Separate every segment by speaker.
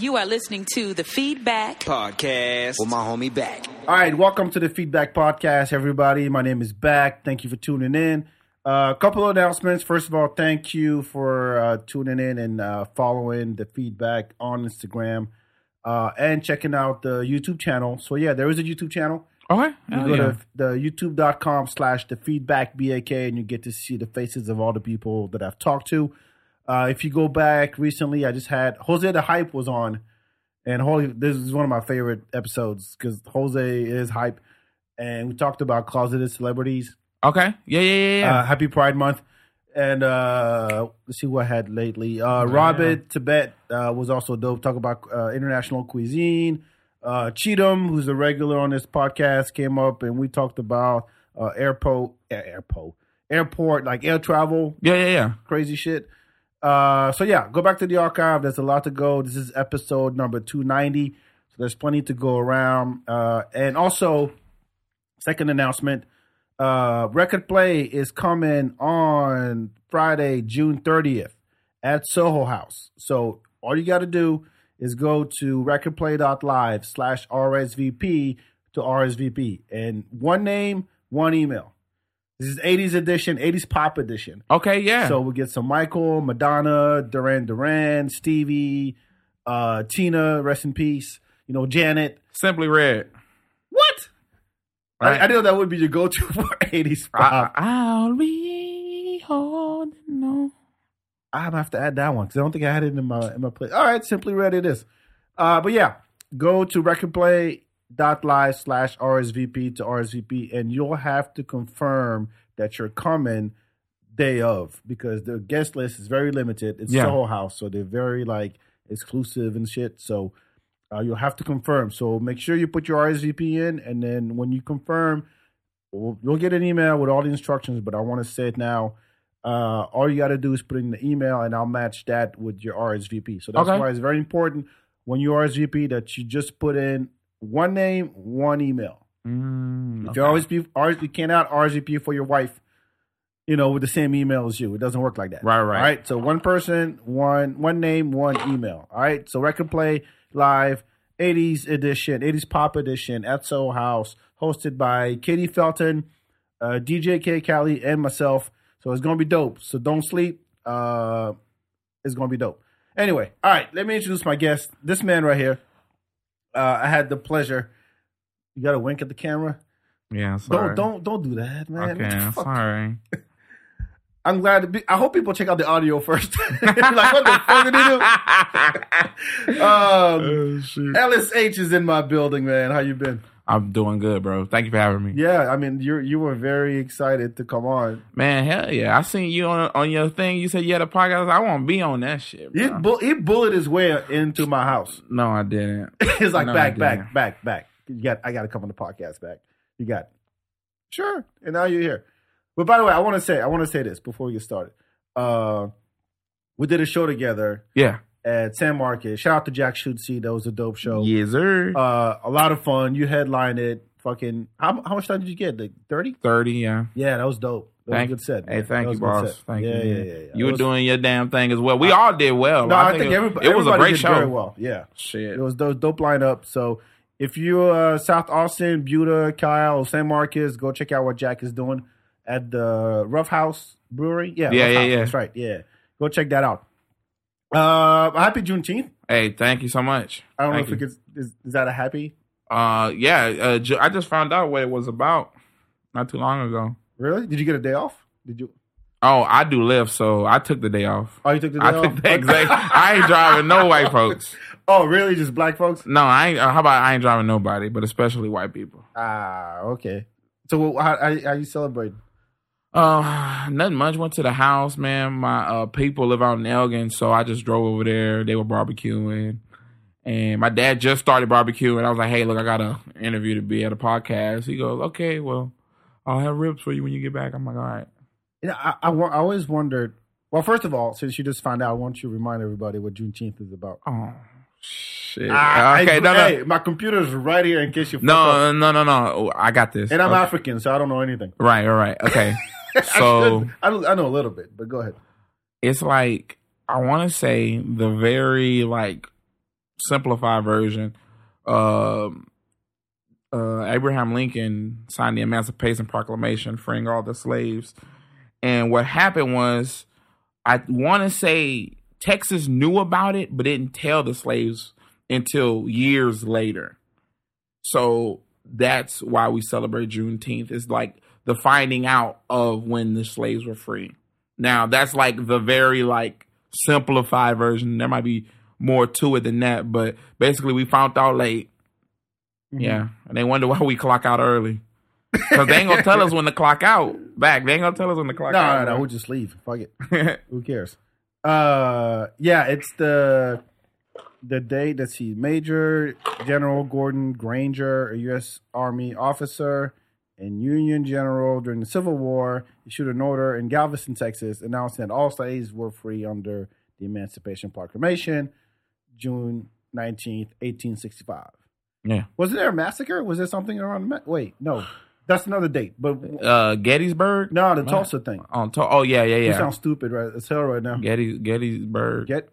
Speaker 1: You are listening to the feedback.
Speaker 2: Podcast with my homie back.
Speaker 3: All right, welcome to the Feedback Podcast, everybody. My name is Back. Thank you for tuning in. A couple of announcements. First of all, thank you for uh, tuning in and uh, following the feedback on Instagram uh, and checking out the YouTube channel. So, yeah, there is a YouTube channel.
Speaker 4: Okay.
Speaker 3: You go to the youtube.com slash the feedback BAK and you get to see the faces of all the people that I've talked to. Uh, if you go back recently, I just had Jose the Hype was on, and Jose, this is one of my favorite episodes because Jose is hype, and we talked about closeted celebrities.
Speaker 4: Okay. Yeah, yeah, yeah, yeah.
Speaker 3: Uh, Happy Pride Month. And uh, let's see what I had lately. Uh, Robert Tibet uh, was also dope. Talk about uh, international cuisine. Uh, Cheatham, who's a regular on this podcast, came up and we talked about uh, airport, eh, airport, airport, like air travel,
Speaker 4: yeah, yeah, yeah.
Speaker 3: crazy shit. Uh, so yeah, go back to the archive. There's a lot to go. This is episode number 290. So there's plenty to go around. Uh, and also, second announcement uh, Record Play is coming on Friday, June 30th at Soho House. So all you got to do is go to recordplay.live slash RSVP to RSVP. And one name, one email. This is 80s edition, 80s pop edition.
Speaker 4: Okay, yeah.
Speaker 3: So we get some Michael, Madonna, Duran Duran, Stevie, uh, Tina, rest in peace. You know, Janet.
Speaker 4: Simply red.
Speaker 3: What?
Speaker 4: Right.
Speaker 3: I, I know that would be your go-to for eighties.
Speaker 4: I,
Speaker 3: I,
Speaker 4: I'll be holding on.
Speaker 3: I'm gonna have to add that one because I don't think I had it in my in my play. All right, simply read it is. Uh, but yeah, go to recordplay.live slash RSVP to RSVP, and you'll have to confirm that you're coming day of because the guest list is very limited. It's
Speaker 4: Yeah.
Speaker 3: Soho House, so they're very like exclusive and shit. So uh, you'll have to confirm. So make sure you put your RSVP in, and then when you confirm, we'll, you'll get an email with all the instructions. But I want to say it now. Uh, all you got to do is put in the email, and I'll match that with your RSVP. So that's
Speaker 4: Okay.
Speaker 3: why it's very important when you RSVP that you just put in one name, one email.
Speaker 4: Mm,
Speaker 3: If you always be RS, you cannot RSVP for your wife, you know, with the same email as you. It doesn't work like that.
Speaker 4: Right, right.
Speaker 3: All right. So one person, one one name, one email. All right. So record play live, eighties edition, eighties pop edition at Soul House, hosted by Katie Felton, uh, DJ K Cali, and myself. So it's gonna be dope. So don't sleep. Uh, it's gonna be dope. Anyway, all right. Let me introduce my guest. This man right here. Uh, I had the pleasure. You got to wink at the camera.
Speaker 4: yeah, I'm sorry.
Speaker 3: Don't don't don't do that, man. What
Speaker 4: Okay,
Speaker 3: the
Speaker 4: I'm
Speaker 3: fuck?
Speaker 4: sorry.
Speaker 3: I'm glad to be. I hope people check out the audio first. like what the fuck did he do? Um,
Speaker 4: Oh, shoot.
Speaker 3: LSH is in my building, man. How you been?
Speaker 4: I'm doing good, bro. Thank you for having me.
Speaker 3: Yeah, I mean you you were very excited to come on.
Speaker 4: Man, hell yeah. I seen you on on your thing. You said you had a podcast. I won't be on that shit.
Speaker 3: He,
Speaker 4: bro.
Speaker 3: bu- he bullet his way into my house.
Speaker 4: no, I didn't.
Speaker 3: It's like
Speaker 4: No,
Speaker 3: back
Speaker 4: I
Speaker 3: back
Speaker 4: didn't.
Speaker 3: back back. You got I got to come on the podcast back. You got sure, and now you're here. But by the way, I want to say I want to say this before we get started. Uh, we did a show together
Speaker 4: Yeah.
Speaker 3: at San Marcos. Shout out to Jack Schutze. That was a dope show.
Speaker 4: Yes, sir.
Speaker 3: Uh, a lot of fun. You headlined it. Fucking, how, how much time did you get? Like 30?
Speaker 4: 30, yeah.
Speaker 3: Yeah, that was dope. That
Speaker 4: Thank-
Speaker 3: was a good set.
Speaker 4: Hey,
Speaker 3: man. That
Speaker 4: thank
Speaker 3: was
Speaker 4: you,
Speaker 3: a good
Speaker 4: boss.
Speaker 3: set.
Speaker 4: Thank
Speaker 3: yeah,
Speaker 4: you.
Speaker 3: Yeah,
Speaker 4: man.
Speaker 3: yeah, yeah.
Speaker 4: You
Speaker 3: That
Speaker 4: were
Speaker 3: was-
Speaker 4: doing your damn thing as well. We all did well.
Speaker 3: No, I, think,
Speaker 4: it,
Speaker 3: everybody,
Speaker 4: it was a
Speaker 3: everybody did
Speaker 4: great show.
Speaker 3: Very well. Yeah.
Speaker 4: Shit.
Speaker 3: It was dope, dope lineup. So if you uh South Austin, Buda, Kyle, San Marcos, go check out what Jack is doing at the Rough House Brewery. Yeah,
Speaker 4: Yeah,
Speaker 3: Rough
Speaker 4: yeah,
Speaker 3: House.
Speaker 4: yeah.
Speaker 3: That's right. Yeah, go check that out. Uh, happy Juneteenth.
Speaker 4: hey, thank you so much.
Speaker 3: I don't
Speaker 4: Thank
Speaker 3: know if
Speaker 4: you.
Speaker 3: it gets, is, is that a happy?
Speaker 4: Uh, yeah. Uh, ju- I just found out what it was about not too long ago.
Speaker 3: Really? Did you get a day off? Did you?
Speaker 4: Oh, I do live, so I took the day off.
Speaker 3: Oh, you took the day
Speaker 4: I
Speaker 3: off.
Speaker 4: took the exact. I ain't driving no white folks.
Speaker 3: oh, really? Just black folks?
Speaker 4: No, I ain't. uh, How about I ain't driving nobody, but especially white people.
Speaker 3: Ah, okay. So wh- how how, how you celebrating?
Speaker 4: Uh, nothing much. Went to the house, man. My uh, people live out in Elgin, so I just drove over there. They were barbecuing, and my dad just started barbecuing. I was like, "Hey, look, I got a interview to be at a podcast." He goes, "Okay, well, I'll have ribs for you when you get back." I'm like, "All right."
Speaker 3: You know, I, I, wa- I always wondered. Well, first of all, since you just found out, I want you to remind everybody what Juneteenth is about.
Speaker 4: Oh shit. Uh,
Speaker 3: Ah,
Speaker 4: okay,
Speaker 3: I-
Speaker 4: no,
Speaker 3: hey,
Speaker 4: no,
Speaker 3: my computer's right here in case you. fuck up.
Speaker 4: no, no, no, no. Oh, I got this.
Speaker 3: and I'm
Speaker 4: okay.
Speaker 3: African, so I don't know anything.
Speaker 4: Right, all right, okay.
Speaker 3: I
Speaker 4: so
Speaker 3: should- I, don't- I know a little bit, but go ahead.
Speaker 4: it's like I want to say the very like simplified version, um, uh, Abraham Lincoln signed the Emancipation Proclamation, freeing all the slaves. And what happened was, I want to say Texas knew about it, but didn't tell the slaves until years later. So that's why we celebrate Juneteenth. It's like the finding out of when the slaves were free. Now that's like the very like simplified version. There might be more to it than that, but basically we found out late.
Speaker 3: Mm-hmm.
Speaker 4: Yeah, and they wonder why we clock out early because they ain't gonna tell us when to clock out. Back, they ain't gonna tell us when to clock
Speaker 3: No, Mm-hmm. no,
Speaker 4: out.
Speaker 3: no. We'll just leave. Fuck it.
Speaker 4: no.
Speaker 3: Who cares? Uh, yeah, it's the the day that see Major General Gordon Granger, a U.S. Army officer and Union general during the Civil War, issued an order in Galveston, Texas, announcing that all slaves were free under the Emancipation Proclamation, June nineteenth, eighteen sixty-five.
Speaker 4: yeah,
Speaker 3: Was there a massacre? Was there something around? The ma- Wait, no, that's another date. But
Speaker 4: uh, Gettysburg.
Speaker 3: no, the Tulsa thing.
Speaker 4: On to- oh yeah, yeah,
Speaker 3: You
Speaker 4: yeah.
Speaker 3: sound stupid right as hell right now.
Speaker 4: Gettys- Gettysburg.
Speaker 3: Get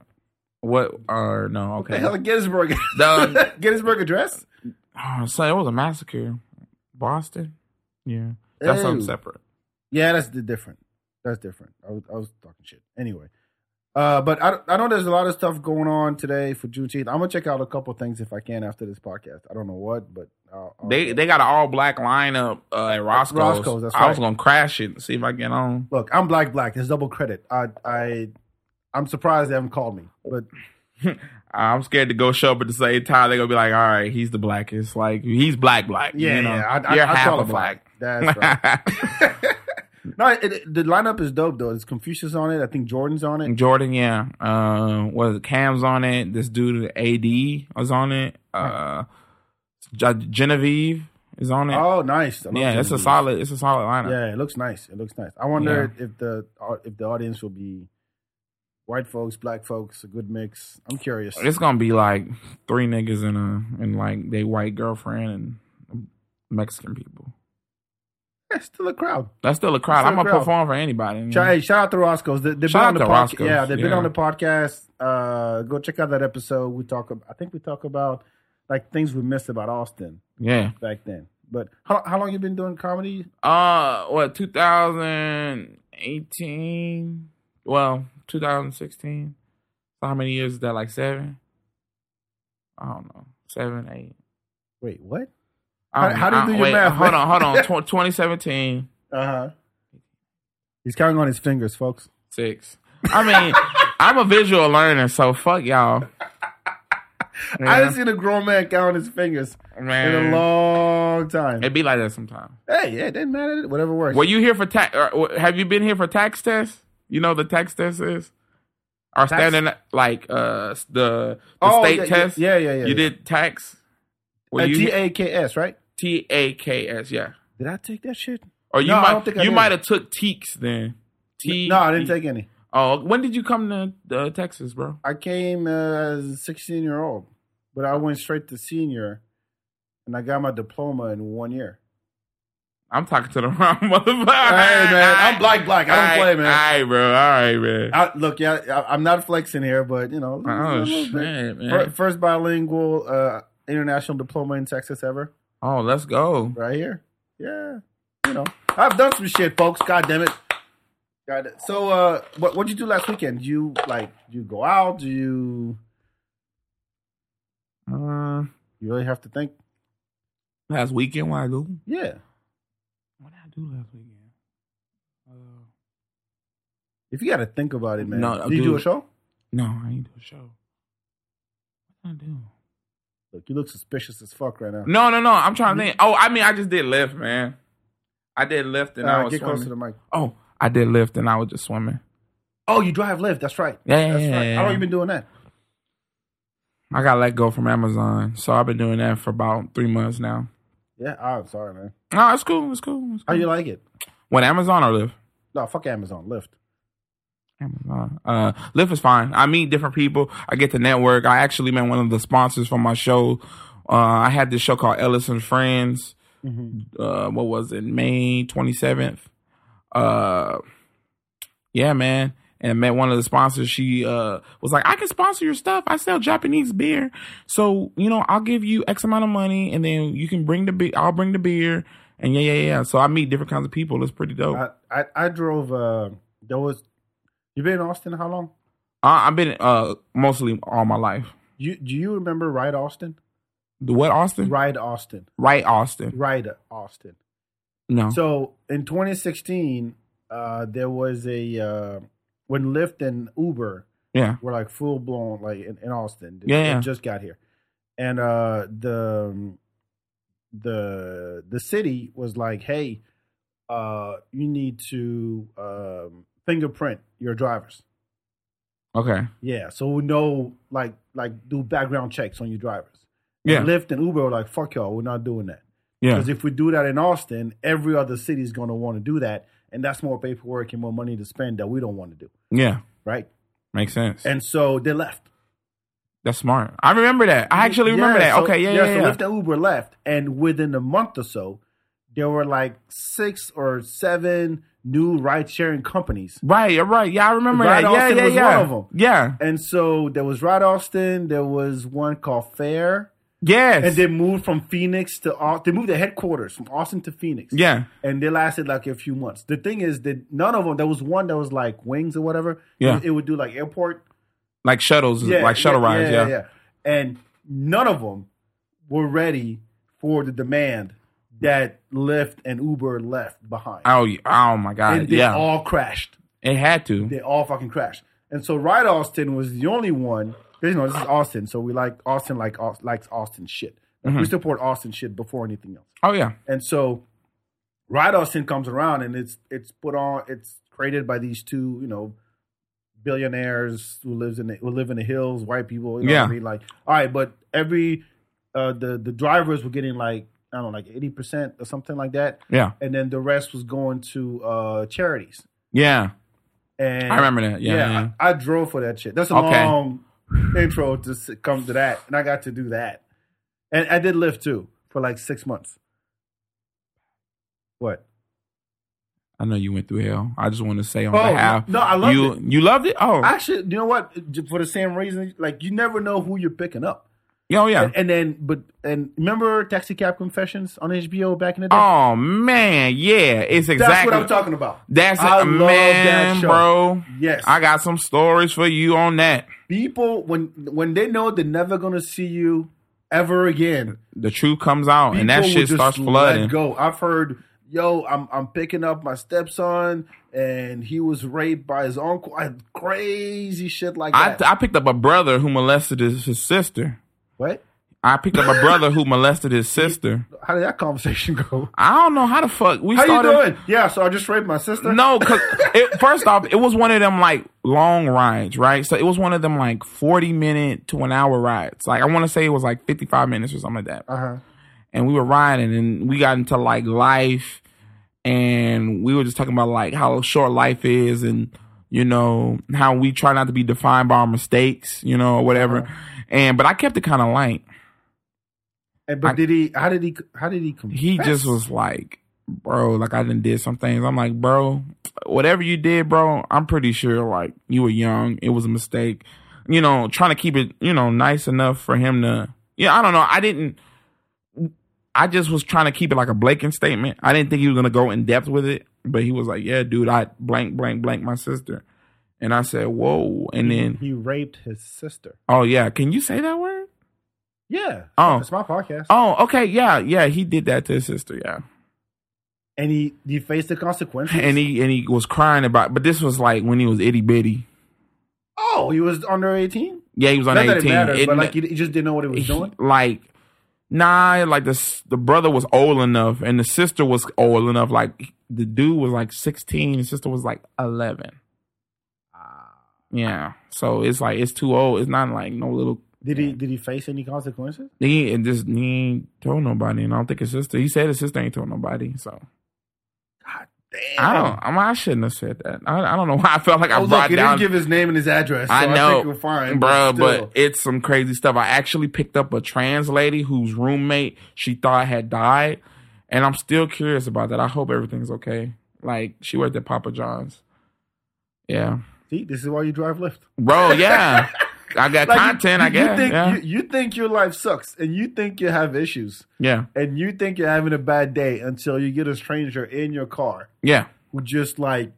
Speaker 4: what? Or no?
Speaker 3: the
Speaker 4: Okay. Um,
Speaker 3: hell Gettysburg.
Speaker 4: The-
Speaker 3: Gettysburg Address.
Speaker 4: Oh, so it was a massacre. Boston. Yeah, that's something
Speaker 3: Ew.
Speaker 4: separate.
Speaker 3: Yeah, that's di- different. That's different. I was, I was talking shit. Anyway, uh, but I, I know there's a lot of stuff going on today for Juneteenth. I'm gonna check out a couple things if I can after this podcast. I don't know what, but I'll, I'll-
Speaker 4: They they got an all black lineup uh, at Roscoe's.
Speaker 3: Roscoe's, that's
Speaker 4: I was
Speaker 3: right.
Speaker 4: gonna crash it and see if I get on.
Speaker 3: look. I'm black, black. There's double credit. I I I'm surprised they haven't called me, but
Speaker 4: I'm scared to go show up at the same time. They're gonna be like, "All right, he's the blackest. Like he's black, black.
Speaker 3: yeah,
Speaker 4: you know?
Speaker 3: yeah, I, I,
Speaker 4: you're
Speaker 3: I
Speaker 4: half a
Speaker 3: qualify.
Speaker 4: black."
Speaker 3: That's right. no, it, it- the lineup is dope though. There's Confucius on it. I think Jordan's on it.
Speaker 4: Jordan, yeah. Uh, was it? Cam's on it. This dude, AD, was on it. Uh, Ge- Genevieve is on it.
Speaker 3: Oh, nice. I love
Speaker 4: yeah, it's a
Speaker 3: Genevieve.
Speaker 4: solid. It's a solid lineup.
Speaker 3: Yeah, it looks nice. It looks nice. I wonder if the uh, if the audience will be white folks, black folks, a good mix. I'm curious.
Speaker 4: It's gonna be like three niggas and a and like they white girlfriend and Mexican people.
Speaker 3: It's still a crowd.
Speaker 4: That's still a crowd.
Speaker 3: Still a
Speaker 4: I'm gonna
Speaker 3: crowd.
Speaker 4: perform for anybody. you know?
Speaker 3: Shout, hey, shout out to Roscoe's. They, they've
Speaker 4: Shout
Speaker 3: been on the
Speaker 4: out to
Speaker 3: podca-
Speaker 4: Roscoe's,
Speaker 3: Yeah, they've been
Speaker 4: yeah.
Speaker 3: on the podcast. Uh, go check out that episode. We talk. About, I think we talk about like things we missed about Austin
Speaker 4: Yeah.
Speaker 3: back then. But how how long you been doing comedy?
Speaker 4: Uh, what 2018? Well, 2016. So how many years is that? Like seven? I don't know. Seven, eight.
Speaker 3: Wait, what?
Speaker 4: I don't
Speaker 3: How- how
Speaker 4: know.
Speaker 3: do you do
Speaker 4: I-
Speaker 3: your
Speaker 4: wait,
Speaker 3: math,
Speaker 4: Hold
Speaker 3: man?
Speaker 4: on, hold on. Tw- 2017,
Speaker 3: Uh huh. He's counting on his fingers, folks.
Speaker 4: six. I mean, I'm a visual learner, so fuck y'all.
Speaker 3: I
Speaker 4: Yeah,
Speaker 3: haven't seen a grown man count his fingers in
Speaker 4: man.
Speaker 3: a long time.
Speaker 4: It be like that sometimes.
Speaker 3: Hey, yeah, it didn't matter. Whatever works.
Speaker 4: Were you here for tax? Have you been here for tax test? You know the tax test is, or standing like uh s- the, the
Speaker 3: Oh,
Speaker 4: state
Speaker 3: yeah, yeah,
Speaker 4: test.
Speaker 3: yeah, yeah, yeah,
Speaker 4: You
Speaker 3: yeah.
Speaker 4: did tax. Were
Speaker 3: Uh,
Speaker 4: you
Speaker 3: TAKS, right?
Speaker 4: T A K S? Yeah.
Speaker 3: Did I take that shit?
Speaker 4: Or you
Speaker 3: No, I
Speaker 4: might
Speaker 3: don't think I
Speaker 4: you
Speaker 3: did.
Speaker 4: might have took teeks then. T
Speaker 3: No, I didn't take any.
Speaker 4: Oh, when did you come to uh, Texas, bro?
Speaker 3: I came as a 16 year old, but I went straight to senior and I got my diploma in one year.
Speaker 4: I'm talking to the wrong motherfucker.
Speaker 3: Hey, man, I'm black, black. I don't play, man.
Speaker 4: All right, bro. All right, man.
Speaker 3: I, look, yeah, I, I'm not flexing here, but you know,
Speaker 4: oh
Speaker 3: a little
Speaker 4: shit,
Speaker 3: bit.
Speaker 4: man.
Speaker 3: Fir- First bilingual uh, international diploma in Texas ever,
Speaker 4: oh, let's go.
Speaker 3: right here. Yeah, you know, I've done some shit, folks. God damn it. God, so uh, what what'd you do last weekend? Did you like, do you go out? Do you
Speaker 4: Uh,
Speaker 3: you really have to think?
Speaker 4: last weekend, when I go.
Speaker 3: Yeah.
Speaker 4: What did I do last weekend? Uh,
Speaker 3: If you got to think about it, man.
Speaker 4: No,
Speaker 3: Did you do a
Speaker 4: dude.
Speaker 3: show?
Speaker 4: no, I ain't do a show. What did I do?
Speaker 3: Look, you look suspicious as fuck right now.
Speaker 4: No, no, no. I'm trying to think. Oh, I mean, I just did lift, man. I did lift and I
Speaker 3: uh,
Speaker 4: was
Speaker 3: get
Speaker 4: swimming.
Speaker 3: close to the mic.
Speaker 4: oh, I did lift and I was just swimming.
Speaker 3: Oh, you drive lift. That's right.
Speaker 4: Yeah, yeah,
Speaker 3: That's
Speaker 4: yeah,
Speaker 3: right.
Speaker 4: yeah,
Speaker 3: How long
Speaker 4: yeah.
Speaker 3: you been doing that?
Speaker 4: I got let go from Amazon, so I've been doing that for about three months now.
Speaker 3: Yeah, oh, I'm sorry, man.
Speaker 4: No, it's cool. It's cool. It's
Speaker 3: How
Speaker 4: cool.
Speaker 3: you like it?
Speaker 4: what Amazon or Lyft?
Speaker 3: No, fuck Amazon. Lyft.
Speaker 4: Amazon. Uh, Lyft is fine. I meet different people. I get to network. I actually met one of the sponsors for my show. Uh, I had this show called Ellis and Friends. Uh, what was it? May 27th. Uh, yeah, man. and met one of the sponsors. She uh, was like, I can sponsor your stuff. I sell Japanese beer. So, you know, I'll give you X amount of money and then you can bring the beer. I'll bring the beer. And yeah, yeah, yeah. So I meet different kinds of people. It's pretty dope.
Speaker 3: I, I, I drove. Uh, there was. You been in Austin? How long?
Speaker 4: I, I've been uh, mostly all my life.
Speaker 3: You do you remember Ride Austin?
Speaker 4: The what, Austin? Right,
Speaker 3: Ride Austin.
Speaker 4: Austin.
Speaker 3: Ride Austin.
Speaker 4: No.
Speaker 3: So in 2016, uh, there was a uh, when Lyft and Uber
Speaker 4: yeah.
Speaker 3: were like full blown like in, in Austin.
Speaker 4: Yeah, yeah.
Speaker 3: It just got here, and uh, the um, the the city was like, "Hey, uh, you need to um, fingerprint your drivers."
Speaker 4: Okay.
Speaker 3: Yeah, so we know like like do background checks on your drivers. And
Speaker 4: Yeah.
Speaker 3: Lyft and Uber were like, "Fuck y'all, we're not doing that."
Speaker 4: Yeah.
Speaker 3: Because if we do that in Austin, every other city is going to want to do that, and that's more paperwork and more money to spend that we don't want to do,
Speaker 4: Yeah.
Speaker 3: right?
Speaker 4: Makes sense.
Speaker 3: And so they left.
Speaker 4: That's smart. I remember that. I actually remember
Speaker 3: Yeah,
Speaker 4: that.
Speaker 3: so-
Speaker 4: okay. Yeah. Yeah. yeah,
Speaker 3: So Lyft and Uber left, and within a month or so, there were like six or seven new ride-sharing companies.
Speaker 4: Right. You're right. Yeah. I remember
Speaker 3: Right,
Speaker 4: that.
Speaker 3: Austin
Speaker 4: yeah. Yeah.
Speaker 3: was
Speaker 4: yeah.
Speaker 3: one of 'em.
Speaker 4: Yeah.
Speaker 3: And so there was Ride Austin. There was one called Fair,
Speaker 4: Yes.
Speaker 3: and they moved from Phoenix to Au- they moved their headquarters from Austin to Phoenix.
Speaker 4: yeah.
Speaker 3: and they lasted like a few months. The thing is that none of them. There was one that was like wings or whatever.
Speaker 4: Yeah.
Speaker 3: it, would do like airport,
Speaker 4: Like shuttles. like shuttle rides. Yeah.
Speaker 3: And none of them were ready for the demand that Lyft and Uber left behind,
Speaker 4: Oh. yeah. Oh my God.
Speaker 3: and they
Speaker 4: Yeah.
Speaker 3: all crashed.
Speaker 4: it had to.
Speaker 3: They all fucking crashed. And so Ride Austin was the only one. 'cause, You know, this is Austin, so we like Austin like Aus- likes Austin shit.
Speaker 4: Mm-hmm.
Speaker 3: We support Austin shit before anything else.
Speaker 4: oh yeah.
Speaker 3: And so Ride Austin comes around and it's it's put on it's created by these two, you know, billionaires who lives in the, who live in the hills, white people, you know
Speaker 4: Yeah.
Speaker 3: what I mean? Like, all right, but every uh the the drivers were getting like I don't know, like eighty percent or something like that.
Speaker 4: Yeah.
Speaker 3: And then the rest was going to uh charities.
Speaker 4: Yeah.
Speaker 3: And
Speaker 4: I remember that. Yeah. yeah.
Speaker 3: I, I drove for that shit. That's a
Speaker 4: Okay.
Speaker 3: long intro to s- come to that, and I got to do that, and I did live too for like six months. What?
Speaker 4: I know you went through hell. I just want to say on
Speaker 3: Oh,
Speaker 4: behalf.
Speaker 3: no, I loved
Speaker 4: you. You loved it. Oh.
Speaker 3: Actually, you know what? J- For the same reason, like you never know who you're picking up.
Speaker 4: yeah. Oh yeah.
Speaker 3: And, and then, but and remember Taxi Cab Confessions on HBO back in the day.
Speaker 4: oh man. Yeah. It's exactly.
Speaker 3: That's what I'm talking about.
Speaker 4: That's
Speaker 3: I
Speaker 4: it,
Speaker 3: love that
Speaker 4: man,
Speaker 3: show.
Speaker 4: bro.
Speaker 3: Yes.
Speaker 4: I got some stories for you on that.
Speaker 3: People when when they know they're never gonna see you ever again,
Speaker 4: The truth comes out, and that
Speaker 3: people
Speaker 4: shit
Speaker 3: will
Speaker 4: starts
Speaker 3: just
Speaker 4: flooding.
Speaker 3: Let go. I've heard, yo, I'm I'm picking up my stepson, and he was raped by his uncle. I, crazy shit like
Speaker 4: I,
Speaker 3: that.
Speaker 4: I picked up a brother who molested his, his sister.
Speaker 3: what?
Speaker 4: I picked up a brother who molested his sister.
Speaker 3: How did that conversation go?
Speaker 4: I don't know how the fuck we
Speaker 3: How
Speaker 4: started.
Speaker 3: you doing? Yeah, so I just raped my sister.
Speaker 4: No, cause it, first off, it was one of them like long rides, right? So it was one of them like forty minute to an hour rides. Like I want to say it was like fifty five minutes or something like that.
Speaker 3: Uh huh.
Speaker 4: and we were riding and we got into like life and we were just talking about like how short life is and you know how we try not to be defined by our mistakes you know or whatever and but i kept it kind of light
Speaker 3: And, but
Speaker 4: I-
Speaker 3: did he? How did he? How did he? Confess?
Speaker 4: he just was like bro like i done did some things i'm like bro whatever you did bro i'm pretty sure like you were young it was a mistake you know trying to keep it you know nice enough for him to yeah i don't know i didn't I just was trying to keep it like a blatant statement. I didn't think he was gonna go in depth with it, but he was like, "Yeah, dude, I blank, blank, blank my sister," and I said, "Whoa!" And then,
Speaker 3: He raped his sister.
Speaker 4: oh yeah, can you say that word?
Speaker 3: Yeah.
Speaker 4: Oh.
Speaker 3: it's my podcast.
Speaker 4: Oh, okay, yeah, yeah, he did that to his sister, yeah,
Speaker 3: And he he faced the consequences.
Speaker 4: and he and he was crying about, but this was like when he was itty bitty.
Speaker 3: oh, he was under eighteen.
Speaker 4: Yeah, he was on
Speaker 3: Not that it
Speaker 4: eighteen.
Speaker 3: matters,
Speaker 4: It-
Speaker 3: but like he, he just didn't know what he was
Speaker 4: he-
Speaker 3: doing.
Speaker 4: like nah like the s- the brother was old enough and the sister was old enough like the dude was like 16 the sister was like 11
Speaker 3: Ah.
Speaker 4: yeah so it's like it's too old it's not like no little
Speaker 3: Did he did he face any consequences?
Speaker 4: he and just he ain't told nobody and i don't think his sister he said his sister ain't told nobody so
Speaker 3: God damn.
Speaker 4: i don't i, mean, I shouldn't have said that I, I don't know why i felt like i
Speaker 3: oh, look,
Speaker 4: brought
Speaker 3: he
Speaker 4: down
Speaker 3: didn't give his name and his address. So
Speaker 4: I
Speaker 3: I
Speaker 4: know,
Speaker 3: think we're fine,
Speaker 4: Bruh,
Speaker 3: still.
Speaker 4: but it's some crazy stuff. I actually picked up a trans lady whose roommate she thought had died, and I'm still curious about that. I hope everything's okay. Like she worked at Papa John's. Yeah,
Speaker 3: See, this is why you drive Lyft.
Speaker 4: bro. Yeah, I got
Speaker 3: Like, you-
Speaker 4: content. I
Speaker 3: you
Speaker 4: guess.
Speaker 3: think
Speaker 4: yeah.
Speaker 3: you, you think your life sucks, and you think you have issues,
Speaker 4: yeah,
Speaker 3: and you think you're having a bad day until you get a stranger in your car
Speaker 4: yeah,
Speaker 3: who just like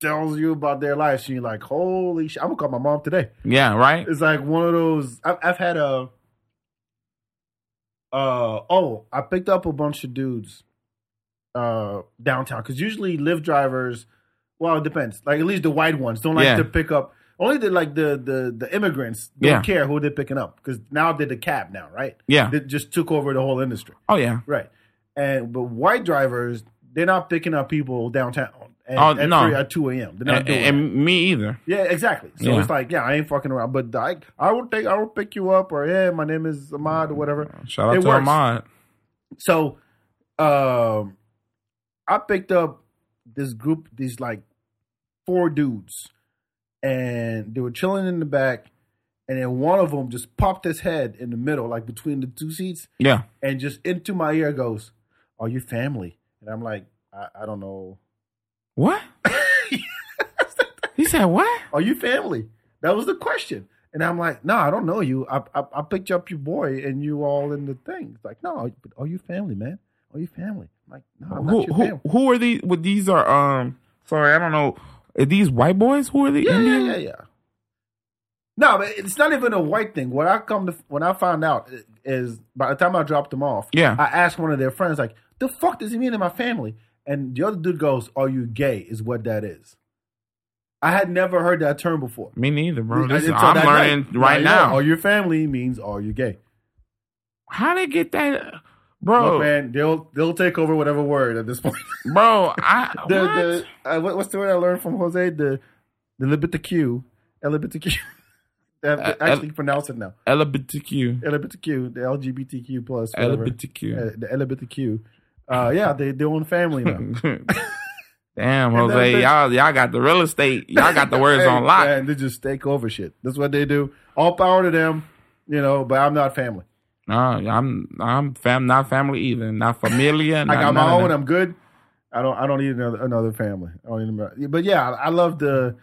Speaker 3: tells you about their life, and you're like, "Holy shit!" I'm gonna call my mom today.
Speaker 4: yeah. Right?
Speaker 3: It's like one of those. I've, I've had a. Uh oh! I picked up a bunch of dudes, uh, downtown because usually Lyft drivers, well, it depends. Like at least the white ones don't like
Speaker 4: Yeah.
Speaker 3: to pick up. Only the like the the the immigrants don't
Speaker 4: Yeah.
Speaker 3: care who they're picking up because now they're the cab now, right?
Speaker 4: Yeah.
Speaker 3: They just took over the whole industry,
Speaker 4: Oh yeah.
Speaker 3: right? And but white drivers, they're not picking up people downtown at,
Speaker 4: Oh,
Speaker 3: at
Speaker 4: no.
Speaker 3: three or two a.m. They're not
Speaker 4: And,
Speaker 3: doing that.
Speaker 4: and me either.
Speaker 3: Yeah, exactly. So
Speaker 4: Yeah.
Speaker 3: it's like, yeah, I ain't fucking around. But I, I will take, I will pick you up, or yeah, my name is Ahmad or whatever.
Speaker 4: Shout out
Speaker 3: It
Speaker 4: to
Speaker 3: works.
Speaker 4: Ahmad.
Speaker 3: So, um, I picked up this group, these like four dudes, and they were chilling in the back, and then one of them just popped his head in the middle, like between the two seats,
Speaker 4: Yeah.
Speaker 3: and just into my ear goes, "Are you family?" And I'm like, I, I don't know.
Speaker 4: What? he said what?
Speaker 3: Are you family? That was the question. And I'm like, no, I don't know you. I, I I picked up your boy and you all in the thing. It's like, no, but are you family, man? Are you family? I'm like, no, I'm
Speaker 4: Who
Speaker 3: not your
Speaker 4: who
Speaker 3: family.
Speaker 4: who are these? Well, these are um. Sorry, I don't know. Are these white boys? Who are the
Speaker 3: Yeah, yeah,
Speaker 4: Indian?
Speaker 3: yeah, yeah. No, but it's not even a white thing. What I come to when I found out is by the time I dropped them off,
Speaker 4: Yeah.
Speaker 3: I asked one of their friends, like, the fuck does he mean in my family? And the other dude goes, Are you gay? is what that is. I had never heard that term before.
Speaker 4: Me neither, bro. This is,
Speaker 3: Until
Speaker 4: I'm
Speaker 3: that
Speaker 4: learning
Speaker 3: night.
Speaker 4: right
Speaker 3: Like,
Speaker 4: now.
Speaker 3: Yeah, are your family means are you gay?
Speaker 4: How they get that, uh, bro?
Speaker 3: Look, man, they'll they'll take over whatever word at this point.
Speaker 4: Bro, I
Speaker 3: the,
Speaker 4: what?
Speaker 3: the uh, what, what's the word I learned from Jose? The the LGBTQ, LGBTQ. they have to
Speaker 4: Uh,
Speaker 3: actually pronounce it now.
Speaker 4: LGBTQ,
Speaker 3: LGBTQ, the LGBTQ plus whatever. Uh,
Speaker 4: LGBTQ.
Speaker 3: the LGBTQ. Uh, yeah, they their own family now.
Speaker 4: Damn,
Speaker 3: And that
Speaker 4: Jose,
Speaker 3: bitch-
Speaker 4: y'all y'all got the real estate. Y'all got the words
Speaker 3: Hey,
Speaker 4: on lock.
Speaker 3: Man, they just take over shit. That's what they do. All power to them, you know. But I'm not family.
Speaker 4: Nah, I'm I'm fam, not family either, not familia.
Speaker 3: I
Speaker 4: not
Speaker 3: got my
Speaker 4: none of
Speaker 3: own.
Speaker 4: that.
Speaker 3: I'm good. I don't. I don't need another another family. I don't need another, but yeah, I, I love the.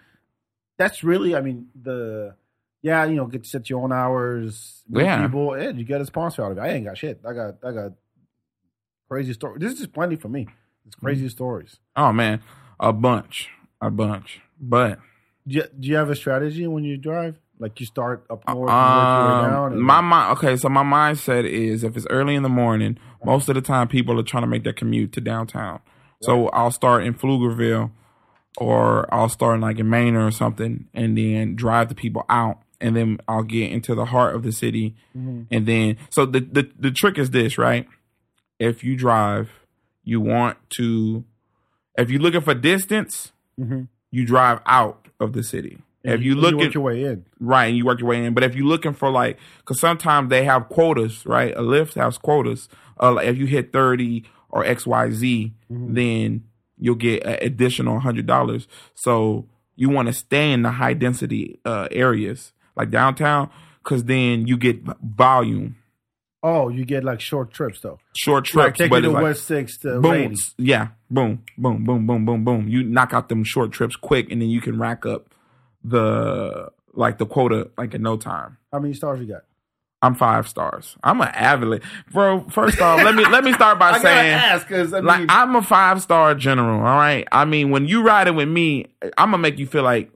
Speaker 3: That's really. I mean the. Yeah, you know, get to set your own hours. meet
Speaker 4: Yeah.
Speaker 3: people. Yeah, you get a sponsor out of it. I ain't got shit. I got. I got crazy stories. This is plenty for me. It's
Speaker 4: Mm-hmm.
Speaker 3: crazy stories.
Speaker 4: Oh man, a bunch, a bunch. But
Speaker 3: Do you, do you have a strategy when you drive? Like you start up north, and work your way down.
Speaker 4: Uh, um,
Speaker 3: and-
Speaker 4: my mind. Okay, so my mindset is if it's early in the morning, most of the time people are trying to make their commute to downtown. So I'll start in Pflugerville, or I'll start in like in Manor or something, and then drive the people out, and then I'll get into the heart of the city,
Speaker 3: Mm-hmm.
Speaker 4: and then so the, the the trick is this, right? If you drive, you want to. If you're looking for distance,
Speaker 3: Mhm.
Speaker 4: you drive out of the city. if you
Speaker 3: and
Speaker 4: look
Speaker 3: work
Speaker 4: at
Speaker 3: your way in,
Speaker 4: right and you work your way in but if you're looking for like because sometimes they have quotas right a lift has quotas uh, like if you hit 30 or xyz then you'll get an additional $100 so you want to stay in the high density uh, areas like downtown because then you get volume
Speaker 3: oh, you get like short trips though.
Speaker 4: short
Speaker 3: Like
Speaker 4: trips
Speaker 3: taking
Speaker 4: but
Speaker 3: the
Speaker 4: it's like,
Speaker 3: West uh, Six to
Speaker 4: boom
Speaker 3: Rainy.
Speaker 4: yeah boom boom boom boom boom boom you knock out them short trips quick and then you can rack up the like the quota like in no time
Speaker 3: How many stars you got?
Speaker 4: I'm five stars. I'm an avid bro. First off, let me let me start by
Speaker 3: I gotta
Speaker 4: saying,
Speaker 3: ask because I
Speaker 4: like,
Speaker 3: mean,
Speaker 4: I'm a five star general. All right. I mean, when you riding with me, I'm gonna make you feel like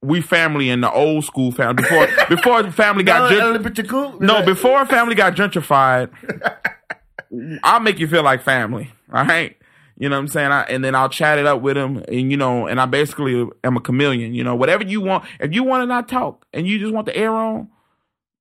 Speaker 4: we family in the old school family. Before before family
Speaker 3: Not
Speaker 4: got gen-
Speaker 3: LGBTQ?
Speaker 4: no before family got gentrified, I'll make you feel like family. All right. You know what I'm saying? I, and then I'll chat it up with him, and you know, and I basically am a chameleon. You know, whatever you want. If you want to not talk and you just want the air on,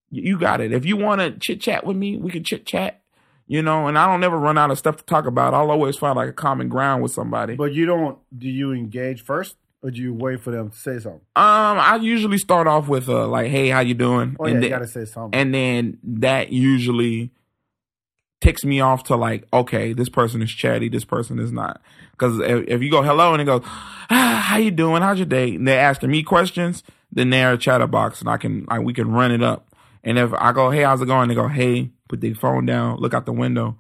Speaker 4: you you got it. If you want to chit chat with me, we can chit chat. You know, and I don't never run out of stuff to talk about. I'll always find like a common ground with somebody.
Speaker 3: But you don't. Do you engage first, or do you wait for them to say something?
Speaker 4: um, I usually start off with uh, like, "Hey, how you doing?"
Speaker 3: Oh yeah,
Speaker 4: and
Speaker 3: you
Speaker 4: then,
Speaker 3: gotta say something.
Speaker 4: and then that usually ticks me off to like, okay, this person is chatty, this person is not. Because if, if you go hello and it goes, ah, how you doing? How's your day? And they're asking me questions, then they're a chatterbox, and I can like we can run it up. And if I go, hey, how's it going? They go, hey, put their phone down, look out the window,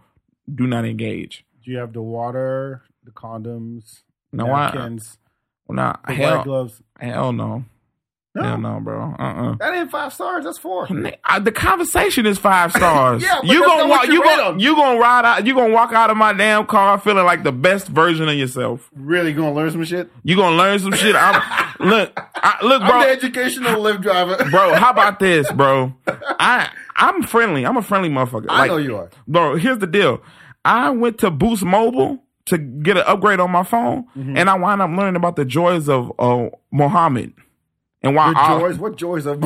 Speaker 4: do not engage.
Speaker 3: do you have the water, the condoms,
Speaker 4: No, I-
Speaker 3: napkins?
Speaker 4: I'm not.
Speaker 3: The white
Speaker 4: Hell,
Speaker 3: gloves.
Speaker 4: hell no.
Speaker 3: No,
Speaker 4: Hell no, bro. Uh uh
Speaker 3: that ain't five stars. That's four.
Speaker 4: the conversation is five stars.
Speaker 3: Yeah, but
Speaker 4: you
Speaker 3: that's
Speaker 4: gonna
Speaker 3: not
Speaker 4: walk,
Speaker 3: what you
Speaker 4: you
Speaker 3: rate
Speaker 4: gonna
Speaker 3: them.
Speaker 4: you gonna ride out. You gonna walk out of my damn car feeling like the best version of yourself.
Speaker 3: Really gonna learn some shit.
Speaker 4: You gonna learn some shit. I'm, look, I, look, bro.
Speaker 3: I'm the educational lift driver.
Speaker 4: bro. How about this, bro? I I'm friendly. I'm a friendly motherfucker.
Speaker 3: I know you are.
Speaker 4: bro. Here's the deal. I went to Boost Mobile to get an upgrade on my phone,
Speaker 3: Mm-hmm.
Speaker 4: and I wound up learning about the joys of uh, Mohammed and why
Speaker 3: The
Speaker 4: Allah-
Speaker 3: joys. What joys of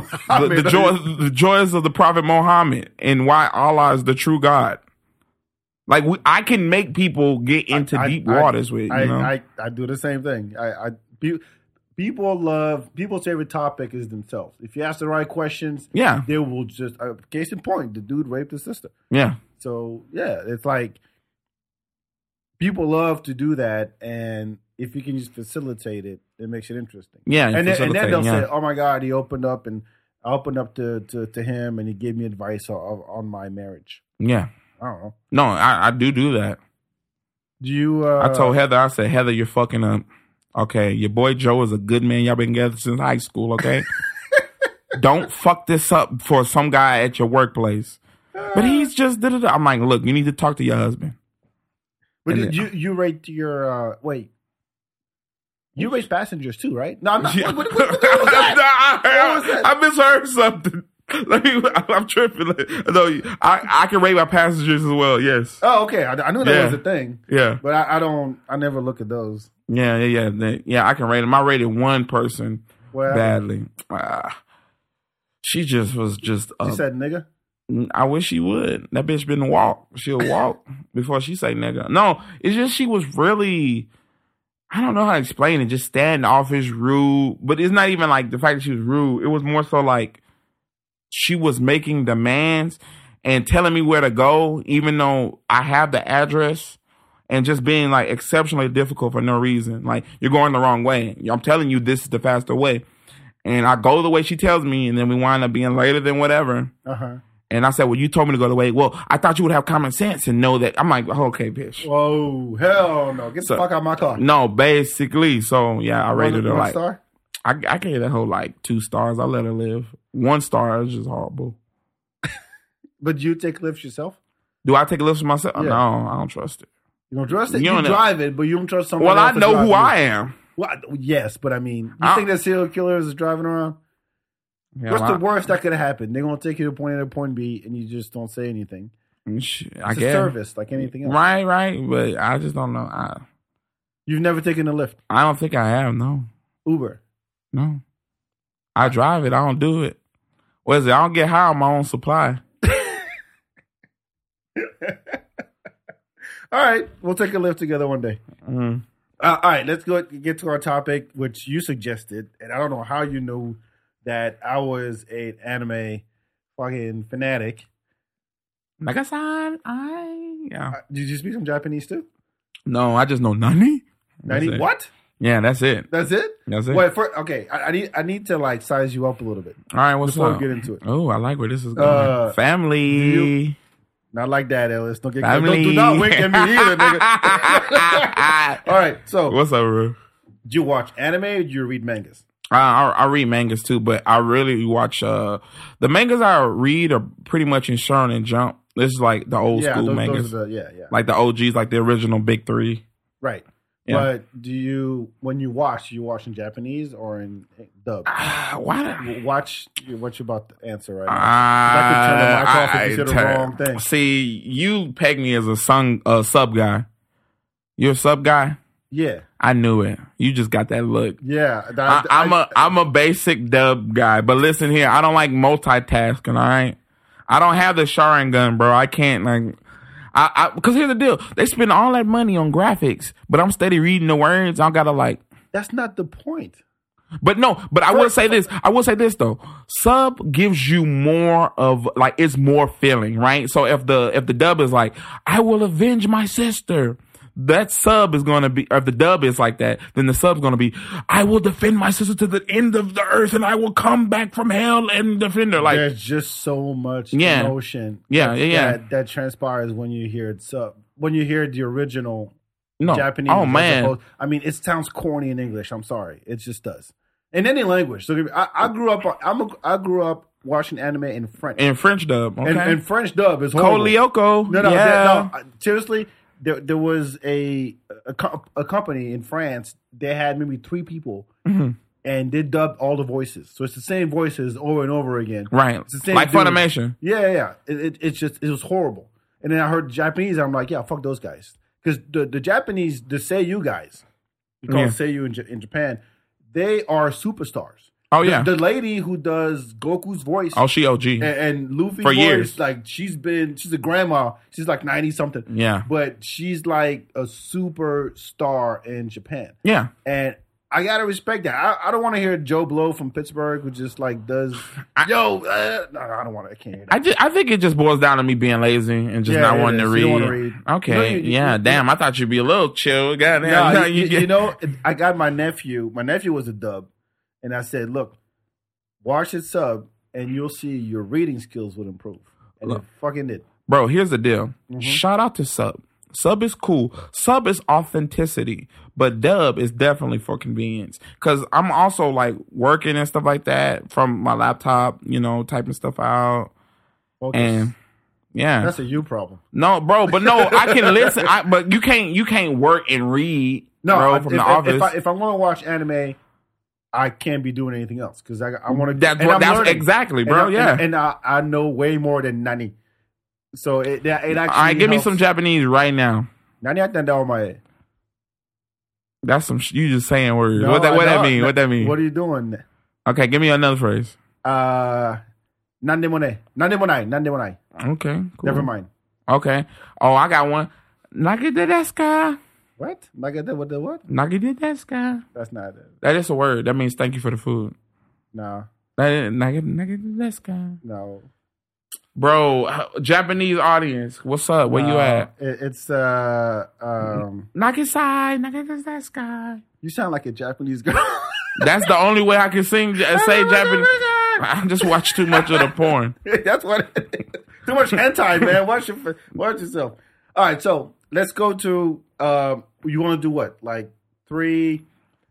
Speaker 4: uh, the, the joys the joys of the Prophet Mohammed and why Allah is the true God. Like we, I can make people get into
Speaker 3: I-
Speaker 4: deep
Speaker 3: I-
Speaker 4: waters with
Speaker 3: I,
Speaker 4: you know.
Speaker 3: I, I do the same thing. I, I pe- people love people's favorite topic is themselves. If you ask the right questions,
Speaker 4: yeah,
Speaker 3: they will just. Uh, case in point, the dude raped his sister.
Speaker 4: yeah,
Speaker 3: So yeah, it's like people love to do that, and if you can just facilitate it, it makes it interesting.
Speaker 4: yeah.
Speaker 3: and then, and then
Speaker 4: facilitate,
Speaker 3: they'll
Speaker 4: yeah.
Speaker 3: say, "Oh my God, he opened up and I opened up to to, to him, and he gave me advice on, on my marriage."
Speaker 4: yeah.
Speaker 3: I don't know.
Speaker 4: No, I, I do do that.
Speaker 3: Do you? Uh,
Speaker 4: I told Heather, I said, Heather, you're fucking up. Okay, your boy Joe is a good man. Y'all been together since high school, okay? Don't fuck this up for some guy at your workplace. But he's just da da da. I'm like, look, you need to talk to your husband.
Speaker 3: But
Speaker 4: And
Speaker 3: did you you rate your uh, wait. You rate passengers too, right? No, I'm not.
Speaker 4: Yeah.
Speaker 3: What, what, what, the hell was that?
Speaker 4: I,
Speaker 3: What was that?
Speaker 4: I misheard something. Let me, I'm tripping. No, I, I can rate my passengers as well. Yes.
Speaker 3: Oh, okay. I, I knew that
Speaker 4: Yeah.
Speaker 3: was a thing,
Speaker 4: Yeah.
Speaker 3: but I, I don't. I never look at those.
Speaker 4: Yeah. Yeah. Yeah. They- Yeah. I can rate them. I rated one person
Speaker 3: Well,
Speaker 4: badly. Ah. she just was just.
Speaker 3: she
Speaker 4: a
Speaker 3: said, "Nigga."
Speaker 4: I wish she would. That bitch been walk. She'll walk before she say nigga. No, it's just she was really. I don't know how to explain it. Just standoffish, rude. But it's not even like the fact that she was rude. It was more so like she was making demands and telling me where to go, even though I have the address, and just being like exceptionally difficult for no reason. Like you're going the wrong way. I'm telling you, this is the faster way. And I go the way she tells me, and then we wind up being later than whatever.
Speaker 3: Uh huh.
Speaker 4: And I said, "Well, you told me to go the way. Well, I thought you would have common sense and know that." I'm like, "Okay, bitch."
Speaker 3: Whoa, hell no! Get
Speaker 4: So-
Speaker 3: the fuck out of my car.
Speaker 4: No, basically. So yeah, I
Speaker 3: One-
Speaker 4: rated her
Speaker 3: one
Speaker 4: like
Speaker 3: star.
Speaker 4: I, I gave that whole like two stars. I let her live. One star is just horrible.
Speaker 3: But you take lifts yourself.
Speaker 4: Do I take a lift for myself?
Speaker 3: Yeah.
Speaker 4: No, I don't trust it.
Speaker 3: You don't trust it.
Speaker 4: You
Speaker 3: You,
Speaker 4: don't know.
Speaker 3: drive it, but you don't trust someone.
Speaker 4: well, I
Speaker 3: else to
Speaker 4: know
Speaker 3: drive
Speaker 4: who
Speaker 3: you.
Speaker 4: I am.
Speaker 3: Well, I- yes, but I mean, you
Speaker 4: I-
Speaker 3: think that serial killers is driving around?
Speaker 4: Yeah,
Speaker 3: What's
Speaker 4: well,
Speaker 3: the worst that could happen? They're gonna take you to point A to point B, and you just don't say anything.
Speaker 4: I, shit, mm, I
Speaker 3: It's a
Speaker 4: guess.
Speaker 3: service like anything else.
Speaker 4: Right, right. But I just don't know. I
Speaker 3: You've never taken a lift,
Speaker 4: I don't think I have. No,
Speaker 3: Uber.
Speaker 4: no. I drive it. I don't do it. What is it? I don't get high on my own supply.
Speaker 3: All right, we'll take a lift together one day.
Speaker 4: Mm.
Speaker 3: Uh, all right, let's go get to our topic, which you suggested, and I don't know how you knew that I was an anime fucking fanatic.
Speaker 4: Like I said, I yeah.
Speaker 3: Uh, Did you speak some Japanese too?
Speaker 4: No, I just know Nani. That's
Speaker 3: Ninety
Speaker 4: it.
Speaker 3: what?
Speaker 4: Yeah, that's it.
Speaker 3: That's it.
Speaker 4: That's it.
Speaker 3: Wait, for, okay. I, I need I need to like size you up a little bit
Speaker 4: All right, what's
Speaker 3: before
Speaker 4: up?
Speaker 3: we get into it.
Speaker 4: Oh, I like where this is going.
Speaker 3: Uh,
Speaker 4: family.
Speaker 3: you- Not like that, Ellis. Don't get
Speaker 4: family.
Speaker 3: don't do not wink at me either, nigga. Uh, all right, so
Speaker 4: what's up, bro?
Speaker 3: do you watch anime or do you read mangas?
Speaker 4: I, I I read mangas too, but I really watch uh the mangas I read are pretty much in Shonen Jump. This is like the old
Speaker 3: yeah,
Speaker 4: school
Speaker 3: those,
Speaker 4: mangas,
Speaker 3: those are the, yeah, yeah,
Speaker 4: like the OGs, like the original big three.
Speaker 3: right.
Speaker 4: Yeah.
Speaker 3: But do you when you watch, you watch in Japanese or in dub?
Speaker 4: Ah, why? Did,
Speaker 3: Watch what you about to answer right now.
Speaker 4: Uh-huh.
Speaker 3: I could turn the mic off if
Speaker 4: I,
Speaker 3: you said the
Speaker 4: turn-
Speaker 3: wrong thing.
Speaker 4: See, you peg me as a sung, a sub guy. You're a sub guy.
Speaker 3: yeah,
Speaker 4: I knew it. You just got that look.
Speaker 3: yeah.
Speaker 4: I,
Speaker 3: that-
Speaker 4: I'm a I'm a basic dub guy, but listen here, I don't like multitasking. All right, I don't have the Sharingan, bro. I can't like, I because here's the deal: they spend all that money on graphics, but I'm steady reading the words. I gotta like,
Speaker 3: That's not the point.
Speaker 4: but no, but I will say this. I will say this though. Sub gives you more of like it's more feeling, right? So if the if the dub is like, I will avenge my sister. That sub is gonna be, or if the dub is like that, then the sub's gonna be, I will defend my sister to the end of the earth, and I will come back from hell and defend her. Like,
Speaker 3: There's just so much
Speaker 4: Yeah.
Speaker 3: emotion.
Speaker 4: Yeah, yeah, yeah.
Speaker 3: That, that transpires when you hear it sub. When you hear the original
Speaker 4: No.
Speaker 3: Japanese.
Speaker 4: Oh
Speaker 3: as
Speaker 4: man.
Speaker 3: opposed- I mean, it sounds corny in English. I'm sorry, it just does. In any language. So I, I grew up. on- I'm a, I grew up watching anime in French.
Speaker 4: In French dub. Okay.
Speaker 3: and, and French dub is horrible.
Speaker 4: Kolioko.
Speaker 3: No, no,
Speaker 4: yeah.
Speaker 3: that- no. I- Seriously, there, there was a, a co- a company in France. They had maybe three people,
Speaker 4: Mm-hmm.
Speaker 3: and they dubbed all the voices. So it's the same voices over and over again.
Speaker 4: Right.
Speaker 3: It's the same
Speaker 4: Like
Speaker 3: dude.
Speaker 4: Funimation.
Speaker 3: Yeah, yeah. yeah. It, it, it's just it was horrible. And then I heard Japanese. I'm like, yeah, fuck those guys, because the the Japanese, the Seiyu guys, we call
Speaker 4: Yeah.
Speaker 3: them Seiyu in, J- in Japan, they are superstars.
Speaker 4: Oh
Speaker 3: The-
Speaker 4: yeah.
Speaker 3: the, lady who does Goku's voice
Speaker 4: oh, she OG.
Speaker 3: and, and Luffy
Speaker 4: For
Speaker 3: voice,
Speaker 4: years. Mm.
Speaker 3: Like she's been, she's a grandma. She's like ninety something.
Speaker 4: Yeah.
Speaker 3: but she's like a superstar in Japan,
Speaker 4: yeah.
Speaker 3: and I gotta respect that. I, I don't want to hear Joe Blow from Pittsburgh who just like does yo. Uh, no, I don't want to. I can't. Hear that.
Speaker 4: I, just, I think it just boils down to me being lazy and just
Speaker 3: Yeah,
Speaker 4: not
Speaker 3: it
Speaker 4: wanting to
Speaker 3: is.
Speaker 4: read.
Speaker 3: You don't wanna read.
Speaker 4: Okay.
Speaker 3: No, you- you-
Speaker 4: yeah.
Speaker 3: you-
Speaker 4: damn. I thought you'd be a little chill. Goddamn.
Speaker 3: No,
Speaker 4: now
Speaker 3: you,
Speaker 4: get-
Speaker 3: you know, I got my nephew. My nephew was a dub, and I said, "Look, watch it sub, and you'll see your reading skills will improve." And it
Speaker 4: Look.
Speaker 3: fucking did.
Speaker 4: bro. Here's the deal.
Speaker 3: Mm-hmm.
Speaker 4: Shout out to sub. Sub is cool. Sub is authenticity, but dub is definitely for convenience. Cause I'm also like working and stuff like that from my laptop. You know, typing stuff out
Speaker 3: Focus.
Speaker 4: and yeah.
Speaker 3: That's a you problem.
Speaker 4: No, bro, but no, I can listen. I, but you can't. You can't work and read,
Speaker 3: No,
Speaker 4: bro,
Speaker 3: I-
Speaker 4: from
Speaker 3: if,
Speaker 4: the
Speaker 3: if-
Speaker 4: office.
Speaker 3: If, I, if I'm going to watch anime, I can't be doing anything else because I, I want to.
Speaker 4: That's what- that's exactly, bro, yeah.
Speaker 3: and, I, I know way more than Nani. So it, that, it actually.
Speaker 4: All right, give me
Speaker 3: helps.
Speaker 4: some Japanese right now.
Speaker 3: Nani atanda omae.
Speaker 4: That's some. Sh- you just saying words.
Speaker 3: No,
Speaker 4: what that? What
Speaker 3: I
Speaker 4: that
Speaker 3: don't.
Speaker 4: mean? What that mean?
Speaker 3: What are you doing?
Speaker 4: okay, give me another phrase.
Speaker 3: Uh, nandemonai, nandemonai, nandemonai.
Speaker 4: Okay, cool.
Speaker 3: Never mind.
Speaker 4: Okay. Oh, I got one. Nagidedeska.
Speaker 3: What? Like that? What? The, what?
Speaker 4: Nagidedeska.
Speaker 3: That's not it.
Speaker 4: That is a word. That means thank you for the food.
Speaker 3: No,
Speaker 4: That is- nagi- nagidedeska.
Speaker 3: no.
Speaker 4: Bro, h- Japanese audience, what's up? Where you
Speaker 3: no.
Speaker 4: at?
Speaker 3: It, it's uh um.
Speaker 4: Nagisai, nagidedeska.
Speaker 3: You sound like a Japanese girl.
Speaker 4: That's the only way I can sing and say Japanese. I just watch too much of the porn.
Speaker 3: That's what it is. Too much hentai, man. Watch your watch yourself. All right, so let's go to um you want to do what? Like three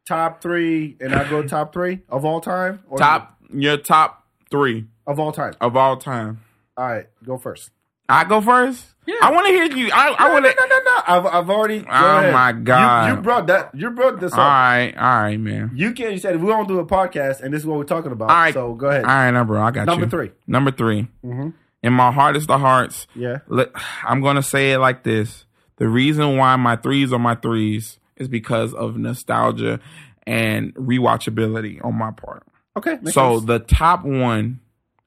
Speaker 3: top 3 and I go top 3 of all time or
Speaker 4: Top your top three
Speaker 3: of all time.
Speaker 4: of all time.
Speaker 3: All right, go first.
Speaker 4: I go first. I want to hear you. I, I want to.
Speaker 3: No, no, no. I've I've already go
Speaker 4: Oh,
Speaker 3: ahead.
Speaker 4: my
Speaker 3: You- You,
Speaker 4: God.
Speaker 3: brought that you brought this
Speaker 4: All
Speaker 3: up.
Speaker 4: right, all right, man.
Speaker 3: You can you said we don't do a podcast and this is what we're talking about.
Speaker 4: All right.
Speaker 3: So go ahead.
Speaker 4: All right, number. I got
Speaker 3: Number
Speaker 4: you.
Speaker 3: three.
Speaker 4: Number three.
Speaker 3: Mhm.
Speaker 4: In my hardest of hearts,
Speaker 3: Yeah.
Speaker 4: let- I'm gonna say it like this: the reason why my threes are my threes is because of nostalgia and rewatchability on my part.
Speaker 3: Okay. makes
Speaker 4: So
Speaker 3: sense.
Speaker 4: the top one,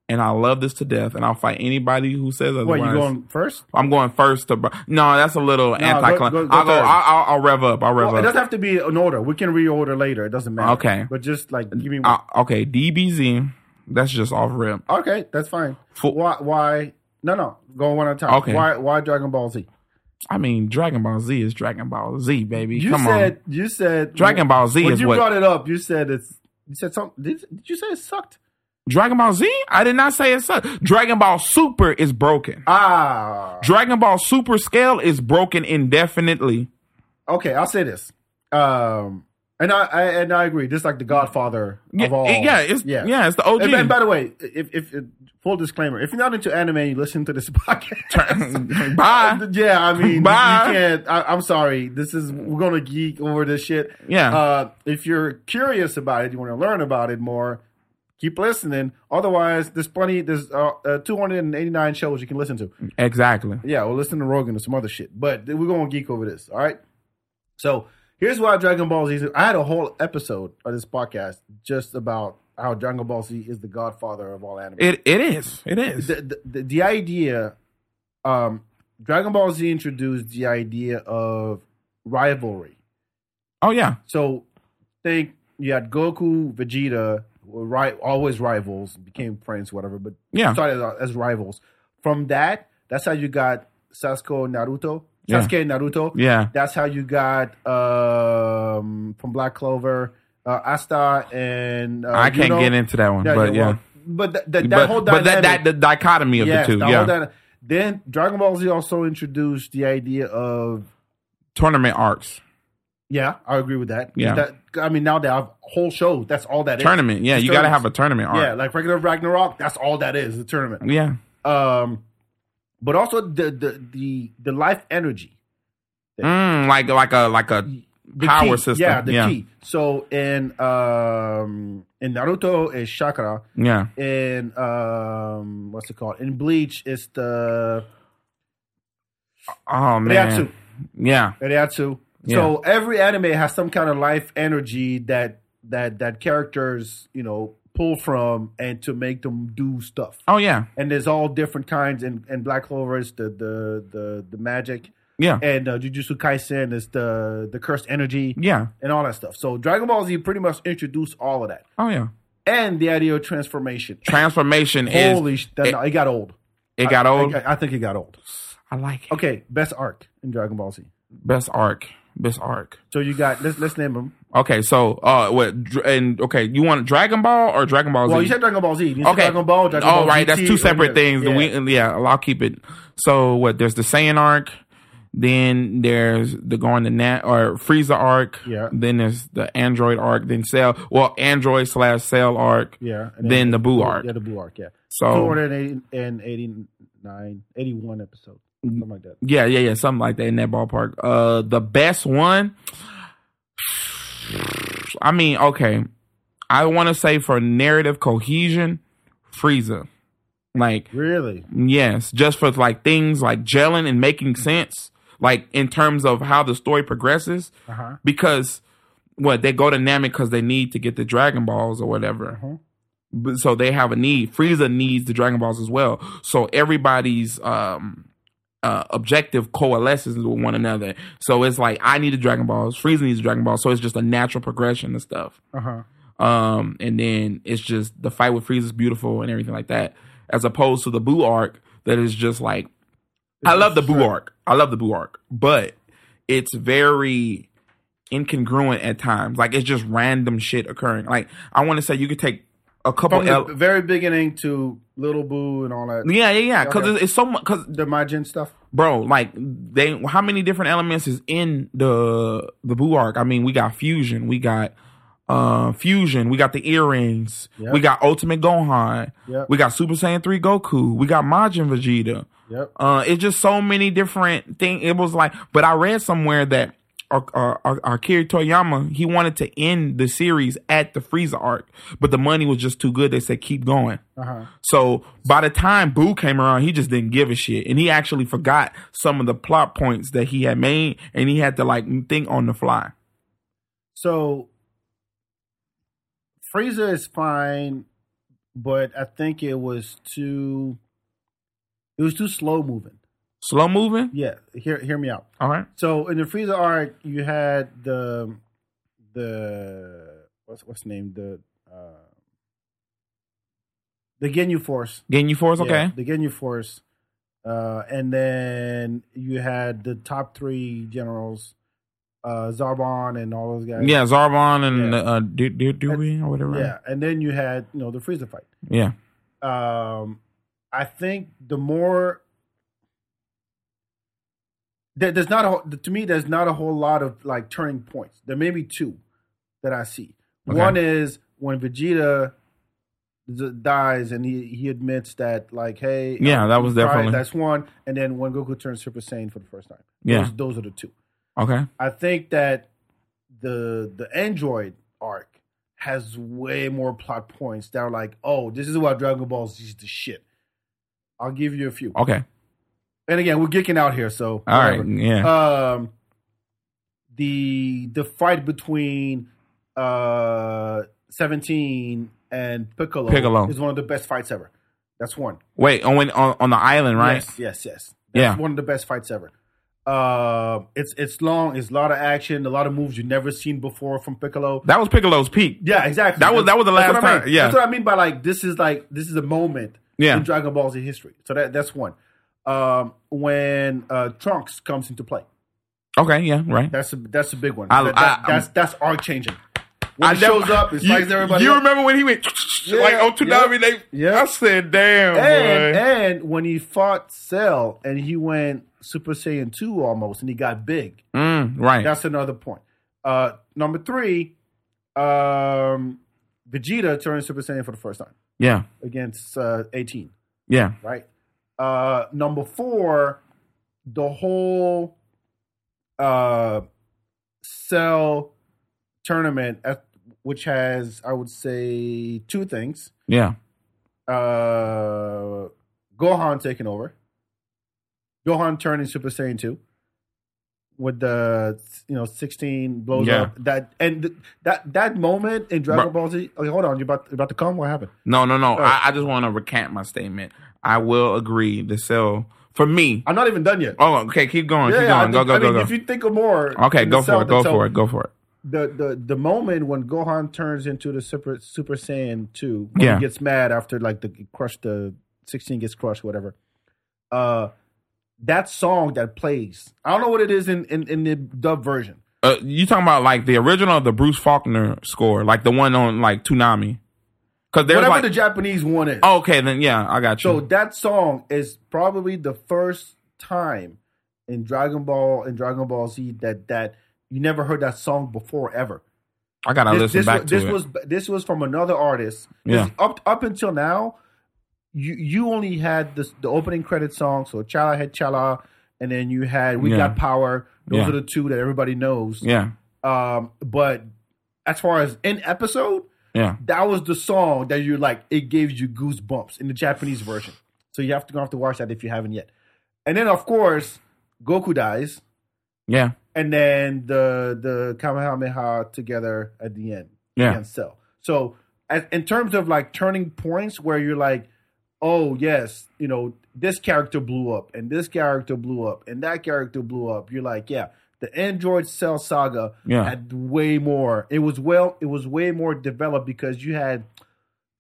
Speaker 4: and I love this to death, and I'll fight anybody who says otherwise.
Speaker 3: what you going first?
Speaker 4: I'm going first to. Bro- no, that's a little anticlimactic.
Speaker 3: go- go
Speaker 4: I'll go.
Speaker 3: third.
Speaker 4: I'll, I'll, I'll rev up. I'll rev
Speaker 3: Well, it
Speaker 4: up.
Speaker 3: doesn't have to be an order. We can reorder later. It doesn't matter.
Speaker 4: Okay.
Speaker 3: But just like give me one.
Speaker 4: I, Uh, okay, DBZ. That's just off rip.
Speaker 3: Okay, that's fine.
Speaker 4: Fo-
Speaker 3: why? Why? No, no. Go one at a time.
Speaker 4: Okay.
Speaker 3: Why? Why Dragon Ball Z?
Speaker 4: I mean, Dragon Ball Z is Dragon Ball Z, baby.
Speaker 3: You
Speaker 4: Come
Speaker 3: said
Speaker 4: on.
Speaker 3: you said
Speaker 4: Dragon Ball Z
Speaker 3: When
Speaker 4: is
Speaker 3: you
Speaker 4: what-
Speaker 3: brought it up, you said it's. You said something. Did, did you say it sucked?
Speaker 4: Dragon Ball Z? I did not say it's Dragon Ball Super is broken.
Speaker 3: Ah.
Speaker 4: Dragon Ball Super scale is broken indefinitely.
Speaker 3: Okay, I'll say this. Um, and I, I and I agree. This is like the Godfather
Speaker 4: Yeah,
Speaker 3: of all.
Speaker 4: it- yeah, it's yeah, it's the OG.
Speaker 3: And, and by the way, if, if if full disclaimer, if you're not into anime, and you listen to this podcast.
Speaker 4: Bye.
Speaker 3: Yeah, I mean,
Speaker 4: Bye.
Speaker 3: you can't. I, I'm sorry. This is we're gonna geek over this shit.
Speaker 4: Yeah.
Speaker 3: Uh, if you're curious about it, you want to learn about it more, keep listening. Otherwise, there's plenty. There's uh, uh, 289 shows you can listen to.
Speaker 4: Mm. Exactly.
Speaker 3: Yeah, we'll listen to Rogan and some other shit. But we're gonna geek over this. All right. So here's why Dragon Ball Z. I had a whole episode of this podcast just about how Dragon Ball Z is the godfather of all anime
Speaker 4: It it is. It is.
Speaker 3: the, the, the idea um dragon ball z introduced the idea of rivalry
Speaker 4: Oh yeah.
Speaker 3: so think you had goku vegeta were right always rivals became friends whatever but
Speaker 4: Yeah.
Speaker 3: started out as rivals from that that's how you got sasuke and naruto
Speaker 4: Yeah.
Speaker 3: sasuke and naruto
Speaker 4: Yeah.
Speaker 3: that's how you got um from black clover uh, asta and uh,
Speaker 4: I can't
Speaker 3: Yuno.
Speaker 4: get into that one, but
Speaker 3: well,
Speaker 4: yeah.
Speaker 3: but th- th- that
Speaker 4: but,
Speaker 3: whole
Speaker 4: but
Speaker 3: dynamic,
Speaker 4: that, that the dichotomy of
Speaker 3: Yes,
Speaker 4: the two,
Speaker 3: the whole
Speaker 4: yeah.
Speaker 3: dyna- then Dragon Ball Z also introduced the idea of
Speaker 4: tournament arcs.
Speaker 3: Yeah, I agree with that.
Speaker 4: Yeah.
Speaker 3: That- I mean, now they have whole shows. That's all that is.
Speaker 4: Tournament, yeah,
Speaker 3: It's
Speaker 4: you got to
Speaker 3: tournaments.
Speaker 4: have a tournament
Speaker 3: Yeah,
Speaker 4: arc.
Speaker 3: like regular Ragnarok. That's all that is. The tournament.
Speaker 4: Yeah,
Speaker 3: Um, but also the the the, the life energy.
Speaker 4: Mm, like like a like a
Speaker 3: The
Speaker 4: power
Speaker 3: key.
Speaker 4: system.
Speaker 3: Yeah, the
Speaker 4: yeah.
Speaker 3: key. So in um in Naruto is chakra.
Speaker 4: Yeah,
Speaker 3: In um what's it called? In Bleach it's the
Speaker 4: Oh man.
Speaker 3: Ryatsu.
Speaker 4: Yeah.
Speaker 3: Ryatsu. So every anime has some kind of life energy that that that characters you know pull from and to make them do stuff.
Speaker 4: Oh yeah.
Speaker 3: And there's all different kinds. And and Black Clover is the the the the magic.
Speaker 4: Yeah.
Speaker 3: And uh, Jujutsu Kaisen is the the cursed energy
Speaker 4: Yeah.
Speaker 3: and all that stuff. So Dragon Ball Z pretty much introduced all of that
Speaker 4: Oh yeah.
Speaker 3: and the idea of transformation.
Speaker 4: Transformation is
Speaker 3: Holy sh! That,
Speaker 4: it-
Speaker 3: no, it got old.
Speaker 4: it got
Speaker 3: I-
Speaker 4: old.
Speaker 3: I, I think it got old.
Speaker 4: I like it.
Speaker 3: Okay, best arc in Dragon Ball Z.
Speaker 4: Best arc. Best arc.
Speaker 3: So you got let's let's name them.
Speaker 4: Okay, so uh what dr- and okay, you want Dragon Ball or Dragon Ball Z?
Speaker 3: Well, you said Dragon Ball Z. You said
Speaker 4: okay.
Speaker 3: Dragon Ball. Dragon
Speaker 4: oh,
Speaker 3: Ball
Speaker 4: right, that's
Speaker 3: GT,
Speaker 4: two separate
Speaker 3: whatever.
Speaker 4: things.
Speaker 3: Yeah.
Speaker 4: Yeah. We, yeah, I'll keep it. So what? There's the Saiyan arc. Then there's the going to Nat or Frieza arc.
Speaker 3: Yeah.
Speaker 4: Then there's the Android arc. Then Cell. Well, Android slash Cell arc.
Speaker 3: yeah.
Speaker 4: Then, the Boo arc. Oh.
Speaker 3: Yeah, the blue arc. Yeah.
Speaker 4: So
Speaker 3: 289, 81 episodes, something like that.
Speaker 4: yeah, yeah, yeah, something like that in that ballpark. Uh, the best one. I mean, okay, I want to say for narrative cohesion, Frieza. Like
Speaker 3: Really?
Speaker 4: Yes, just for like things like gelling and making sense, like in terms of how the story progresses.
Speaker 3: Uh huh.
Speaker 4: Because what they go to Namek because they need to get the Dragon Balls or whatever.
Speaker 3: Mhm.
Speaker 4: But, so they have a need. Frieza needs the Dragon Balls as well. So everybody's um uh objective coalesces with one another. So it's like I need the Dragon Balls, Frieza needs the Dragon Balls. So it's just a natural progression and stuff.
Speaker 3: Uh huh.
Speaker 4: Um, and then it's just the fight with Frieza is beautiful and everything like that, as opposed to the Boo arc that is just like, I love the Boo arc. I love the Boo arc, but it's very incongruent at times. Like it's just random shit occurring. Like I want to say you could take a couple.
Speaker 3: From the
Speaker 4: L-
Speaker 3: very beginning to Little Boo and all that,
Speaker 4: yeah, yeah, yeah. Because
Speaker 3: Okay.
Speaker 4: it's, it's so much. Because
Speaker 3: the Majin stuff.
Speaker 4: bro, like they, how many different elements is in the the Boo arc? I mean, we got fusion. We got. Uh, fusion. We got the earrings.
Speaker 3: Yep.
Speaker 4: We got Ultimate Gohan.
Speaker 3: Yep.
Speaker 4: We got Super Saiyan 3 Goku. We got Majin Vegeta.
Speaker 3: Yep.
Speaker 4: Uh, it's just so many different things. It was like, but I read somewhere that Ar- Ar- Ar- Akira Toyama, he wanted to end the series at the Frieza arc, but the money was just too good. They said, keep going.
Speaker 3: Uh huh.
Speaker 4: So by the time Boo came around, he just didn't give a shit. And he actually forgot some of the plot points that he had made and he had to like think on the fly.
Speaker 3: So Frieza is fine, but I think it was too it was too slow moving.
Speaker 4: Slow moving.
Speaker 3: Yeah, hear hear me out.
Speaker 4: All right.
Speaker 3: So in the Frieza arc, you had the the what's what's the name the uh, the Ginyu Force.
Speaker 4: Getting you force. Okay.
Speaker 3: Yeah, the Ginyu Force, uh, and then you had the top three generals, uh, Zarbon and all those guys.
Speaker 4: Yeah, Zarbon and
Speaker 3: Yeah.
Speaker 4: uh, do, do, do we or whatever.
Speaker 3: yeah, and then you had you know the Frieza fight.
Speaker 4: yeah,
Speaker 3: um, I think the more there, there's not a, whole- to me there's not a whole lot of like turning points. There may be two that I see.
Speaker 4: Okay.
Speaker 3: One is when Vegeta d- dies and he he admits that like hey
Speaker 4: Yeah,
Speaker 3: I'm
Speaker 4: that was
Speaker 3: sorry,
Speaker 4: definitely-
Speaker 3: that's one. And then when Goku turns Super Saiyan for the first time.
Speaker 4: Yeah.
Speaker 3: those, those are the two.
Speaker 4: Okay.
Speaker 3: I think that the the Android arc has way more plot points that are like, oh, this is why Dragon Ball Z is the shit. I'll give you a few.
Speaker 4: Okay.
Speaker 3: And again, we're geeking out here, so
Speaker 4: Oh. All right.
Speaker 3: whatever.
Speaker 4: Yeah.
Speaker 3: Um, the the fight between uh seventeen and Piccolo,
Speaker 4: Piccolo.
Speaker 3: is one of the best fights ever. That's one.
Speaker 4: Wait. On when on, on the island, right?
Speaker 3: Yes, yes, yes.
Speaker 4: Yeah.
Speaker 3: That's one of the best fights ever. Uh, it's it's long. It's a lot of action. A lot of moves you've never seen before from Piccolo.
Speaker 4: That was Piccolo's peak.
Speaker 3: Yeah, exactly.
Speaker 4: That was- that was the
Speaker 3: That's
Speaker 4: last
Speaker 3: what I mean.
Speaker 4: time, yeah.
Speaker 3: that's what I mean by like this is like this is a moment
Speaker 4: Yeah.
Speaker 3: in Dragon Ball Z history. So that that's one. Um, when uh, Trunks comes into play,
Speaker 4: Okay. Yeah. Right.
Speaker 3: that's a, that's a big one.
Speaker 4: I-
Speaker 3: That-
Speaker 4: I-
Speaker 3: that- that's that's art changing. when
Speaker 4: I
Speaker 3: he
Speaker 4: never-
Speaker 3: shows up and spikes
Speaker 4: you,
Speaker 3: everybody.
Speaker 4: You
Speaker 3: up.
Speaker 4: remember when he went like
Speaker 3: Yeah,
Speaker 4: on Tsunami? They,
Speaker 3: yeah.
Speaker 4: I said, damn,
Speaker 3: And
Speaker 4: boy.
Speaker 3: and when he fought Cell and he went Super Saiyan two almost and he got big.
Speaker 4: mm, right.
Speaker 3: That's another point. Uh, number three, um, Vegeta turned Super Saiyan for the first time
Speaker 4: yeah.
Speaker 3: against uh, eighteen.
Speaker 4: Yeah.
Speaker 3: right? Uh, number four, the whole uh, cell tournament, at, which has, I would say, two things
Speaker 4: Yeah.
Speaker 3: uh, Gohan taking over, Gohan turning Super Saiyan 2 with the you know 16 blows
Speaker 4: Yeah.
Speaker 3: up that and th- that that moment in Dragon Ball Z okay hold on you about you about to come what happened
Speaker 4: No, no, no.
Speaker 3: Oh.
Speaker 4: I, I just want to recant my statement. I will agree to sell for me.
Speaker 3: I'm not even done yet
Speaker 4: Oh, okay. Keep going. keep
Speaker 3: I
Speaker 4: going. Go,
Speaker 3: think-
Speaker 4: go,
Speaker 3: I
Speaker 4: go,
Speaker 3: mean,
Speaker 4: go.
Speaker 3: if you think of more
Speaker 4: okay,
Speaker 3: in the
Speaker 4: go
Speaker 3: cell,
Speaker 4: for it. Go
Speaker 3: so
Speaker 4: for it. Go for it.
Speaker 3: the the the moment when Gohan turns into the Super Super Saiyan two, when
Speaker 4: Yeah.
Speaker 3: he gets mad after like the crush the sixteen gets crushed, whatever. Uh, that song that plays, I don't know what it is in in, in the dub version.
Speaker 4: Uh, you talking about like the original, of the Bruce Faulkner score, like the one on like Toonami? Because there's
Speaker 3: Whatever
Speaker 4: like, Oh.
Speaker 3: the Japanese one is.
Speaker 4: okay, then yeah, I got you.
Speaker 3: So that song is probably the first time in Dragon Ball and Dragon Ball Z that that you never heard that song before ever.
Speaker 4: I gotta
Speaker 3: this,
Speaker 4: listen
Speaker 3: this
Speaker 4: back
Speaker 3: was,
Speaker 4: to
Speaker 3: this
Speaker 4: it.
Speaker 3: was this was from another artist. This- Up up until now, you you only had this, the opening credit song. So Chala had Chala, and then you had We
Speaker 4: Yeah.
Speaker 3: Got Power. Those
Speaker 4: Yeah.
Speaker 3: are the two that everybody knows.
Speaker 4: yeah,
Speaker 3: Um, but as far as in episode,
Speaker 4: yeah,
Speaker 3: that was the song that you like. It gave you goosebumps in the Japanese version. So you have to go have to watch that if you haven't yet. And then of course, Goku dies,
Speaker 4: yeah,
Speaker 3: and then the the Kamehameha together at the end
Speaker 4: yeah,
Speaker 3: and sell. So, as, in terms of like turning points where you're like, oh, yes, you know, this character blew up and this character blew up and that character blew up, you're like, yeah, the Android Cell saga
Speaker 4: Yeah.
Speaker 3: had way more. It was well, it was way more developed because you had.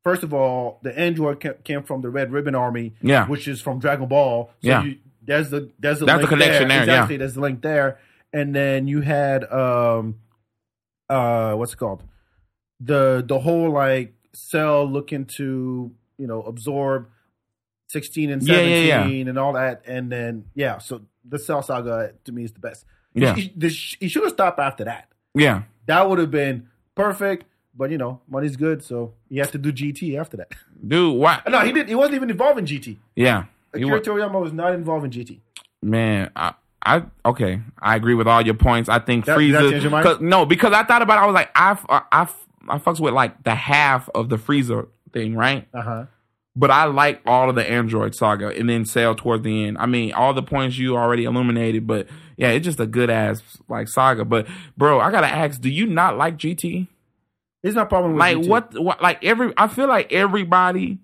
Speaker 3: First of all, the android ca- came from the Red Ribbon Army,
Speaker 4: Yeah.
Speaker 3: which is from Dragon Ball. So
Speaker 4: Ah. Yeah.
Speaker 3: you, there's the there's a
Speaker 4: That's
Speaker 3: link
Speaker 4: the connection there, yeah.
Speaker 3: Exactly, there's a link there, and then you had um, uh, what's it called? the the whole like cell looking to you know absorb 16 and
Speaker 4: Yeah,
Speaker 3: 17
Speaker 4: yeah, yeah.
Speaker 3: and all that and then yeah so the cell saga to me is the best
Speaker 4: Yeah.
Speaker 3: he, he- he should have stopped after that
Speaker 4: yeah.
Speaker 3: that would have been perfect but you know money's good so you have to do gt after that
Speaker 4: Dude, what?
Speaker 3: no he didn't he wasn't even involved in gt
Speaker 4: Yeah,
Speaker 3: Akira
Speaker 4: You wa-
Speaker 3: Toriyama was not involved in GT.
Speaker 4: man, I, I okay, I agree with all your points. I think
Speaker 3: That- did that
Speaker 4: Frieza.
Speaker 3: change your mind?
Speaker 4: 'cause- no, because I thought about, it, I was like, I, f- I, I f- I fucks with like the half of the Frieza thing, right?
Speaker 3: Uh huh.
Speaker 4: But I like all of the Android saga, and then Cell towards the end. I mean, all the points you already illuminated, but yeah, it's just a good ass like saga. But bro, I gotta ask, do you not like GT?
Speaker 3: Here's my problem with
Speaker 4: like
Speaker 3: GT.
Speaker 4: what, what like every i feel like everybody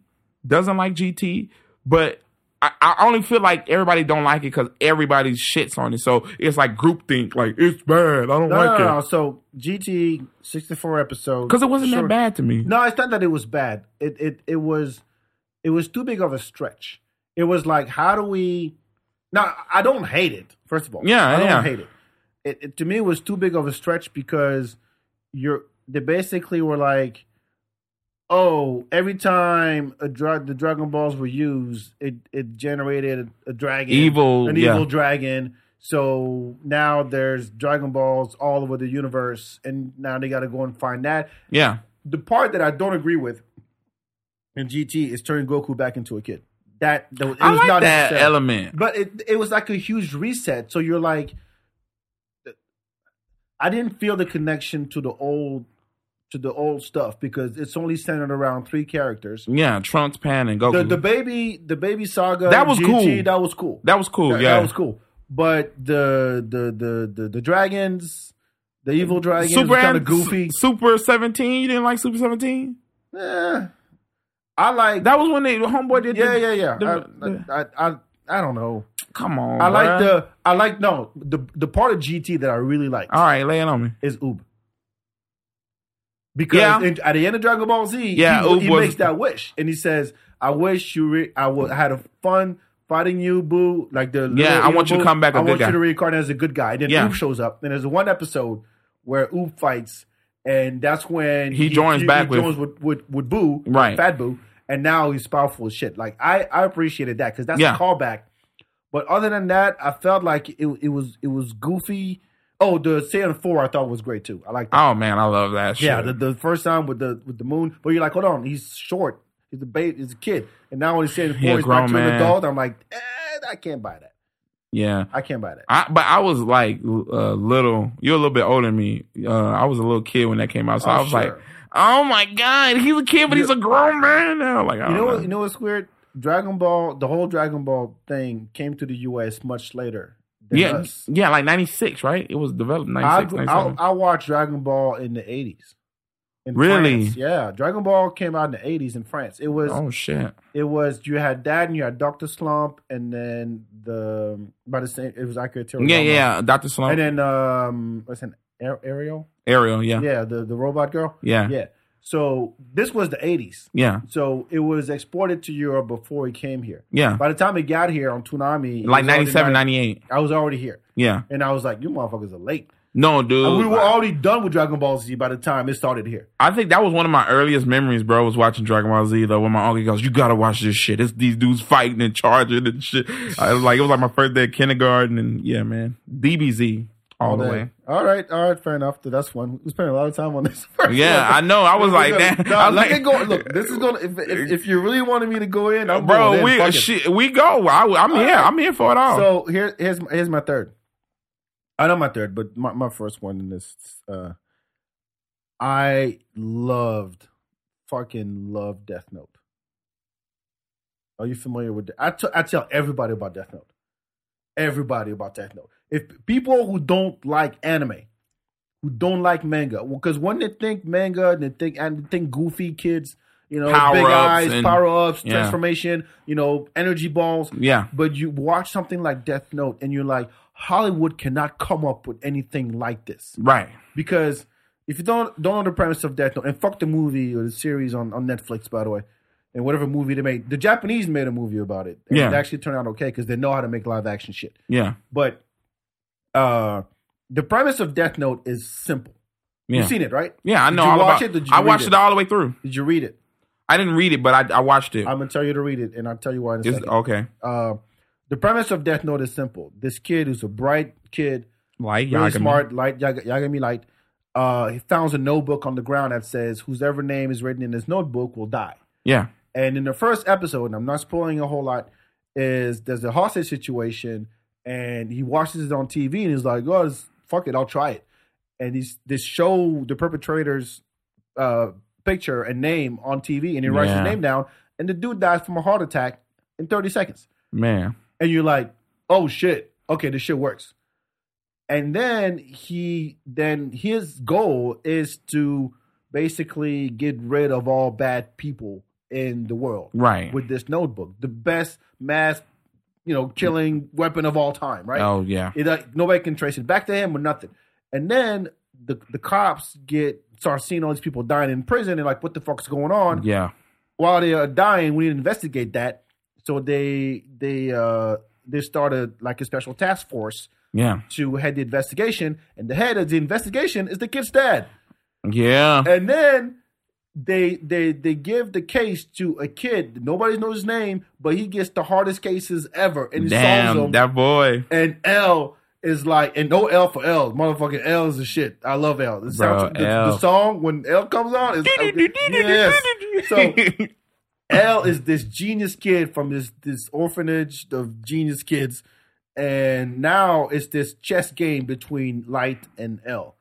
Speaker 4: doesn't like gt but I, I only feel like everybody don't like it because everybody shits on it so it's like groupthink like it's bad i don't
Speaker 3: No,
Speaker 4: like
Speaker 3: no, no, no.
Speaker 4: it
Speaker 3: So GT 64 episodes
Speaker 4: because it wasn't that bad to me
Speaker 3: No, it's not that it was bad. It it it was it was too big of a stretch. It was like, how do we? Now, I don't hate it. First of all,
Speaker 4: Yeah,
Speaker 3: I don't
Speaker 4: yeah.
Speaker 3: hate it. It, it. To me, it was too big of a stretch because you're they basically were like, oh, every time a drug the Dragon Balls were used, it it generated a, a dragon,
Speaker 4: Evil,
Speaker 3: an
Speaker 4: yeah.
Speaker 3: evil dragon. So now there's Dragon Balls all over the universe, and now they got to go and find that
Speaker 4: yeah
Speaker 3: the part that I don't agree with in GT is turning Goku back into a kid. That, that was- it
Speaker 4: i
Speaker 3: was
Speaker 4: like
Speaker 3: not
Speaker 4: that
Speaker 3: necessary.
Speaker 4: element
Speaker 3: but it it was like a huge reset. So you're like, I didn't feel the connection to the old to the old stuff because it's only centered around three characters.
Speaker 4: yeah trunks pan and goku
Speaker 3: The the baby the baby saga
Speaker 4: That was
Speaker 3: GT,
Speaker 4: cool.
Speaker 3: That was cool.
Speaker 4: that was cool
Speaker 3: That-
Speaker 4: yeah
Speaker 3: that was cool. But the the the the, the dragons, the evil dragons,
Speaker 4: super
Speaker 3: kind of
Speaker 4: An-
Speaker 3: goofy.
Speaker 4: Su- super 17 you didn't like super 17
Speaker 3: Eh, I like
Speaker 4: that was when they homeboy did
Speaker 3: Yeah,
Speaker 4: the,
Speaker 3: yeah, yeah.
Speaker 4: the-
Speaker 3: I, I, I, I don't know.
Speaker 4: come on
Speaker 3: I like
Speaker 4: bruh.
Speaker 3: the, I like no the the part of GT that I really like
Speaker 4: all right lay it on me
Speaker 3: is Oob. Because
Speaker 4: Mm-hmm. Yeah.
Speaker 3: in- at the end of Dragon Ball Z,
Speaker 4: Yeah,
Speaker 3: he,
Speaker 4: Oob
Speaker 3: he
Speaker 4: was-
Speaker 3: makes that wish, and he says, "I wish you, re- I would had a fun fighting you, Boo. Like the little
Speaker 4: I
Speaker 3: evil
Speaker 4: want you to
Speaker 3: Boo.
Speaker 4: come back a
Speaker 3: I
Speaker 4: good
Speaker 3: want
Speaker 4: guy."
Speaker 3: you to reincarnate as a good guy." And then
Speaker 4: Yeah.
Speaker 3: Oob shows up, and there's one episode where Oob fights and that's when
Speaker 4: He joins back with-
Speaker 3: joins with with, with Boo,
Speaker 4: Right.
Speaker 3: Fat Boo, and now he's powerful as shit. Like I I appreciated that because that's
Speaker 4: Yeah.
Speaker 3: a callback. But other than that, I felt like it it was it was goofy. Oh, the Saiyan Four I thought was great too. I like that.
Speaker 4: Oh man, I love that. Shit.
Speaker 3: yeah, the, the first time with the with the moon, but you're like, hold on, he's short. He's a baby. He's a kid, and now when he's Saiyan
Speaker 4: He a
Speaker 3: Four, he's back
Speaker 4: grown
Speaker 3: to an
Speaker 4: man.
Speaker 3: adult. I'm like, eh, I can't buy that.
Speaker 4: yeah.
Speaker 3: I can't buy that.
Speaker 4: I, but I was like uh, little. You're a little bit older than me. Uh, I was a little kid when that came out, so
Speaker 3: Oh,
Speaker 4: I was
Speaker 3: sure.
Speaker 4: like, "Oh my god, he's a kid, but he's a grown man now." Like, I
Speaker 3: You know,
Speaker 4: don't
Speaker 3: what- you know what's weird? Dragon Ball, the whole Dragon Ball thing came to the U.S. much later. Than
Speaker 4: yeah,
Speaker 3: us.
Speaker 4: yeah, like '96, right? It was developed
Speaker 3: I,
Speaker 4: '96,
Speaker 3: gr- I,
Speaker 4: '97.
Speaker 3: I watched Dragon Ball in the eighties.
Speaker 4: Really?
Speaker 3: Yeah, Dragon Ball came out in the eighties in France. It was
Speaker 4: Oh shit!
Speaker 3: it was you had that and you had Doctor Slump and then the by the same it was Akira Toriyama.
Speaker 4: Yeah, yeah, Doctor Slump,
Speaker 3: And then um, what's an Ar- Ariel?
Speaker 4: Ariel, yeah,
Speaker 3: Yeah. the the robot girl.
Speaker 4: yeah, yeah.
Speaker 3: yeah. So this was the eighties. So it was exported to Europe before it came here.
Speaker 4: yeah.
Speaker 3: By the time it got here on Toonami, it
Speaker 4: Like
Speaker 3: was already
Speaker 4: 97,
Speaker 3: nine-
Speaker 4: 98.
Speaker 3: I was already here,
Speaker 4: Yeah.
Speaker 3: and I was like, "You motherfuckers are late."
Speaker 4: No, dude.
Speaker 3: And we were already done with Dragon Ball Z by the time it started here.
Speaker 4: I think that was one of my earliest memories, bro, was watching Dragon Ball Z though, when my uncle goes, You gotta watch this shit. It's these dudes fighting and charging and shit. I was like it was like my first day at kindergarten and yeah, man. DBZ all, the
Speaker 3: All
Speaker 4: way.
Speaker 3: All right, all right, fair enough. That's one. We spent a lot of time on this. First
Speaker 4: Yeah, I know. I was like, that.
Speaker 3: No,
Speaker 4: I was
Speaker 3: let
Speaker 4: like,
Speaker 3: me go. Look, this is gonna. If, if, if you really wanted me to go in, I'm going
Speaker 4: bro,
Speaker 3: in.
Speaker 4: we
Speaker 3: Fuck it.
Speaker 4: shit, we go. I, am here. I'm here for it all.
Speaker 3: So here, here's my- here's my third. I know my third, but my, my first one in this. Uh, I loved, fucking loved Death Note. Are you familiar with? The, I t- I tell everybody about Death Note. Everybody about Death Note. If people who don't like anime, who don't like manga, because when they think manga, they think and they think goofy kids, you know, big
Speaker 4: Power-ups
Speaker 3: eyes,
Speaker 4: and-
Speaker 3: power ups,
Speaker 4: yeah.
Speaker 3: transformation, you know, energy balls
Speaker 4: yeah.
Speaker 3: but you watch something like Death Note and you're like, Hollywood cannot come up with anything like this
Speaker 4: Right.
Speaker 3: because if you don't don't know the premise of Death Note and fuck the movie or the series on, on Netflix, by the way, and whatever movie they made, the Japanese made a movie about it. And
Speaker 4: Yeah.
Speaker 3: it actually turned out okay because they know how to make live action shit.
Speaker 4: Yeah.
Speaker 3: But uh, the premise of Death Note is simple.
Speaker 4: Yeah.
Speaker 3: You've seen it, right?
Speaker 4: Yeah, I
Speaker 3: Did
Speaker 4: know
Speaker 3: you
Speaker 4: all
Speaker 3: watch
Speaker 4: about
Speaker 3: it? Did you
Speaker 4: I
Speaker 3: read
Speaker 4: watched
Speaker 3: it?
Speaker 4: it? all the way through.
Speaker 3: Did you read it?
Speaker 4: I didn't read it, but I, I watched it.
Speaker 3: I'm gonna tell you to read it, and I'll tell you why. In a
Speaker 4: It's-
Speaker 3: second.
Speaker 4: okay.
Speaker 3: Uh, the premise of Death Note is simple. This kid who's a bright kid
Speaker 4: Like
Speaker 3: really
Speaker 4: Yagami.
Speaker 3: smart, light Yag- Yagami light. Uh, he founds a notebook on the ground that says, "Whosever name is written in this notebook will die."
Speaker 4: Yeah.
Speaker 3: And in the first episode, and I'm not spoiling a whole lot, is there's a hostage situation, and he watches it on TV, and he's like, "Oh, this, fuck it, I'll try it." And he's they show the perpetrator's uh, picture and name on TV, and he writes
Speaker 4: Yeah.
Speaker 3: his name down, and the dude dies from a heart attack in 30 seconds
Speaker 4: Man.
Speaker 3: and you're like, oh shit, okay, this shit works. And then he then his goal is to basically get rid of all bad people in the world
Speaker 4: Right.
Speaker 3: with this notebook, the best mass, you know, killing weapon of all time, right?
Speaker 4: Oh yeah.
Speaker 3: It, uh, nobody can trace it back to him or nothing. And then the the cops get start seeing all these people dying in prison and like, what the fuck's going on?
Speaker 4: Yeah.
Speaker 3: while they are dying, we need to investigate that. So they they uh they started like a special task force
Speaker 4: Yeah.
Speaker 3: to head the investigation, and the head of the investigation is the kid's dad.
Speaker 4: Yeah.
Speaker 3: And then they they they give the case to a kid. Nobody knows his name, but he gets the hardest cases ever, and he solves them.
Speaker 4: Damn, that boy.
Speaker 3: and L is like, and no L for L. Motherfucking L is the shit. I love L. The, sound, the,
Speaker 4: L.
Speaker 3: the song when L comes on is yes. So L is this genius kid from this this orphanage of genius kids, and now it's this chess game between Light and L.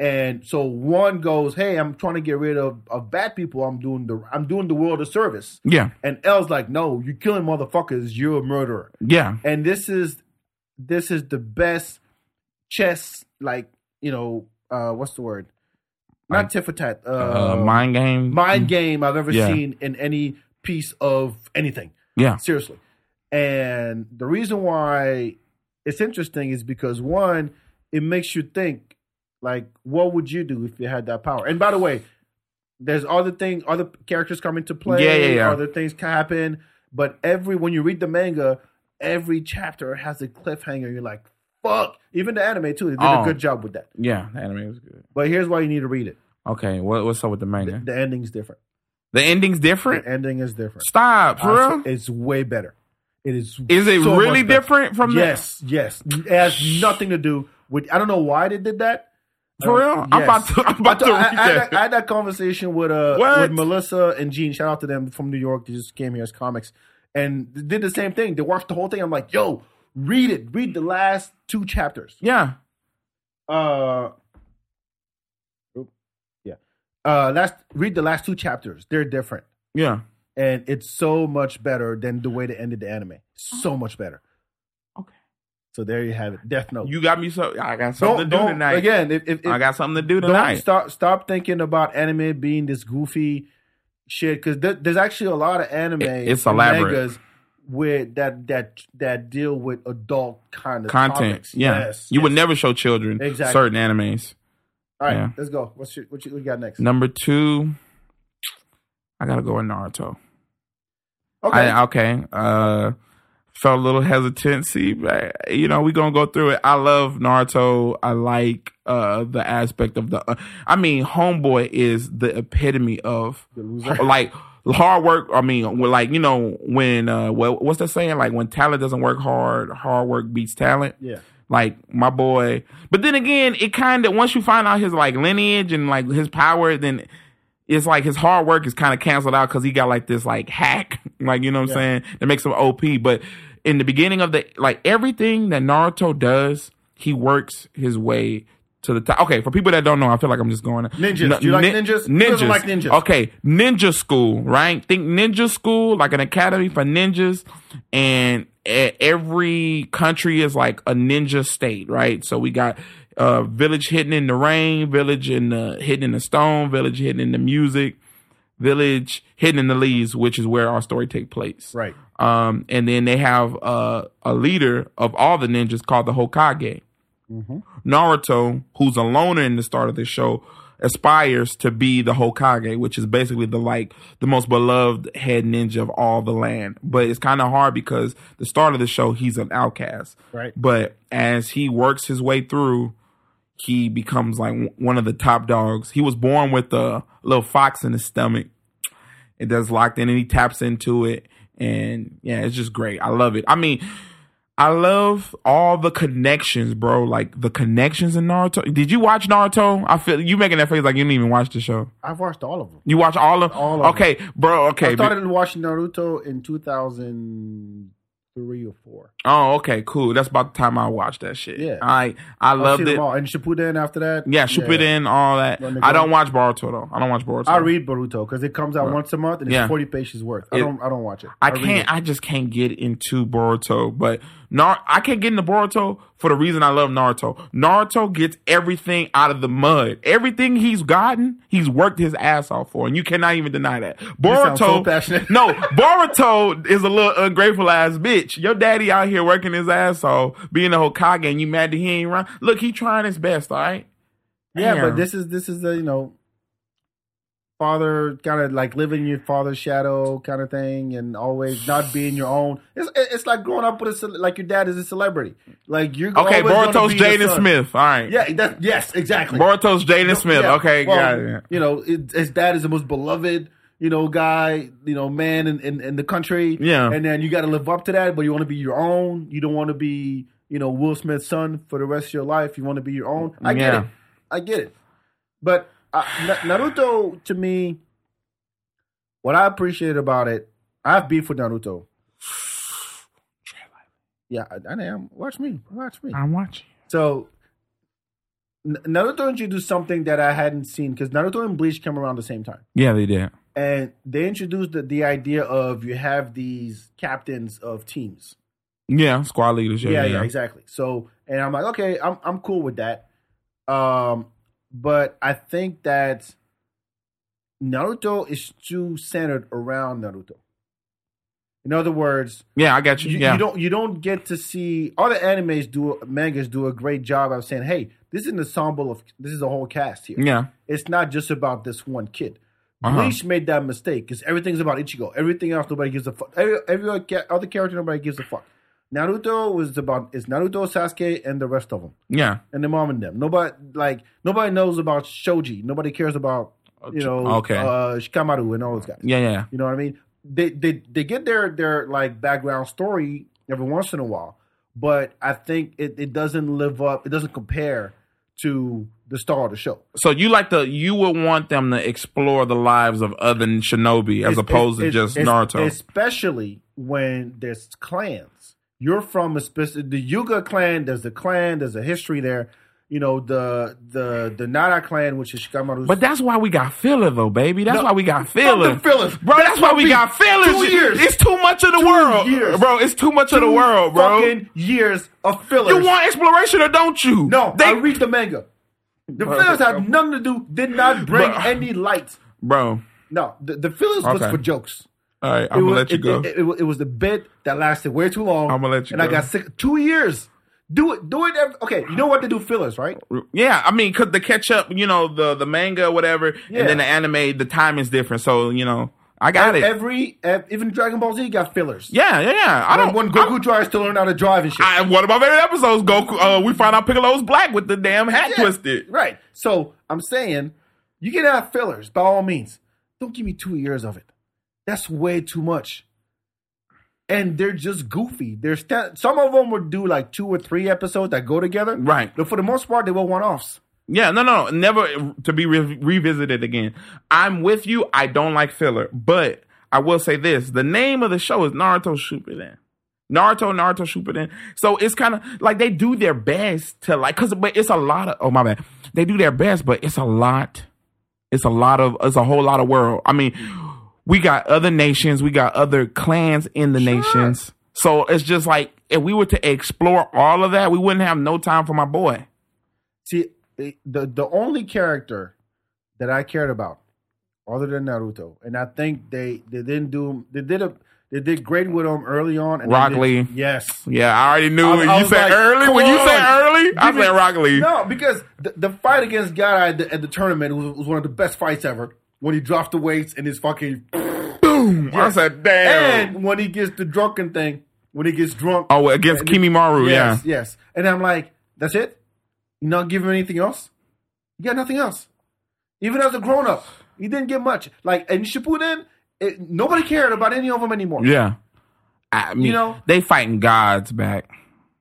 Speaker 3: And so one goes, "Hey, I'm trying to get rid of, of bad people. I'm doing the I'm doing the world a service."
Speaker 4: yeah,
Speaker 3: And L's like, "No, you're killing motherfuckers. You're a murderer."
Speaker 4: yeah,
Speaker 3: and this is this is the best chess like you know uh what's the word not tit for tat uh,
Speaker 4: uh,
Speaker 3: mind,
Speaker 4: mind game. Mm,
Speaker 3: game i've ever
Speaker 4: Yeah.
Speaker 3: seen in any piece of anything
Speaker 4: Yeah,
Speaker 3: seriously and the reason why it's interesting is because one it makes you think like what would you do if you had that power and by the way there's other things other characters come into play
Speaker 4: Yeah, yeah, yeah.
Speaker 3: other things can happen but every when you read the manga every chapter has a cliffhanger you're like fuck even the anime too they did
Speaker 4: Oh.
Speaker 3: a good job with that
Speaker 4: yeah. The anime was good.
Speaker 3: but here's why you need to read it
Speaker 4: Okay, what, what's up with the manga? The,
Speaker 3: The ending's different.
Speaker 4: ending's different.
Speaker 3: The ending is different.
Speaker 4: Stop, for
Speaker 3: I-
Speaker 4: real.
Speaker 3: It's way better. It is.
Speaker 4: Is it
Speaker 3: so
Speaker 4: really
Speaker 3: much better.
Speaker 4: different from
Speaker 3: Yes, yes. It has nothing to do with. I don't know why they did that.
Speaker 4: the for real? I'm
Speaker 3: Yes.
Speaker 4: about to. I'm
Speaker 3: I,
Speaker 4: about to.
Speaker 3: I- I
Speaker 4: read
Speaker 3: had that,
Speaker 4: that.
Speaker 3: I had that conversation with uh
Speaker 4: What?
Speaker 3: with Melissa and Gene. Shout out to them from New York. They just came here as comics and they did the same thing. They watched the whole thing. I'm like, yo, read it. Read the last two chapters.
Speaker 4: Yeah.
Speaker 3: Uh, oop, yeah. Uh, last read the last two chapters. They're different,
Speaker 4: Yeah.
Speaker 3: and it's so much better than the way they ended the anime. So much better.
Speaker 4: Okay.
Speaker 3: So there you have it. Death Note.
Speaker 4: You got me so. I got
Speaker 3: Oh. Don't-
Speaker 4: something to do
Speaker 3: don't-
Speaker 4: tonight.
Speaker 3: Again, if, if, if
Speaker 4: I got something to do
Speaker 3: don't
Speaker 4: tonight.
Speaker 3: stop stop thinking about anime being this goofy shit because there's actually a lot of anime.
Speaker 4: It- it's
Speaker 3: and
Speaker 4: elaborate.
Speaker 3: with that that that deal with adult kind of
Speaker 4: Content.
Speaker 3: topics.
Speaker 4: Yeah.
Speaker 3: Yes,
Speaker 4: you would
Speaker 3: yes.
Speaker 4: never show children
Speaker 3: Exactly.
Speaker 4: certain animes.
Speaker 3: All right,
Speaker 4: yeah.
Speaker 3: let's go. What's your, what you, what you got next?
Speaker 4: Number two, I gotta go with Naruto.
Speaker 3: Okay,
Speaker 4: I, okay. Uh, felt a little hesitancy, but you know, we gonna go through it. I love Naruto. I like uh the aspect of the. uh, I mean, Homeboy is the epitome of
Speaker 3: The loser.
Speaker 4: like hard work. I mean, when, like you know when uh what, what's that saying? Like when talent doesn't work hard, hard work beats talent.
Speaker 3: yeah.
Speaker 4: Like my boy, but then again, it kind of once you find out his like lineage and like his power, then it's like his hard work is kind of canceled out because he got like this like hack, like you know what
Speaker 3: Yeah.
Speaker 4: I'm saying, that makes him OP. But in the beginning of the like everything that Naruto does, he works his way to the top. Okay, for people that don't know, I feel like I'm just going
Speaker 3: Ninjas. Do you like ninjas? Who
Speaker 4: Ninjas.
Speaker 3: doesn't like ninjas?
Speaker 4: Okay, ninja school, right? Think ninja school, like an academy for ninjas, and e- every country is like a ninja state, right? So we got uh village hidden in the rain, village in the hidden in the stone, village hidden in the music, village hidden in the leaves, which is where our story take place,
Speaker 3: Right.
Speaker 4: Um, and then they have uh, a leader of all the ninjas called the Hokage.
Speaker 3: Mm-hmm.
Speaker 4: Naruto, who's a loner in the start of the show, aspires to be the Hokage, which is basically the like the most beloved head ninja of all the land. But it's kind of hard because the start of the show he's an outcast.
Speaker 3: Right.
Speaker 4: But as he works his way through, he becomes like w- one of the top dogs. He was born with a little fox in his stomach. It does locked in and he taps into it and yeah, it's just great. I love it. I mean, I love all the connections, bro. Like the connections in Naruto. Did you watch Naruto? I feel you making that face like you didn't even watch the show.
Speaker 3: I've watched all of them.
Speaker 4: You watch all of
Speaker 3: All of
Speaker 4: Okay, bro. Okay.
Speaker 3: I started watching Naruto in 2003 or four.
Speaker 4: oh, okay. Cool. That's about the time I watched that shit.
Speaker 3: Yeah.
Speaker 4: I I
Speaker 3: I've
Speaker 4: loved
Speaker 3: seen
Speaker 4: it.
Speaker 3: them all. And Shippuden after that.
Speaker 4: Yeah, Shippuden, all that.
Speaker 3: Let me
Speaker 4: I
Speaker 3: go.
Speaker 4: don't watch Boruto though. I don't watch Boruto.
Speaker 3: I read Boruto because it comes out once a month and it's
Speaker 4: Yeah.
Speaker 3: 40 pages worth. I
Speaker 4: It-
Speaker 3: don't I don't watch it.
Speaker 4: I
Speaker 3: read
Speaker 4: can't.
Speaker 3: it.
Speaker 4: I just can't get into Boruto. But Nar, I can't get into Boruto for the reason I love Naruto. Naruto gets everything out of the mud. Everything he's gotten, he's worked his ass off for, and you cannot even deny that.
Speaker 3: sound
Speaker 4: Boruto,
Speaker 3: so passionate.
Speaker 4: no, Boruto is a little ungrateful ass bitch. Your daddy out here working his ass off, being a Hokage, and you mad that he ain't run. Look, he trying his best. All right.
Speaker 3: Yeah,
Speaker 4: Damn.
Speaker 3: but this is this is the you know father kind of like living in your father's shadow kind of thing, and always not being your own. It's it's like growing up with a cele- like your dad is a celebrity. Like you're
Speaker 4: Okay,
Speaker 3: always gonna
Speaker 4: Boruto's
Speaker 3: be your
Speaker 4: Jaden
Speaker 3: son.
Speaker 4: Smith. All right.
Speaker 3: Yeah, that, yes, exactly.
Speaker 4: Boruto's Jaden Smith.
Speaker 3: Yeah,
Speaker 4: Okay,
Speaker 3: well,
Speaker 4: got it.
Speaker 3: You know, it, his dad is the most beloved. You know, guy, you know, man in, in, in the country.
Speaker 4: Yeah.
Speaker 3: And then you got to live up to that, but you want to be your own. You don't want to be, you know, Will Smith's son for the rest of your life. You want to be your own. I
Speaker 4: Yeah.
Speaker 3: get it. I get it. But uh, Na- Naruto, to me, what I appreciate about it, I have beef with Naruto. Yeah, I, I am. Watch me. Watch me.
Speaker 4: I'm watching.
Speaker 3: So N- Naruto introduced something that I hadn't seen because Naruto and Bleach came around the same time,
Speaker 4: Yeah, they did.
Speaker 3: and they introduced the, the idea of you have these captains of teams.
Speaker 4: Yeah, squad leaders. Yeah,
Speaker 3: Yeah,
Speaker 4: yeah,
Speaker 3: yeah, exactly. So, and I'm like, okay, I'm I'm cool with that. Um, but I think that Naruto is too centered around Naruto. In other words,
Speaker 4: Yeah, I got you.
Speaker 3: you,
Speaker 4: yeah,
Speaker 3: you don't you don't get to see all the animes do mangas do a great job of saying, hey, this is an ensemble of this is a whole cast here.
Speaker 4: yeah,
Speaker 3: It's not just about this one kid.
Speaker 4: Uh-huh.
Speaker 3: Bleach made that mistake because everything's about Ichigo. Everything else nobody gives a fuck. Every, every other ca- other character nobody gives a fuck. Naruto was about it's Naruto, Sasuke, and the rest of them,
Speaker 4: Yeah.
Speaker 3: and the mom and them. Nobody like nobody knows about Shoji. Nobody cares about you know
Speaker 4: Okay.
Speaker 3: uh, Shikamaru and all those guys.
Speaker 4: Yeah, yeah.
Speaker 3: You know what I mean? They they they get their their like background story every once in a while, but I think it, it doesn't live up. It doesn't compare to the star of the show.
Speaker 4: So you like the you would want them to explore the lives of other shinobi as
Speaker 3: It's-
Speaker 4: opposed to
Speaker 3: it's-
Speaker 4: just
Speaker 3: it's-
Speaker 4: Naruto.
Speaker 3: Especially when there's clans. You're from a specific the Yuga clan. There's the clan. There's a history there. You know the the the Nara clan, which is Shikamaru's.
Speaker 4: but that's why we got filler though, baby. That's
Speaker 3: No,
Speaker 4: why we got
Speaker 3: fuck the
Speaker 4: filler.
Speaker 3: fillers.
Speaker 4: Bro, that's, why we
Speaker 3: we-
Speaker 4: got fillers.
Speaker 3: two years.
Speaker 4: It's too much of the world.
Speaker 3: years.
Speaker 4: Bro, it's too much of the
Speaker 3: Two
Speaker 4: world, bro.
Speaker 3: Fucking years of fillers.
Speaker 4: you want exploration or don't you?
Speaker 3: no?
Speaker 4: They
Speaker 3: I read the manga. The fillers had nothing to do. Did not bring
Speaker 4: Bruh.
Speaker 3: any light.
Speaker 4: Bro.
Speaker 3: No, the, the fillers was
Speaker 4: Okay.
Speaker 3: for jokes.
Speaker 4: All right, I'm
Speaker 3: it
Speaker 4: gonna
Speaker 3: was,
Speaker 4: let you
Speaker 3: it,
Speaker 4: go.
Speaker 3: It, it, it was the bit that lasted way too long.
Speaker 4: I'ma let you
Speaker 3: And I
Speaker 4: go.
Speaker 3: got sick. Two years. Do it. Do it. Every, okay, you know what to do fillers, right?
Speaker 4: yeah, I mean, cause the catch up, you know, the the manga, whatever,
Speaker 3: Yeah.
Speaker 4: and then the anime, the time is different. So you know, I got it.
Speaker 3: Every, ev even Dragon Ball Z got fillers.
Speaker 4: yeah, yeah, yeah. I don't.
Speaker 3: When, when Goku tries to learn how to drive and shit.
Speaker 4: I, one of my favorite episodes, Goku. Uh, we find out Piccolo's black with the damn hat
Speaker 3: Yeah,
Speaker 4: twisted.
Speaker 3: Right. So I'm saying you can have fillers by all means. Don't give me two years of it. That's way too much. And they're just goofy. They're sta- some of them would do like two or three episodes that go together.
Speaker 4: Right.
Speaker 3: But for the most part, they were one offs.
Speaker 4: Yeah, no, no, no, never to be re- revisited again. I'm with you. I don't like filler, but I will say this: the name of the show is Naruto Shippuden. Naruto, Naruto Shippuden. So it's kind of like they do their best to like, cause but it's a lot of. Oh my bad. They do their best, but it's a lot. It's a lot of. It's a whole lot of world. I mean, we got other nations. We got other clans in the nations. So it's just like if we were to explore all of that, we wouldn't have no time for my boy.
Speaker 3: See, the the the only character that I cared about, other than Naruto, and I think they they didn't do they did a they did great with him early on. And they
Speaker 4: Rock
Speaker 3: did-
Speaker 4: Lee.
Speaker 3: Yes.
Speaker 4: Yeah, I already knew
Speaker 3: I-
Speaker 4: when
Speaker 3: I
Speaker 4: you
Speaker 3: was
Speaker 4: said
Speaker 3: like,
Speaker 4: early. When
Speaker 3: come
Speaker 4: you said
Speaker 3: on,
Speaker 4: early, I
Speaker 3: give me-
Speaker 4: said Rock Lee.
Speaker 3: No, because the, the fight against God at the, at the tournament was, was one of the best fights ever. When he dropped the weights and his fucking
Speaker 4: Boom! I said, damn.
Speaker 3: and when he gets the drunken thing, when he gets drunk.
Speaker 4: oh, against
Speaker 3: and-
Speaker 4: Kimimaru, yeah.
Speaker 3: Yes, yes. And I'm like, that's it? You not give him anything else? You got nothing else. Even as a grown up, he didn't get much. Like, and Shippuden, it, nobody cared about any of them anymore.
Speaker 4: Yeah. I mean,
Speaker 3: You know-
Speaker 4: they fighting gods back.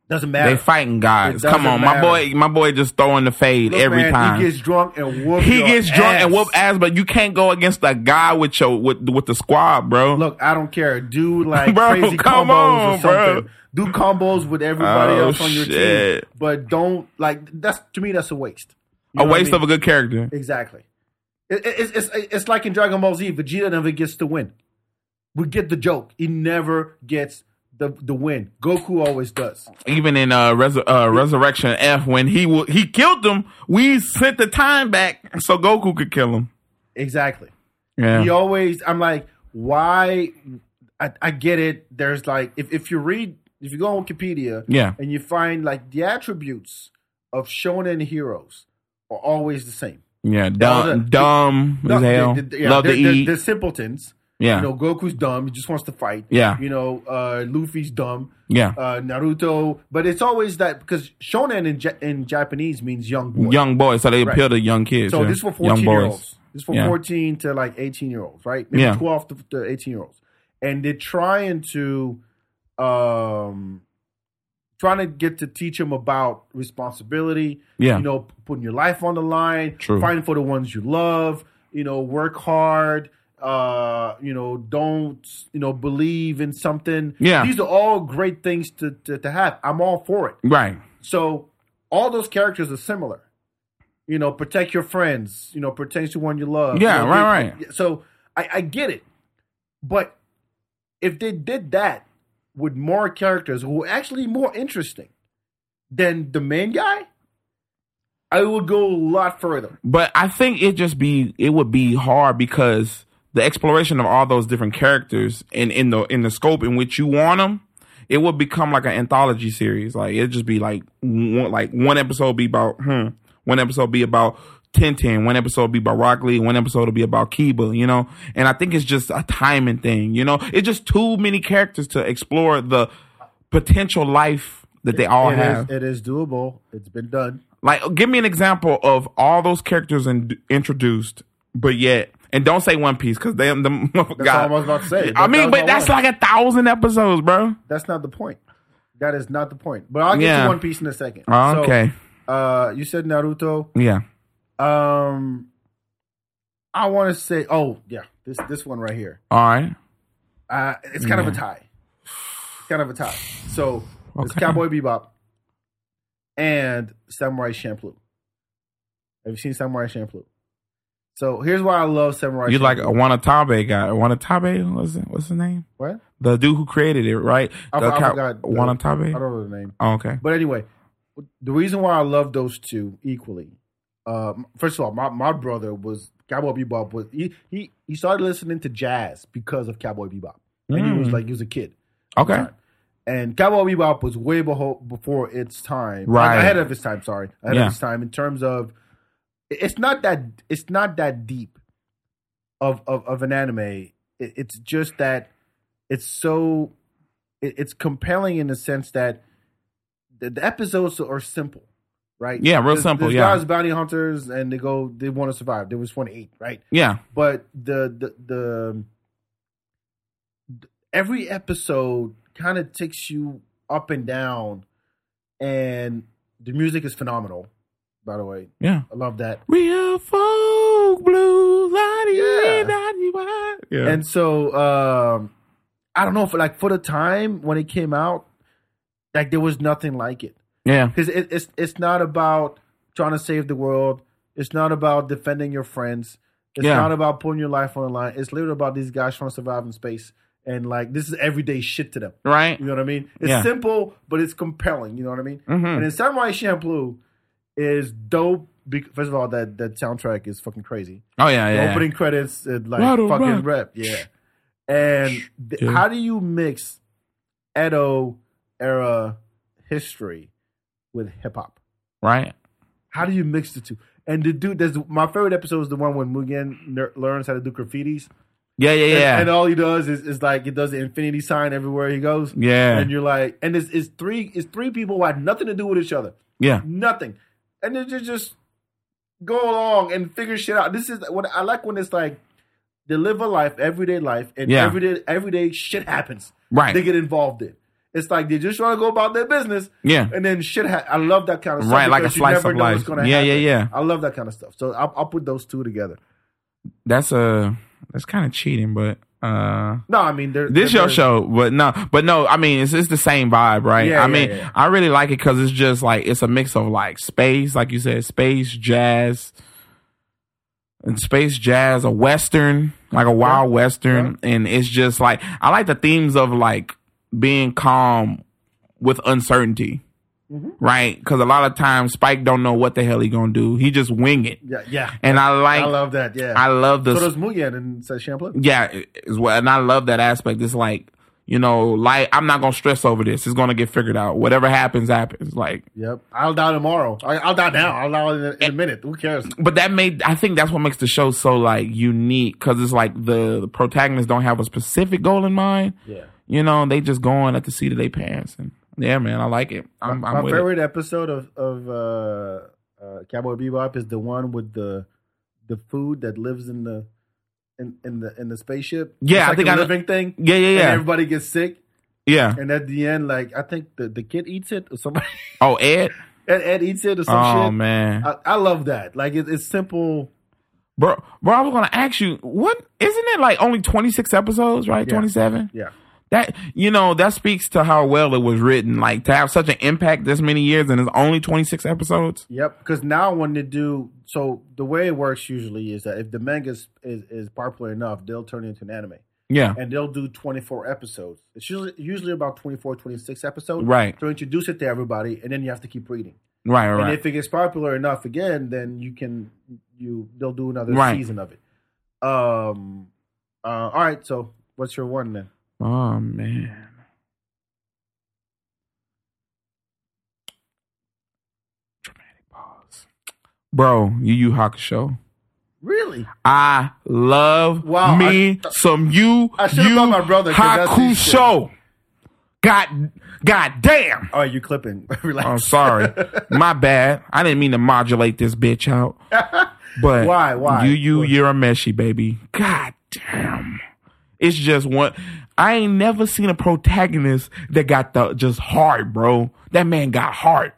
Speaker 3: Doesn't matter.
Speaker 4: They fighting gods.
Speaker 3: It
Speaker 4: Come
Speaker 3: doesn't
Speaker 4: on,
Speaker 3: matter.
Speaker 4: my boy. My boy just throwing the fade
Speaker 3: Look,
Speaker 4: every
Speaker 3: man,
Speaker 4: time.
Speaker 3: He gets drunk and whoop.
Speaker 4: He
Speaker 3: your
Speaker 4: gets drunk and
Speaker 3: ass.
Speaker 4: whoop ass, but you can't go against a guy with your with with the squad, bro.
Speaker 3: Look, I don't care. Do like
Speaker 4: Bro,
Speaker 3: crazy
Speaker 4: come
Speaker 3: combos
Speaker 4: on,
Speaker 3: or something.
Speaker 4: bro.
Speaker 3: Do combos with everybody
Speaker 4: Oh,
Speaker 3: else on your
Speaker 4: shit.
Speaker 3: team. But don't like that's to me that's a waste. You
Speaker 4: a
Speaker 3: know what I
Speaker 4: waste
Speaker 3: mean?
Speaker 4: of a good character.
Speaker 3: Exactly. It, it- it's, it's, it's like in Dragon Ball Z, Vegeta never gets to win. We get the joke. He never gets the, the win. Goku always does.
Speaker 4: Even in uh, Resur- uh Resurrection F, when he w- he killed him, we sent the time back so Goku could kill him.
Speaker 3: Exactly.
Speaker 4: Yeah.
Speaker 3: He always, I'm like, why? I, I get it. There's like, if, if you read, if you go on Wikipedia
Speaker 4: Yeah.
Speaker 3: and you find like the attributes of shonen heroes are always the same.
Speaker 4: Yeah,
Speaker 3: the-
Speaker 4: dumb, dumb as hell.
Speaker 3: they- they- yeah,
Speaker 4: Love to
Speaker 3: they're, they're-
Speaker 4: eat.
Speaker 3: they're simpletons.
Speaker 4: yeah,
Speaker 3: You know, Goku's dumb. He just wants to fight.
Speaker 4: Yeah.
Speaker 3: You know, uh, Luffy's dumb.
Speaker 4: yeah.
Speaker 3: uh, Naruto, but it's always that because shonen in, ja- in Japanese means young boy.
Speaker 4: young boys, so they
Speaker 3: uh, Right.
Speaker 4: appeal to young kids.
Speaker 3: so
Speaker 4: yeah.
Speaker 3: this is for
Speaker 4: young
Speaker 3: fourteen year olds. This is for
Speaker 4: Yeah.
Speaker 3: fourteen to like eighteen year olds, right? Maybe
Speaker 4: Yeah.
Speaker 3: twelve to, to eighteen year olds, and they're trying to, um, trying to get to teach them about responsibility.
Speaker 4: Yeah.
Speaker 3: you know, p- putting your life on the line,
Speaker 4: True.
Speaker 3: fighting for the ones you love. You know, work hard. Uh, you know, don't you know believe in something.
Speaker 4: Yeah.
Speaker 3: these are all great things to to, to have. I'm all for it.
Speaker 4: Right.
Speaker 3: So all those characters are similar. You know, protect your friends. You know, protect the one you love.
Speaker 4: Yeah,
Speaker 3: You know,
Speaker 4: right,
Speaker 3: they- So I, I get it, but if they did that with more characters who were actually more interesting than the main guy, I would go a lot further.
Speaker 4: But I think it just be it would be hard because the exploration of all those different characters and in the in the scope in which you want them, it would become like an anthology series. Like it'd just be like one, like one episode be about hmm, one episode be about Tintin, one episode be about Rock Lee, one episode will be about Kiba, you know. And I think it's just a timing thing, you know. It's just too many characters to explore the potential life that they all
Speaker 3: It is-
Speaker 4: have.
Speaker 3: it is doable. It's been done.
Speaker 4: Like, give me an example of all those characters in, introduced, but yet, and don't say One Piece because they them
Speaker 3: That's all I was about to say.
Speaker 4: I
Speaker 3: That- that
Speaker 4: mean,
Speaker 3: was
Speaker 4: but
Speaker 3: my
Speaker 4: that's
Speaker 3: one.
Speaker 4: like a thousand episodes, bro.
Speaker 3: That's not the point. That is not the point. But I'll get
Speaker 4: Yeah. Oh,
Speaker 3: to One Piece in a second. So,
Speaker 4: Okay,
Speaker 3: uh, you said Naruto.
Speaker 4: yeah.
Speaker 3: Um, I want to say, oh yeah, this this one right here.
Speaker 4: All right.
Speaker 3: Uh, it's kind of a tie. It's kind of a tie. So it's
Speaker 4: Okay.
Speaker 3: Cowboy Bebop and Samurai Champloo. Have you seen Samurai Champloo? So here's why I love Samurai.
Speaker 4: You
Speaker 3: Champloo.
Speaker 4: like a Wanatabe guy? Wanatabe? What's it, what's his name?
Speaker 3: what?
Speaker 4: The dude who created it, right?
Speaker 3: I,
Speaker 4: the
Speaker 3: I
Speaker 4: cow-
Speaker 3: forgot. the- I
Speaker 4: Wanatabe.
Speaker 3: don't know the name.
Speaker 4: Oh, okay.
Speaker 3: But anyway, the reason why I love those two equally, um, first of all, my, my brother was Cowboy Bebop was he, he he started listening to jazz because of Cowboy Bebop, and he was
Speaker 4: Mm.
Speaker 3: like he was a kid,
Speaker 4: Okay.
Speaker 3: and Cowboy Bebop was way beho- before its time,
Speaker 4: Right.
Speaker 3: ahead of its time. Sorry, ahead
Speaker 4: Yeah.
Speaker 3: of its time in terms of it's not that it's not that deep of of, of an anime. It, it's just that it's so it, it's compelling in the sense that the, the episodes are simple, right?
Speaker 4: Yeah, real
Speaker 3: There's-
Speaker 4: simple,
Speaker 3: there's
Speaker 4: yeah.
Speaker 3: guys bounty hunters, and they go they want to survive. There was twenty eight, right?
Speaker 4: Yeah.
Speaker 3: but the the the every episode kind of takes you up and down and the music is phenomenal by the way
Speaker 4: Yeah.
Speaker 3: i love that
Speaker 4: Real folk blues. Yeah. yeah.
Speaker 3: and so um i don't know for like for the time when it came out like there was nothing like it
Speaker 4: yeah.
Speaker 3: because it, it's it's not about trying to save the world. It's not about defending your friends. It's
Speaker 4: Yeah.
Speaker 3: not about putting your life on the line. It's literally about these guys trying to survive in space. And like this is everyday shit to them.
Speaker 4: Right.
Speaker 3: You know what I mean? It's
Speaker 4: Yeah.
Speaker 3: simple, but it's compelling. You know what I mean?
Speaker 4: Mhm.
Speaker 3: And then Samurai Champloo is dope. Because, first of all, that that soundtrack is fucking crazy.
Speaker 4: Oh yeah.
Speaker 3: The
Speaker 4: Yeah.
Speaker 3: opening credits, it, like
Speaker 4: Rattle,
Speaker 3: fucking
Speaker 4: rattle.
Speaker 3: rep, yeah. And th-
Speaker 4: Yeah.
Speaker 3: how do you mix Edo era history with hip hop?
Speaker 4: Right.
Speaker 3: How do you mix the two? And the dude, there's my favorite episode is the one when Mugen ner- learns how to do graffitis,
Speaker 4: Yeah. Yeah.
Speaker 3: and,
Speaker 4: Yeah.
Speaker 3: and uh, all he does is, is like he does the infinity sign everywhere he goes.
Speaker 4: yeah.
Speaker 3: And you're like, and it's, it's three, it's three people who had nothing to do with each other
Speaker 4: yeah.
Speaker 3: nothing. And then just just go along and figure shit out. This is what I like when it's like they live a life, everyday life, and
Speaker 4: Yeah.
Speaker 3: everyday everyday shit happens.
Speaker 4: Right.
Speaker 3: They get involved in. It's like they just want to go about their business,
Speaker 4: Yeah.
Speaker 3: and then shit. Ha- I love that kind of stuff
Speaker 4: Right, like a
Speaker 3: because you
Speaker 4: slice
Speaker 3: never
Speaker 4: of
Speaker 3: know what's
Speaker 4: life.
Speaker 3: gonna
Speaker 4: Yeah, yeah,
Speaker 3: happen.
Speaker 4: yeah.
Speaker 3: I love that kind of stuff. So I'll, I'll put those two together.
Speaker 4: That's a. That's kind of cheating, but. uh
Speaker 3: No, I mean they're,
Speaker 4: this
Speaker 3: they're
Speaker 4: your
Speaker 3: very-
Speaker 4: show, but no, but no. I mean, it's it's the same vibe, right?
Speaker 3: Yeah, yeah,
Speaker 4: I mean,
Speaker 3: yeah.
Speaker 4: I really like it because it's just like it's a mix of like space, like you said, space jazz, and space jazz, a western, like a wild western, and it's just like I like the themes of like being calm with uncertainty,
Speaker 3: Mm-hmm.
Speaker 4: right? Because a lot of times Spike don't know what the hell he gonna do. He just wing it,
Speaker 3: Yeah, yeah.
Speaker 4: and I like
Speaker 3: I love that. Yeah,
Speaker 4: I love the
Speaker 3: so does Mugen and says Champloo.
Speaker 4: yeah, it- it's what, and I love that aspect. It's like, you know, like I'm not gonna stress over this. It's gonna get figured out. Whatever happens, happens. Like,
Speaker 3: Yep, I'll die tomorrow. I, I'll die now. I'll die in a, in a minute. Who cares?
Speaker 4: but that made I think that's what makes the show so like unique because it's like the, the protagonists don't have a specific goal in mind.
Speaker 3: Yeah.
Speaker 4: You know, they just going at the seat of their pants. And yeah, man, I like it. I'm, I'm
Speaker 3: my
Speaker 4: with it.
Speaker 3: favorite episode of of uh, uh, Cowboy Bebop is the one with the the food that lives in the in, in the in the spaceship.
Speaker 4: Yeah,
Speaker 3: It's
Speaker 4: I
Speaker 3: like
Speaker 4: think
Speaker 3: a
Speaker 4: I know-
Speaker 3: living thing.
Speaker 4: Yeah, yeah,
Speaker 3: And
Speaker 4: yeah,
Speaker 3: everybody gets sick,
Speaker 4: yeah.
Speaker 3: and at the end, like I think the, the kid eats it or somebody
Speaker 4: Oh, Ed.
Speaker 3: Ed, Ed eats it or some
Speaker 4: Oh
Speaker 3: shit.
Speaker 4: man,
Speaker 3: I, I love that. Like it, it's simple.
Speaker 4: bro, bro. I was gonna ask you, what isn't it like only 26 episodes, right?
Speaker 3: Yeah.
Speaker 4: 27.
Speaker 3: Yeah,
Speaker 4: That you know that speaks to how well it was written. Like to have such an impact this many years and it's only twenty six episodes.
Speaker 3: yep. Because now when they do so, the way it works usually is that if the manga is, is, is popular enough, they'll turn it into an anime.
Speaker 4: Yeah,
Speaker 3: and they'll do 24 episodes. It's usually usually about 24, 26 episodes.
Speaker 4: Right.
Speaker 3: To introduce it to everybody, and then you have to keep reading.
Speaker 4: right, right,
Speaker 3: And
Speaker 4: right.
Speaker 3: if it gets popular enough again, then you can you they'll do another
Speaker 4: Right.
Speaker 3: season of it. Um. Uh, all right. So what's your one then?
Speaker 4: oh man, dramatic pause, bro. Yu Yu Hakusho.
Speaker 3: Really?
Speaker 4: I love
Speaker 3: Wow,
Speaker 4: me
Speaker 3: I-
Speaker 4: some Yu
Speaker 3: I should've
Speaker 4: Yu
Speaker 3: brought my brother 'cause that's his
Speaker 4: Hakusho. God, God damn.
Speaker 3: Oh, you clipping? Relax.
Speaker 4: I'm sorry. My bad. I didn't mean to modulate this bitch out. But
Speaker 3: Why? Why?
Speaker 4: You you you're a meshy baby. God damn. It's just one I ain't never seen a protagonist that got the just hard, bro. That man got hard.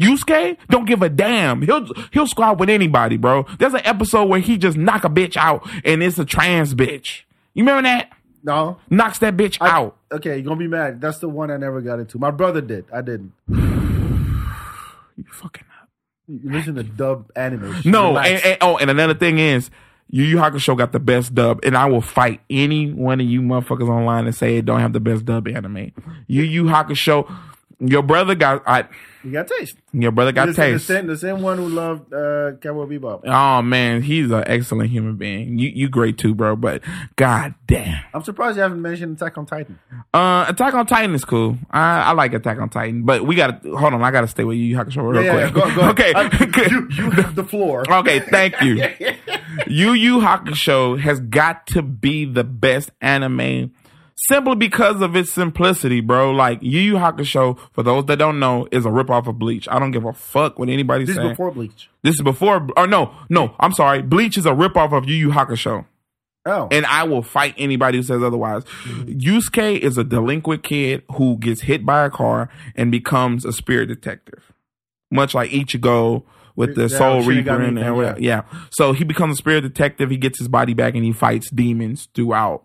Speaker 4: Yusuke don't give a damn. He'll he'll squad with anybody, bro. There's an episode where he just knock a bitch out and it's a trans bitch. You remember that?
Speaker 3: No.
Speaker 4: Knocks that bitch
Speaker 3: I-
Speaker 4: out.
Speaker 3: Okay, you're gonna be mad. That's the one I never got into. My brother did. I didn't.
Speaker 4: You fucking up.
Speaker 3: You listen to dub anime. shit.
Speaker 4: No,
Speaker 3: Relax.
Speaker 4: and, and- oh, and another thing is, Yu Yu Hakusho got the best dub, and I will fight any one of you motherfuckers online and say it don't have the best dub anime. Yu Yu Hakusho, your brother got, I,
Speaker 3: you got taste.
Speaker 4: your brother got
Speaker 3: This is
Speaker 4: taste.
Speaker 3: The same, the same one who loved uh, Cowboy Bebop.
Speaker 4: Oh man, he's an excellent human being. You you great too, bro. But god damn,
Speaker 3: I'm surprised you haven't mentioned Attack on Titan.
Speaker 4: uh, Attack on Titan is cool. I, I like Attack on Titan, but we got to hold on. I got to stay with Yu Yu Hakusho real
Speaker 3: Yeah, yeah,
Speaker 4: quick.
Speaker 3: go- go.
Speaker 4: okay,
Speaker 3: I- you, you have the floor.
Speaker 4: Okay, thank you. Yu Yu Hakusho has got to be the best anime simply because of its simplicity, bro. Like Yu Yu Hakusho, for those that don't know, is a ripoff of Bleach. I don't give a fuck what anybody
Speaker 3: This
Speaker 4: says.
Speaker 3: is before Bleach.
Speaker 4: This is before. Or no, no. I'm sorry. Bleach is a ripoff of Yu Yu Hakusho
Speaker 3: Oh,
Speaker 4: and I will fight anybody who says otherwise. Yusuke is a delinquent kid who gets hit by a car and becomes a spirit detective, much like Ichigo with the
Speaker 3: Yeah,
Speaker 4: Soul
Speaker 3: Shinigami
Speaker 4: Reaper and,
Speaker 3: thing,
Speaker 4: and whatever. Yeah. So he becomes a spirit detective. He gets his body back and he fights demons throughout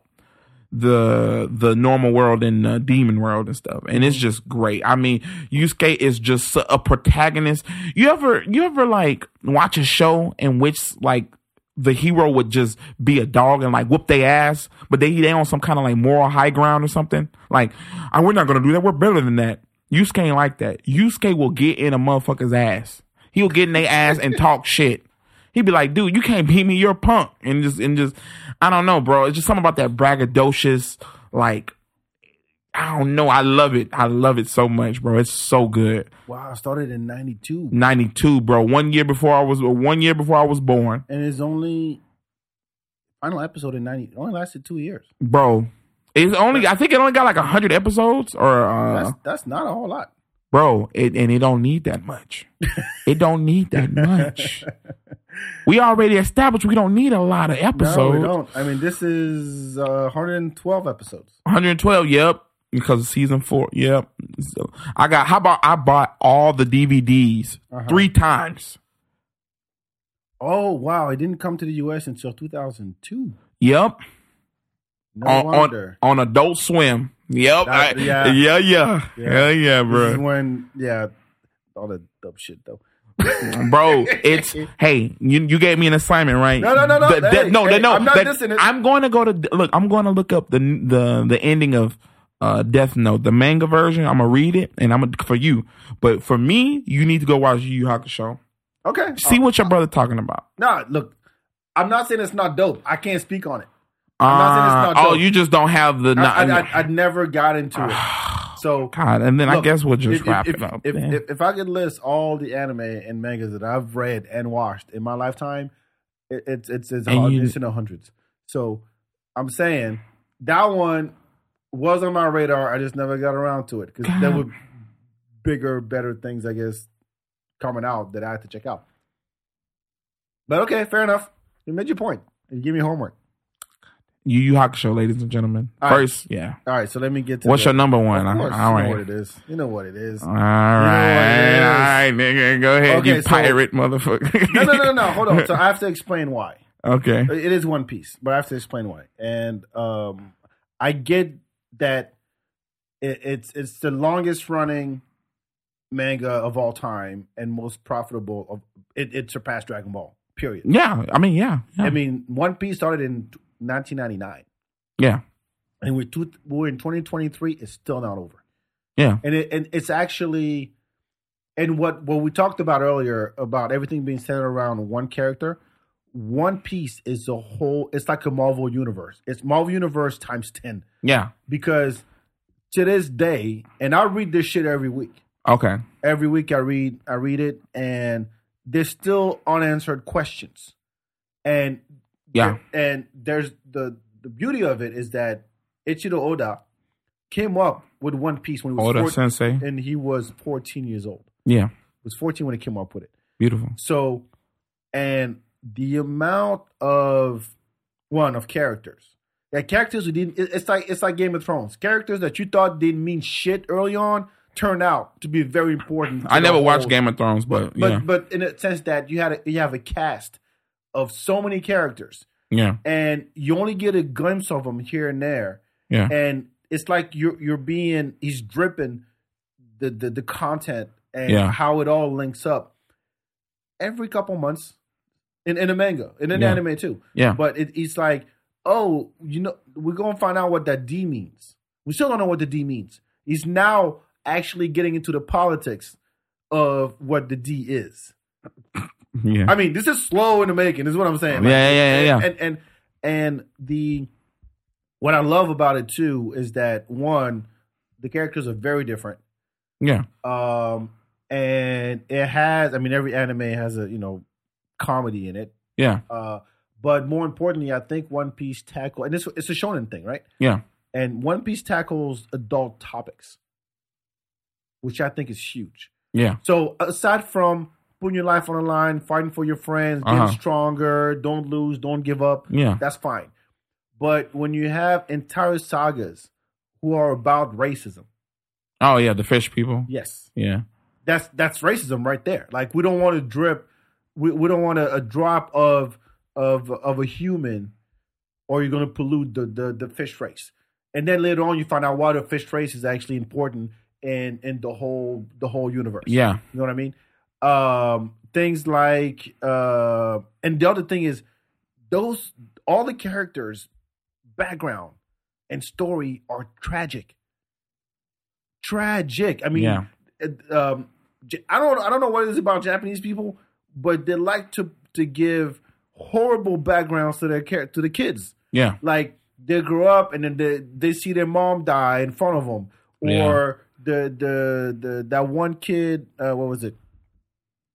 Speaker 4: the the normal world and the demon world and stuff. And it's just great. I mean, Yusuke is just su- a protagonist. You ever you ever like watch a show in which like the hero would just be a dog and like whoop they ass, but they they on some kind of like moral high ground or something. Like, "Ah, we're not gonna do that. We're better than that. Yusuke ain't like that. Yusuke will get in a motherfucker's ass. He'll get in their ass and talk shit. He'd be like, dude, you can't beat me, you're a punk. And just and just I don't know, bro. It's just something about that braggadocious, like I don't know. I love it. I love it so much, bro. It's so good.
Speaker 3: wow. it Started in 92.
Speaker 4: Ninety two, bro. One year before I was one year before I was born.
Speaker 3: And it's only final episode in 90. It only lasted two years.
Speaker 4: Bro. It's only I think it only got like hundred episodes or uh
Speaker 3: That's, that's not a whole lot.
Speaker 4: bro, it and it don't need that much. it don't need that much. We already established we don't need a lot of episodes.
Speaker 3: No, we don't. I mean, this is uh, 112 episodes.
Speaker 4: 112. Yep, because of season four. Yep. So I got. How about I bought all the DVDs
Speaker 3: Uh-huh.
Speaker 4: three times.
Speaker 3: Oh, wow. It didn't come to the U.S. until 2002.
Speaker 4: Yep.
Speaker 3: No
Speaker 4: On, on
Speaker 3: wonder.
Speaker 4: on Adult Swim. Yep.
Speaker 3: That-
Speaker 4: I-
Speaker 3: yeah.
Speaker 4: yeah. yeah. Yeah.
Speaker 3: Yeah.
Speaker 4: Yeah.
Speaker 3: This is
Speaker 4: bro.
Speaker 3: when, yeah, all that dumb shit, though.
Speaker 4: bro, it's hey, you you gave me an assignment, right?
Speaker 3: No, no, no, no.
Speaker 4: The- the-
Speaker 3: Hey,
Speaker 4: no,
Speaker 3: hey,
Speaker 4: the- no.
Speaker 3: I'm not
Speaker 4: the-
Speaker 3: dissing it.
Speaker 4: I'm going to go to look. I'm going to look up the the the ending of uh, Death Note, the manga version. I'm gonna read it, and I'm gonna for you. But for me, you need to go watch Yu Yu Hakusho.
Speaker 3: Okay.
Speaker 4: See what your brother talking about.
Speaker 3: Nah, look, I'm not saying it's not dope. I can't speak on it. not saying it's
Speaker 4: Uh,
Speaker 3: not
Speaker 4: oh,
Speaker 3: dope.
Speaker 4: you just don't have the.
Speaker 3: I, I,
Speaker 4: nah,
Speaker 3: I, I never got into it. So,
Speaker 4: God, and then I
Speaker 3: look,
Speaker 4: guess we'll just
Speaker 3: if,
Speaker 4: wrap
Speaker 3: if,
Speaker 4: it up.
Speaker 3: If,
Speaker 4: man.
Speaker 3: if, if I could list all the anime and mangas that I've read and watched in my lifetime, it, it's it's it's,
Speaker 4: And
Speaker 3: hard,
Speaker 4: you-
Speaker 3: it's in the hundreds. So, I'm saying that one was on my radar. I just never got around to it because there
Speaker 4: God.
Speaker 3: were bigger, better things, I guess, coming out that I had to check out. But okay, fair enough. You made your point. You give me homework.
Speaker 4: Yu Yu Hakusho, ladies and gentlemen.
Speaker 3: All right.
Speaker 4: First, yeah.
Speaker 3: All right, so let me get to
Speaker 4: What's
Speaker 3: the-
Speaker 4: your number one?
Speaker 3: Of
Speaker 4: All
Speaker 3: course,
Speaker 4: right. All
Speaker 3: you know
Speaker 4: right,
Speaker 3: what it is. You know what it is.
Speaker 4: all right, nigga. Go ahead,
Speaker 3: Okay,
Speaker 4: you
Speaker 3: so-
Speaker 4: pirate motherfucker.
Speaker 3: no, no, no, no. Hold on. So I have to explain why.
Speaker 4: okay.
Speaker 3: It is One Piece, but I have to explain why. And um, I get that it, it's it's the longest running manga of all time and most profitable. Of, it, it surpassed Dragon Ball. Period.
Speaker 4: Yeah, I mean, yeah. yeah.
Speaker 3: I mean, One Piece started in 1999,
Speaker 4: yeah,
Speaker 3: and we're two, we're in 2023. It's still not over.
Speaker 4: yeah,
Speaker 3: and it, and it's actually and what what we talked about earlier about everything being centered around one character one piece is a whole it's like a marvel universe it's marvel universe times 10
Speaker 4: yeah.
Speaker 3: because to this day and i read this shit every week
Speaker 4: Okay.
Speaker 3: every week i read i read it and there's still unanswered questions and
Speaker 4: Yeah.
Speaker 3: and there's the the beauty of it is that ichiro oda came up with One Piece when he was
Speaker 4: Oda
Speaker 3: 14
Speaker 4: Sensei.
Speaker 3: and he was 14 years old.
Speaker 4: Yeah.
Speaker 3: He was 14 when he came up with it.
Speaker 4: Beautiful.
Speaker 3: So, and the amount of one of characters, yeah, characters who didn't. it- It's like it's like Game of Thrones. Characters that you thought didn't mean shit early on turn out to be very important. to
Speaker 4: I
Speaker 3: the
Speaker 4: never watched
Speaker 3: whole-
Speaker 4: Game of Thrones, but,
Speaker 3: but but,
Speaker 4: yeah.
Speaker 3: but in a sense that you had a, you have a cast of so many characters,
Speaker 4: yeah.
Speaker 3: and you only get a glimpse of them here and there,
Speaker 4: Yeah.
Speaker 3: and it's like you're you're being he's dripping the the, the content and
Speaker 4: Yeah.
Speaker 3: how it all links up every couple months in in a manga and in
Speaker 4: Yeah.
Speaker 3: anime too.
Speaker 4: Yeah.
Speaker 3: But it, it's like oh you know we're gonna find out what that D means. We still don't know what the D means. He's now actually getting into the politics of what the D is.
Speaker 4: yeah.
Speaker 3: I mean, this is slow in the making. Is what I'm saying.
Speaker 4: Yeah, yeah, yeah, yeah, yeah.
Speaker 3: And and and the what I love about it too is that one, the characters are very different.
Speaker 4: yeah.
Speaker 3: Um, and it has, I mean, every anime has a you know comedy in it.
Speaker 4: Yeah.
Speaker 3: Uh, but more importantly, I think One Piece tackle, and it's it's a shonen thing, right?
Speaker 4: Yeah.
Speaker 3: And One Piece tackles adult topics, which I think is huge.
Speaker 4: Yeah.
Speaker 3: So aside from putting your life on the line, fighting for your friends, getting
Speaker 4: Uh-huh.
Speaker 3: stronger, don't lose, don't give up,
Speaker 4: Yeah.
Speaker 3: that's fine. But when you have entire sagas who are about racism,
Speaker 4: Oh, yeah. The fish people.
Speaker 3: yes,
Speaker 4: Yeah.
Speaker 3: that's that's racism right there. Like we don't want to drip, we, we don't want a, a drop of of of a human, or you're going to pollute the, the the fish race. And then later on, you find out why the fish race is actually important in in the whole the whole universe.
Speaker 4: Yeah.
Speaker 3: You know what I mean? Um, things like uh, and the other thing is those all the characters' background and story are tragic. Tragic. I mean,
Speaker 4: Yeah.
Speaker 3: uh, um, J- I don't I don't know what it is about Japanese people, but they like to to give horrible backgrounds to their char- to the kids
Speaker 4: Yeah.
Speaker 3: like they grow up and then they, they see their mom die in front of them or the the the that one kid uh what was it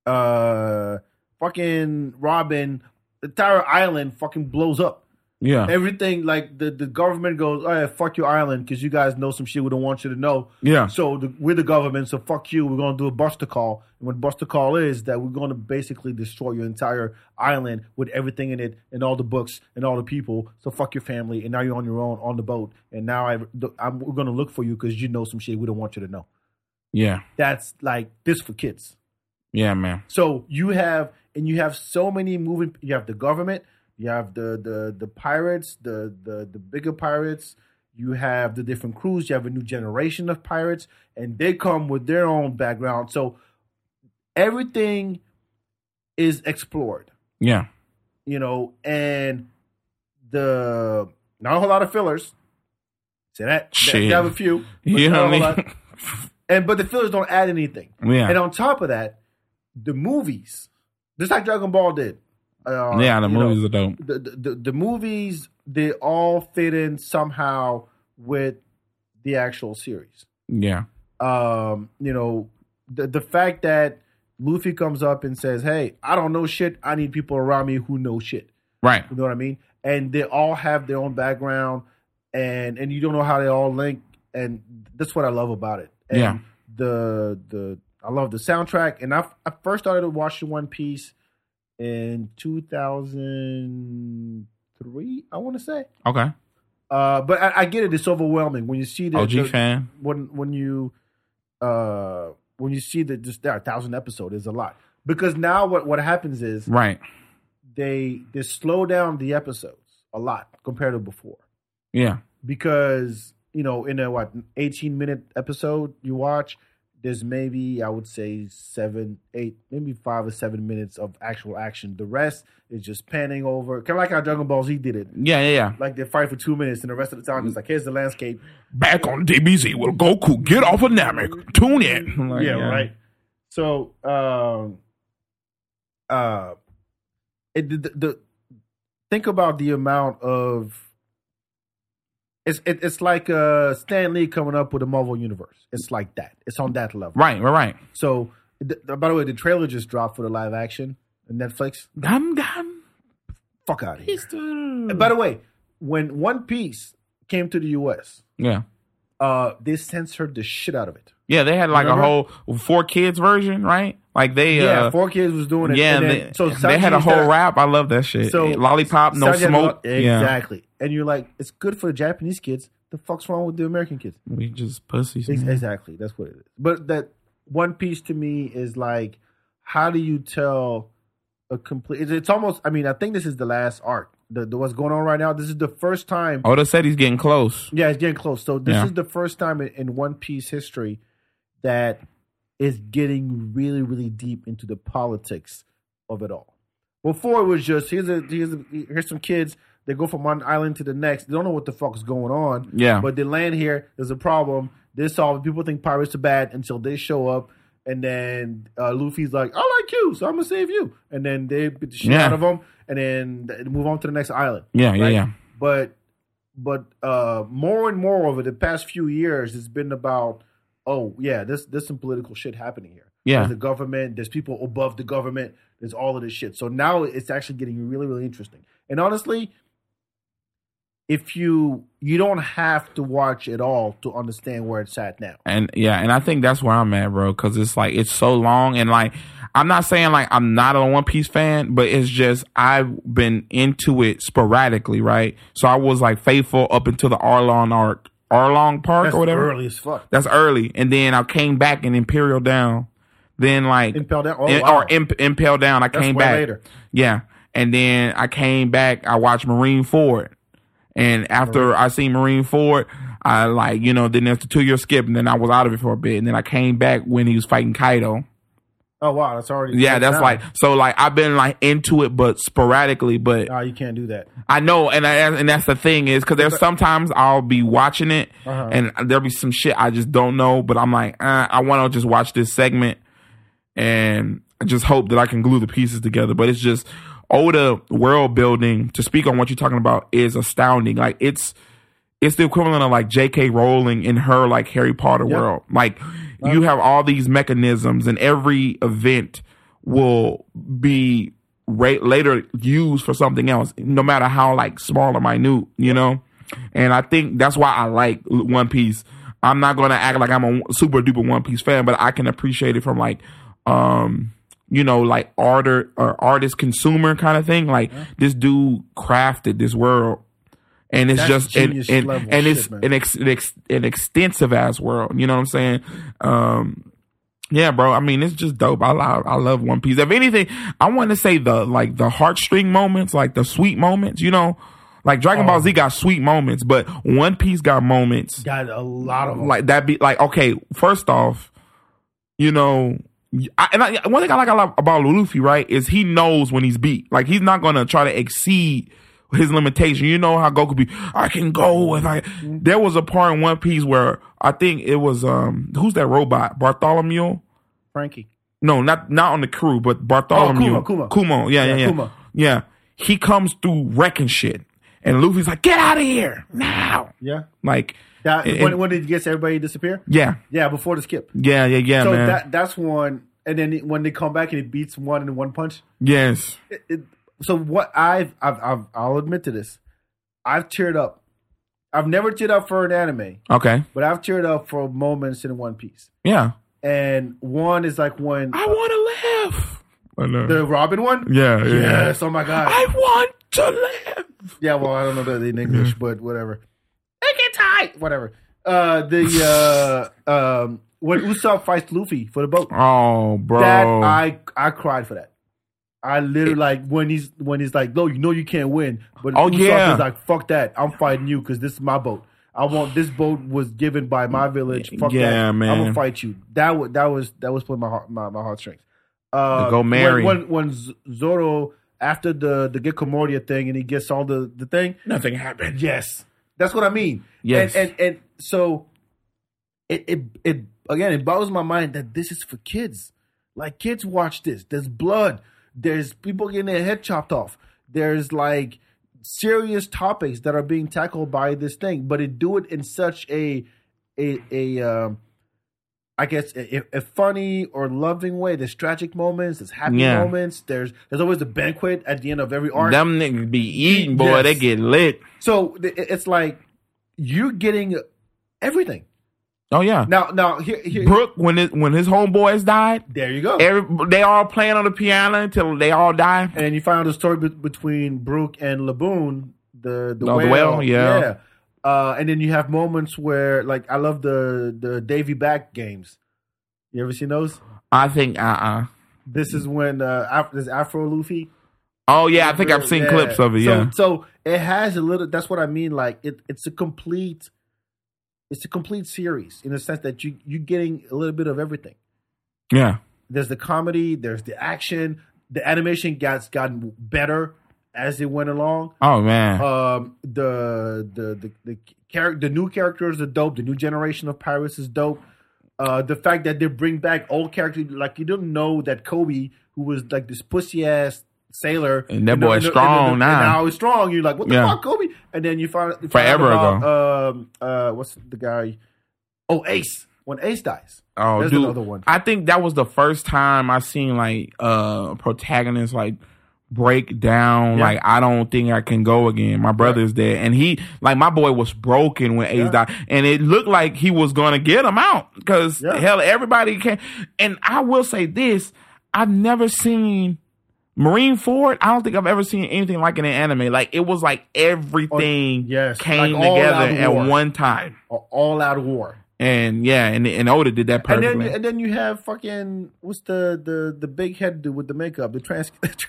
Speaker 3: uh fucking robin the entire island fucking blows up
Speaker 4: Yeah.
Speaker 3: everything like the the government goes all right fuck your island because you guys know some shit we don't want you to know
Speaker 4: Yeah.
Speaker 3: so the, we're the government, so fuck you. We're gonna do a buster call, and what buster call is that we're gonna basically destroy your entire island with everything in it, and all the books, and all the people. So fuck your family, and now you're on your own on the boat, and now I, I'm we're gonna look for you because you know some shit we don't want you to know.
Speaker 4: Yeah.
Speaker 3: That's like this for kids.
Speaker 4: Yeah, man.
Speaker 3: So you have and you have so many moving. You have the government. You have the the the pirates. The the the bigger pirates. You have the different crews. You have a new generation of pirates, and they come with their own background. So everything is explored,
Speaker 4: Yeah.
Speaker 3: you know, and the not a whole lot of fillers. Say that. They
Speaker 4: Shit.
Speaker 3: have a few. but
Speaker 4: You
Speaker 3: not a
Speaker 4: know
Speaker 3: whole
Speaker 4: what I
Speaker 3: lot. And but the fillers don't add anything.
Speaker 4: mean? Yeah.
Speaker 3: And on top of that, the movies, just like Dragon Ball did. Uh,
Speaker 4: yeah, the
Speaker 3: you know,
Speaker 4: movies are dope.
Speaker 3: the, the, the, the movies, they all fit in somehow with the actual series.
Speaker 4: Yeah.
Speaker 3: Um, you know, the, the fact that Luffy comes up and says, Hey, I don't know shit. I need people around me who know shit.
Speaker 4: Right.
Speaker 3: You know what I mean? And they all have their own background, and and you don't know how they all link, and that's what I love about it. And
Speaker 4: Yeah.
Speaker 3: The the I love the soundtrack, and I I first started watching One Piece in two thousand three, I want to say.
Speaker 4: Okay.
Speaker 3: Uh, but I, I get it; it's overwhelming when you see the,
Speaker 4: OG
Speaker 3: the-
Speaker 4: fan.
Speaker 3: when when you uh when you see that just that thousand episode is a lot because now what what happens is
Speaker 4: Right.
Speaker 3: they they slow down the episodes a lot compared to before
Speaker 4: Yeah.
Speaker 3: because you know in a what 18 minute episode you watch there's maybe i would say seven eight maybe five or seven minutes of actual action the rest is just panning over kind of like how dragon ball z did it
Speaker 4: Yeah, yeah, yeah.
Speaker 3: like they fight for two minutes and the rest of the time it's like here's the landscape
Speaker 4: Back on DBZ will Goku get off of Namek. Tune in. Like,
Speaker 3: yeah, right. So, um, uh, it, the, the, the think about the amount of it's it, it's like uh Stan Lee coming up with a Marvel universe. It's like that. It's on that level.
Speaker 4: Right, right, right.
Speaker 3: So, th- th- by the way, the trailer just dropped for the live action on Netflix.
Speaker 4: Gum gum.
Speaker 3: Fuck out of here.
Speaker 4: Easter.
Speaker 3: And by the way, when One Piece came to the U.S.
Speaker 4: Yeah.
Speaker 3: Uh, they censored the shit out of it.
Speaker 4: Yeah, they had like
Speaker 3: Remember?
Speaker 4: a whole four kids version, right? Like they
Speaker 3: Yeah,
Speaker 4: uh,
Speaker 3: four kids was doing it.
Speaker 4: yeah,
Speaker 3: and
Speaker 4: and
Speaker 3: then-
Speaker 4: they,
Speaker 3: so
Speaker 4: they had a
Speaker 3: Sanjay
Speaker 4: whole
Speaker 3: said-
Speaker 4: rap. I love that shit.
Speaker 3: So-
Speaker 4: lollipop, no
Speaker 3: Sanjay
Speaker 4: smoke.
Speaker 3: Lo-
Speaker 4: Yeah,
Speaker 3: exactly. And you're like, it's good for the Japanese kids. The fuck's wrong with the American kids?
Speaker 4: we just pussies.
Speaker 3: Ex-
Speaker 4: man.
Speaker 3: Exactly. That's what it is. But that One Piece to me is like, how do you tell a complete? It's, it's almost. I mean, I think this is the last arc. The, the what's going on right now. This is the first time.
Speaker 4: Oda said he's getting close.
Speaker 3: Yeah, it's getting close. So this
Speaker 4: Yeah.
Speaker 3: is the first time in, in One Piece history that is getting really, really deep into the politics of it all. Before it was just here's a here's a, here's some kids. They go from one island to the next. They don't know what the fuck's going on.
Speaker 4: Yeah.
Speaker 3: But they land here. There's a problem. They solve it. People think pirates are bad until they show up. And then uh, Luffy's like, I like you, so I'm going to save you. And then they beat the shit
Speaker 4: Yeah.
Speaker 3: out of them. And then they move on to the next island.
Speaker 4: Yeah, yeah,
Speaker 3: Right?
Speaker 4: yeah.
Speaker 3: But but uh, more and more over the past few years, it's been about oh yeah, there's there's some political shit happening here.
Speaker 4: Yeah.
Speaker 3: there's the government, there's people above the government, there's all of this shit. So now it's actually getting really really interesting. And honestly, if you you don't have to watch it all to understand where it's at now.
Speaker 4: And yeah, and I think that's where I'm at, bro. Because it's like it's so long, and like I'm not saying like I'm not a One Piece fan, but it's just I've been into it sporadically, right? So I was like faithful up until the Arlong arc, Arlong Park
Speaker 3: That's
Speaker 4: or whatever.
Speaker 3: early as fuck.
Speaker 4: That's early, and then I came back in Imperial Down. Then like
Speaker 3: Impel Down? Oh,
Speaker 4: in-
Speaker 3: wow.
Speaker 4: or imp, Impel Down. I came
Speaker 3: way
Speaker 4: back
Speaker 3: later.
Speaker 4: Yeah, and then I came back. I watched Marine Ford, and after I seen Marine Ford, I like you know. Then there's the two year skip, and then I was out of it for a bit, and then I came back when he was fighting Kaido.
Speaker 3: Oh wow, that's already
Speaker 4: Yeah, that's
Speaker 3: now.
Speaker 4: like so. Like I've been like into it, but sporadically. But
Speaker 3: Nah, you can't do that.
Speaker 4: I know, and I, and that's the thing is because there's sometimes I'll be watching it,
Speaker 3: Uh-huh.
Speaker 4: and there'll be some shit I just don't know, but I'm like, uh, I want to just watch this segment, and I just hope that I can glue the pieces together. But it's just Oda world building to speak on what you're talking about is astounding. Like it's it's the equivalent of like J.K. Rowling in her like Harry Potter
Speaker 3: Yeah.
Speaker 4: world. Like you have all these mechanisms, and every event will be ra- later used for something else, no matter how like small or minute, you know. And I think that's why I like L- One Piece. I'm not going to act like I'm a super duper One Piece fan, but I can appreciate it from like, um, you know, like artist or artist consumer kind of thing. Like this dude crafted this world and it's
Speaker 3: That's
Speaker 4: just and
Speaker 3: genius
Speaker 4: and,
Speaker 3: level
Speaker 4: and
Speaker 3: shit,
Speaker 4: it's
Speaker 3: man.
Speaker 4: an, ex, an, ex, an extensive ass world. You know what I'm saying? Um, yeah, bro. I mean, it's just dope. I love I love One Piece. If anything, I want to say the like the heartstring moments, like the sweet moments. You know, like Dragon Ball Z got sweet moments, but One Piece got moments
Speaker 3: Got a lot of them.
Speaker 4: like that. Be like okay. First off, you know. I, and I, one thing I like a lot about Luffy, right, is he knows when he's beat. Like he's not gonna try to exceed his limitation. You know how Goku be, I can go if I.
Speaker 3: Mm-hmm.
Speaker 4: There was a part in One Piece where I think it was um who's that robot Bartholomew?
Speaker 3: Frankie.
Speaker 4: No, not not on the crew, but Bartholomew.
Speaker 3: Oh, Kuma, Kuma.
Speaker 4: Kumo, yeah, yeah,
Speaker 3: Yeah,
Speaker 4: yeah.
Speaker 3: Kuma.
Speaker 4: Yeah. He comes through wrecking shit, and Luffy's like, "Get out of here now!"
Speaker 3: Yeah.
Speaker 4: Like,
Speaker 3: That,
Speaker 4: and-
Speaker 3: when, when it gets everybody to disappear?
Speaker 4: yeah,
Speaker 3: Yeah, before the skip.
Speaker 4: yeah, yeah, yeah,
Speaker 3: So
Speaker 4: man.
Speaker 3: that that's one, and then it- when they come back and it beats one in one punch.
Speaker 4: yes,
Speaker 3: It, it, so what I've, I've I've I'll admit to this, I've teared up. I've never teared up for an anime,
Speaker 4: okay,
Speaker 3: but I've teared up for moments in One Piece.
Speaker 4: yeah.
Speaker 3: And one is like when
Speaker 4: I want to live. I know.
Speaker 3: the Robin one.
Speaker 4: yeah, yeah.
Speaker 3: Yes. Oh my god.
Speaker 4: I want to live.
Speaker 3: Yeah, well, I don't know that in English, but whatever. It gets high. Whatever. Uh, the uh, um, when Usopp fights Luffy for the boat,
Speaker 4: Oh, bro.
Speaker 3: that I I cried for that. I literally like when he's when he's like, no, you know you can't win. But
Speaker 4: Oh,
Speaker 3: Usopp
Speaker 4: yeah.
Speaker 3: is like, fuck that, I'm fighting you because this is my boat. I want this boat was given by my village. Fuck
Speaker 4: Yeah,
Speaker 3: that,
Speaker 4: man.
Speaker 3: I'm gonna fight you. That was that was that was pulling my heart my, my heartstrings. Uh,
Speaker 4: Go
Speaker 3: when-
Speaker 4: marry.
Speaker 3: when when, Z Zoro after the the Geckomoria thing and he gets all the the thing.
Speaker 4: Nothing happened.
Speaker 3: Yes, that's what I mean.
Speaker 4: Yes.
Speaker 3: and and, and so it, it it again it boggles my mind that this is for kids. Like kids watch this. There's blood. There's people getting their head chopped off. There's like serious topics that are being tackled by this thing, but it do it in such a a a um, I guess a, a funny or loving way. There's tragic moments. There's happy
Speaker 4: Yeah.
Speaker 3: moments. There's there's always a banquet at the end of every arc.
Speaker 4: Them niggas be eating, boy.
Speaker 3: Yes.
Speaker 4: They get lit.
Speaker 3: So th- it- it's like you're getting everything.
Speaker 4: Oh yeah.
Speaker 3: Now, now here, here
Speaker 4: Brooke, when his, when his homeboys died,
Speaker 3: there you go.
Speaker 4: every, they all playing on the piano until they all die.
Speaker 3: and you found a story be- between Brooke and Laboon, the the,
Speaker 4: Oh, the
Speaker 3: whale.
Speaker 4: whale, yeah.
Speaker 3: Uh, and then you have moments where, like, I love the the Davy back games. You ever seen those?
Speaker 4: I think uh uh
Speaker 3: This is when uh, Af- this Afro Luffy.
Speaker 4: Oh yeah, I think I've seen
Speaker 3: Yeah.
Speaker 4: clips of it.
Speaker 3: So-
Speaker 4: Yeah.
Speaker 3: So, it has a little. That's what I mean. Like it, it's a complete, it's a complete series in the sense that you you're getting a little bit of everything.
Speaker 4: yeah.
Speaker 3: there's the comedy, there's the action. The animation got gotten better as it went along.
Speaker 4: Oh man.
Speaker 3: Um, the the the the character, the new characters are dope. The new generation of pirates is dope. Uh, the fact that they bring back old characters, like you didn't know that Kobe, who was like this pussy ass sailor,
Speaker 4: And that
Speaker 3: you know,
Speaker 4: boy
Speaker 3: and-
Speaker 4: strong
Speaker 3: and-
Speaker 4: now.
Speaker 3: And now he's strong. You're like, what the
Speaker 4: Yeah.
Speaker 3: fuck, Kobe? And then you find you find
Speaker 4: Forever
Speaker 3: out
Speaker 4: ago.
Speaker 3: about, Um, uh, what's the guy? Oh, Ace. When Ace dies,
Speaker 4: oh
Speaker 3: there's
Speaker 4: dude.
Speaker 3: another one.
Speaker 4: I think that was the first time I seen like uh protagonists like break down
Speaker 3: Yeah.
Speaker 4: like I don't think I can go again. My brother's dead. And he like my boy was broken when Ace
Speaker 3: Yeah.
Speaker 4: died. And it looked like he was gonna get him out. Cause
Speaker 3: Yeah.
Speaker 4: hell everybody can and I will say this, I've never seen Marine Ford, I don't think I've ever seen anything like it in anime. Like it was like everything
Speaker 3: Oh, yes,
Speaker 4: came
Speaker 3: like all out
Speaker 4: together
Speaker 3: of
Speaker 4: at
Speaker 3: war.
Speaker 4: one time.
Speaker 3: or all out war.
Speaker 4: And yeah, and and Oda did that
Speaker 3: And
Speaker 4: perfectly.
Speaker 3: then, and then you have fucking what's the the the big head dude with the makeup, the trans, trans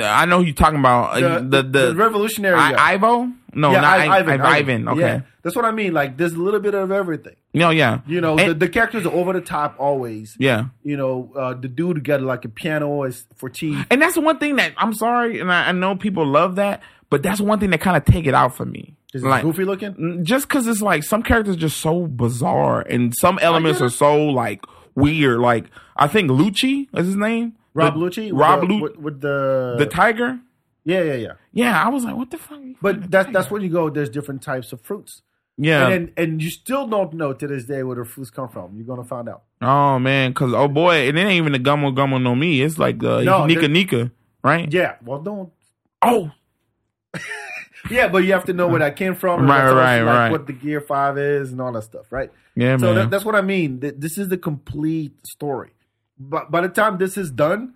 Speaker 4: Uh, I know who you're talking about Uh, the the,
Speaker 3: revolutionary guy.
Speaker 4: I, Ivo. No,
Speaker 3: Yeah,
Speaker 4: not
Speaker 3: I-
Speaker 4: I, Ivan, Okay.
Speaker 3: Yeah. that's what I mean. Like there's a little bit of everything.
Speaker 4: No, yeah.
Speaker 3: You know,
Speaker 4: And-
Speaker 3: the, the characters are over the top always.
Speaker 4: yeah.
Speaker 3: You know, uh, the dude got like a piano is for teeth.
Speaker 4: And that's the one thing that I'm sorry, and I, I know people love that, but that's one thing that kind of take it out for me.
Speaker 3: Is
Speaker 4: like,
Speaker 3: goofy looking?
Speaker 4: mm, just because it's like some characters just so bizarre, and some elements
Speaker 3: get it.
Speaker 4: are so like weird. Like I think Lucci is his name.
Speaker 3: Rob
Speaker 4: The-
Speaker 3: Lucci, uh, with
Speaker 4: Rob
Speaker 3: the-
Speaker 4: Lucci.
Speaker 3: with, with the,
Speaker 4: the tiger.
Speaker 3: yeah, yeah, yeah.
Speaker 4: Yeah, I was like, what the fuck?
Speaker 3: But that's that's where you go. There's different types of fruits,
Speaker 4: yeah.
Speaker 3: and and you still don't know to this day where the fruits come from. You're gonna find out.
Speaker 4: Oh man, cause oh boy, and it ain't even the gummo gummo no me. It's like the
Speaker 3: No,
Speaker 4: nika
Speaker 3: they're-
Speaker 4: nika, right?
Speaker 3: Yeah, well, don't
Speaker 4: Oh,
Speaker 3: Yeah, but you have to know where that came from, and
Speaker 4: Right,
Speaker 3: that's also,
Speaker 4: right,
Speaker 3: like,
Speaker 4: right.
Speaker 3: What the Gear Five is and all that stuff, right?
Speaker 4: yeah,
Speaker 3: so
Speaker 4: man.
Speaker 3: that, that's what I mean. Th- This is the complete story. But by the time this is done,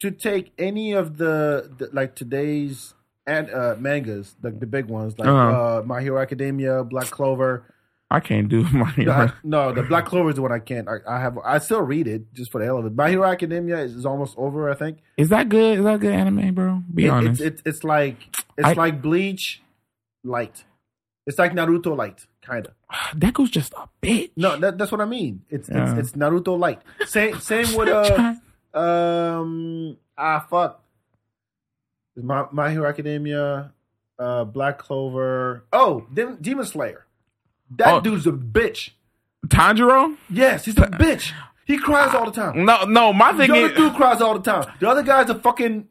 Speaker 3: to take any of the, the like today's and uh, mangas, like the big ones, like
Speaker 4: Uh-huh.
Speaker 3: uh My Hero Academia, Black Clover.
Speaker 4: I can't do my.
Speaker 3: No, I- no, the Black Clover is the one I can't. I, I have. I still read it just for the hell of it. My Hero Academia is, is almost over. I think
Speaker 4: Is that good? Is that good anime, bro? Be
Speaker 3: It- it's
Speaker 4: honest.
Speaker 3: it's it's like it's
Speaker 4: I-
Speaker 3: like Bleach, light. It's like Naruto light, kind of.
Speaker 4: Deku's just a bitch.
Speaker 3: No, that, that's what I mean. It's
Speaker 4: Yeah.
Speaker 3: it's, it's Naruto light. Same same with uh um ah fuck. My My Hero Academia, uh Black Clover. Oh, Dem- Demon Slayer. That
Speaker 4: Oh.
Speaker 3: dude's a bitch.
Speaker 4: Tanjiro?
Speaker 3: Yes, he's a bitch. He cries all the time.
Speaker 4: No, no. My
Speaker 3: The
Speaker 4: thing
Speaker 3: other
Speaker 4: uh, is,
Speaker 3: dude cries all the time. The other guy's a fucking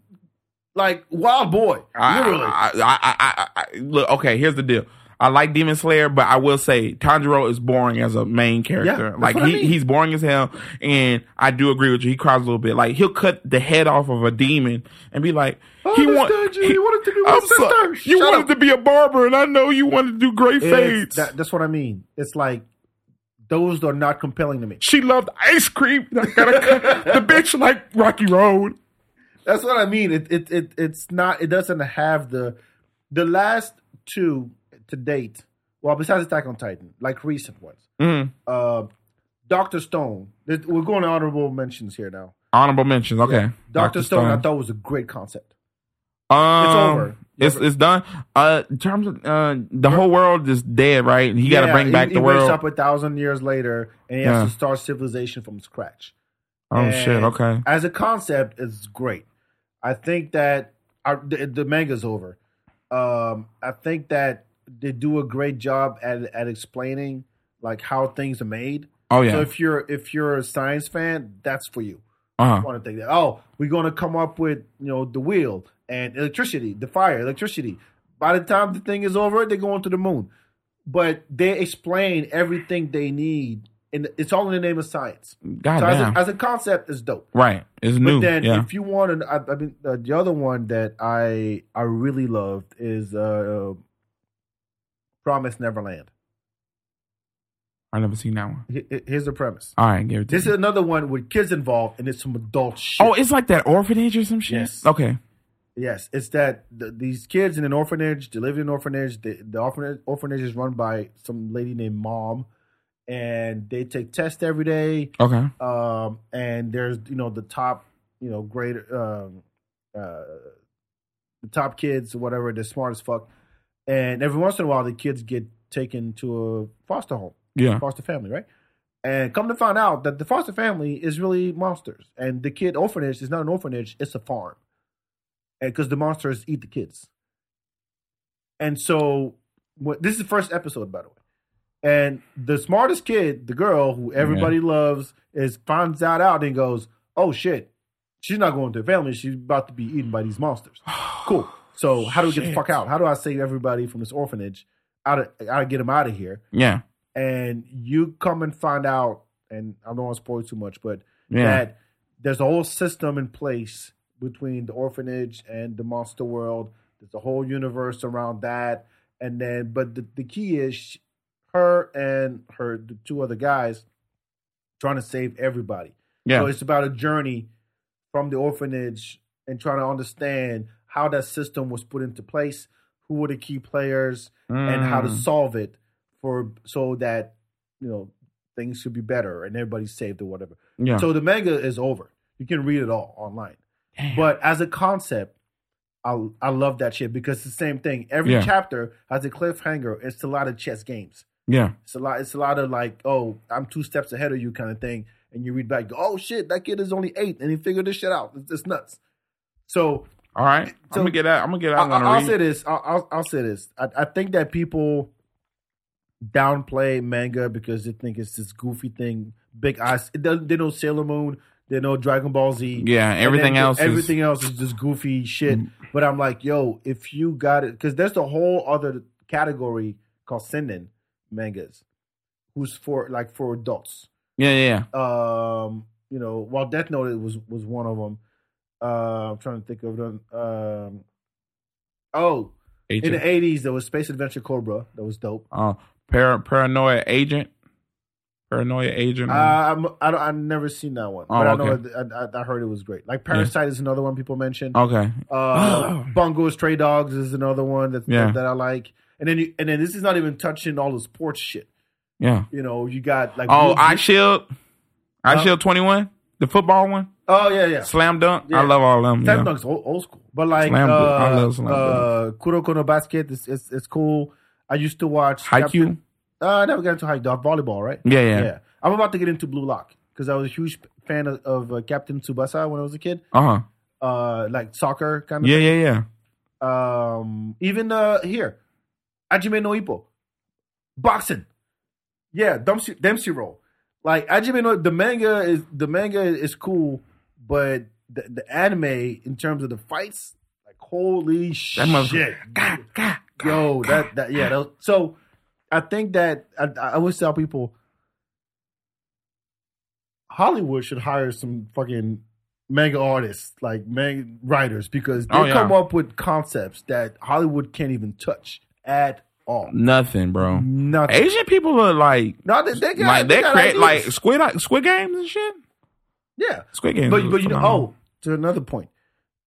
Speaker 3: like wild boy.
Speaker 4: I,
Speaker 3: Literally.
Speaker 4: I, I, I, I, I- look. Okay, here's the deal. I like Demon Slayer, but I will say Tanjiro is boring as a main character.
Speaker 3: that's
Speaker 4: like
Speaker 3: what I
Speaker 4: he,
Speaker 3: mean.
Speaker 4: he's boring as hell, and I do agree with you. He cries a little bit. Like he'll cut the head off of a demon and be like,
Speaker 3: I
Speaker 4: he
Speaker 3: understand
Speaker 4: want,
Speaker 3: you. You wanted to be my
Speaker 4: I'm
Speaker 3: sister.
Speaker 4: sorry. You
Speaker 3: Shut
Speaker 4: wanted
Speaker 3: up.
Speaker 4: to be a barber, and I know you wanted to do great
Speaker 3: It's-
Speaker 4: fades.
Speaker 3: that, that's what I mean. It's like those are not compelling to me.
Speaker 4: she loved ice cream. I gotta cut- the bitch like Rocky Road.
Speaker 3: That's what I mean. It it, it it's not. It doesn't have the the last two to date. Well, besides Attack on Titan, like recent ones.
Speaker 4: Mm.
Speaker 3: Uh, Doctor Stone. Th- We're going to honorable mentions here now.
Speaker 4: Honorable mentions. Okay,
Speaker 3: Doctor Stone, I thought was a great concept.
Speaker 4: Um,
Speaker 3: It's over.
Speaker 4: It's it's done. Uh, in terms of uh, the whole world is dead, right? And He got to
Speaker 3: Yeah,
Speaker 4: bring
Speaker 3: he-
Speaker 4: back
Speaker 3: he
Speaker 4: the
Speaker 3: wakes
Speaker 4: world.
Speaker 3: up a thousand years later, and he
Speaker 4: Yeah.
Speaker 3: has to start civilization from scratch.
Speaker 4: oh
Speaker 3: And
Speaker 4: shit. Okay.
Speaker 3: As a concept, it's great. I think that our, the, the manga's over. Um, I think that they do a great job at at explaining like how things are made.
Speaker 4: Oh
Speaker 3: So
Speaker 4: yeah.
Speaker 3: if you're if you're a science fan, that's for you.
Speaker 4: Uh
Speaker 3: I want to think that oh, we're gonna come up with you know the wheel and electricity, the fire, electricity. By the time the thing is over, they're going to the moon. But they explain everything they need, and it's all in the name of science.
Speaker 4: God
Speaker 3: So as
Speaker 4: damn.
Speaker 3: a, as a concept, it's dope.
Speaker 4: right. It's
Speaker 3: But
Speaker 4: new.
Speaker 3: then,
Speaker 4: Yeah.
Speaker 3: if you want, to, I, I mean, uh, the other one that I I really loved is uh, Promise Neverland.
Speaker 4: I I've never seen that one.
Speaker 3: He- he- Here's the premise.
Speaker 4: All right, give it to
Speaker 3: This
Speaker 4: me.
Speaker 3: is another one with kids involved, and it's some adult shit.
Speaker 4: oh, it's like that orphanage or some shit.
Speaker 3: Yes.
Speaker 4: Okay.
Speaker 3: Yes, it's that th- these kids in an orphanage, they live in an orphanage. The, the orphanage, orphanage is run by some lady named Mom, and they take tests every day.
Speaker 4: Okay.
Speaker 3: Um, and there's you know the top, you know, grade, um, uh, the top kids, whatever, they're smart as fuck. And every once in a while, the kids get taken to a foster home
Speaker 4: Yeah.
Speaker 3: foster family, right? And come to find out that the foster family is really monsters, and the kid orphanage is not an orphanage; it's a farm, and because the monsters eat the kids. And so, what, this is the first episode, by the way. And the smartest kid, the girl who everybody loves, is finds that out and goes, "Oh shit, she's not going to the family; she's about to be eaten by these monsters." cool. So, how do we get the
Speaker 4: Shit.
Speaker 3: fuck out? How do I save everybody from this orphanage? How to how to get them out of here?
Speaker 4: Yeah.
Speaker 3: and you come and find out, and I don't want to spoil too much, but
Speaker 4: Yeah.
Speaker 3: that there's a whole system in place between the orphanage and the monster world. There's a whole universe around that, and then but the, the key is sh- her and her the two other guys trying to save everybody.
Speaker 4: yeah.
Speaker 3: So it's about a journey from the orphanage and trying to understand how that system was put into place, who were the key players, and how to
Speaker 4: Mm.
Speaker 3: solve it for so that you know things should be better and everybody's saved or whatever.
Speaker 4: Yeah.
Speaker 3: So the manga is over. You can read it all online.
Speaker 4: Damn.
Speaker 3: But as a concept, I I love that shit because it's the same thing. Every
Speaker 4: Yeah.
Speaker 3: chapter has a cliffhanger. It's a lot of chess games.
Speaker 4: yeah.
Speaker 3: It's a lot. It's a lot of like, oh, I'm two steps ahead of you kind of thing. And you read back, oh shit, that kid is only eight, and he figured this shit out. It's, it's nuts. So
Speaker 4: All right.
Speaker 3: So-
Speaker 4: I'm gonna get that. I'm gonna get
Speaker 3: I,
Speaker 4: that. I'm
Speaker 3: will
Speaker 4: gonna
Speaker 3: say
Speaker 4: read.
Speaker 3: this. I'll, I'll, I'll say this. I, I think that people downplay manga because they think it's this goofy thing. Big eyes. It doesn't, they know Sailor Moon. They know Dragon Ball Z.
Speaker 4: Yeah.
Speaker 3: And then
Speaker 4: Everything
Speaker 3: the-
Speaker 4: else. Mm.
Speaker 3: everything else is just goofy shit. But I'm like, yo, if you got it, because there's a whole other category called seinen mangas, who's for like for adults.
Speaker 4: Is, yeah. Yeah.
Speaker 3: Um, you know, while Death Note was was one of them. Uh, I'm trying to think of them. Um, oh,
Speaker 4: yeah.
Speaker 3: in the
Speaker 4: Agent.
Speaker 3: '80s there was Space Adventure Cobra that was dope.
Speaker 4: Uh, para, paranoia agent. Paranoia agent.
Speaker 3: Uh, I'm, I don't, I've never seen that one,
Speaker 4: Mm-hmm. Oh,
Speaker 3: but I know
Speaker 4: okay. Oh.
Speaker 3: it- I, I, I heard it was great. Like Parasite is another one people mentioned.
Speaker 4: okay.
Speaker 3: Uh, Bungo's Stray Dogs is another one that,
Speaker 4: Yeah.
Speaker 3: that I like. And then you, and then this is not even touching all the sports shit.
Speaker 4: Yeah.
Speaker 3: You know, you got like
Speaker 4: Oh,
Speaker 3: Blue-
Speaker 4: I shield. I
Speaker 3: Huh?
Speaker 4: shield twenty one. The football one.
Speaker 3: oh yeah yeah.
Speaker 4: Slam dunk.
Speaker 3: Yeah.
Speaker 4: I love all of them.
Speaker 3: Slam
Speaker 4: yeah.
Speaker 3: Dunk's old, old school, but like
Speaker 4: Slam
Speaker 3: uh,
Speaker 4: Dunk. I love Slam
Speaker 3: uh, Kuroko no Basket is it's, it's cool. I used to watch
Speaker 4: Haikyuu?
Speaker 3: Captain- Uh, I never got into Haikyuu. Volleyball, right?
Speaker 4: Yeah, yeah.
Speaker 3: I'm about to get into Blue Lock because I was a huge fan of, of uh, Captain Tsubasa when I was a kid.
Speaker 4: Uh huh.
Speaker 3: Uh, like soccer kind of.
Speaker 4: Yeah, yeah, yeah.
Speaker 3: Um, even uh, here, Ajime no Ippo, boxing. Yeah, Dempsey, Dempsey roll. Like Ajime no, the manga is the manga is cool, but the, the anime in terms of the fights, like holy
Speaker 4: That
Speaker 3: shit,
Speaker 4: motherfucker. Gah, gah, gah.
Speaker 3: yo, that that yeah. That was- so I think that I, I always tell people Hollywood should hire some fucking manga artists, like manga writers, because they
Speaker 4: Oh, yeah.
Speaker 3: come up with concepts that Hollywood can't even touch at all.
Speaker 4: Nothing, bro.
Speaker 3: Nothing.
Speaker 4: Asian people are like,
Speaker 3: No, they, they got,
Speaker 4: like
Speaker 3: they
Speaker 4: they
Speaker 3: got
Speaker 4: create
Speaker 3: ideas.
Speaker 4: like squid squid games and shit.
Speaker 3: yeah.
Speaker 4: Squid games,
Speaker 3: But but you know,
Speaker 4: phenomenal.
Speaker 3: oh, to another point,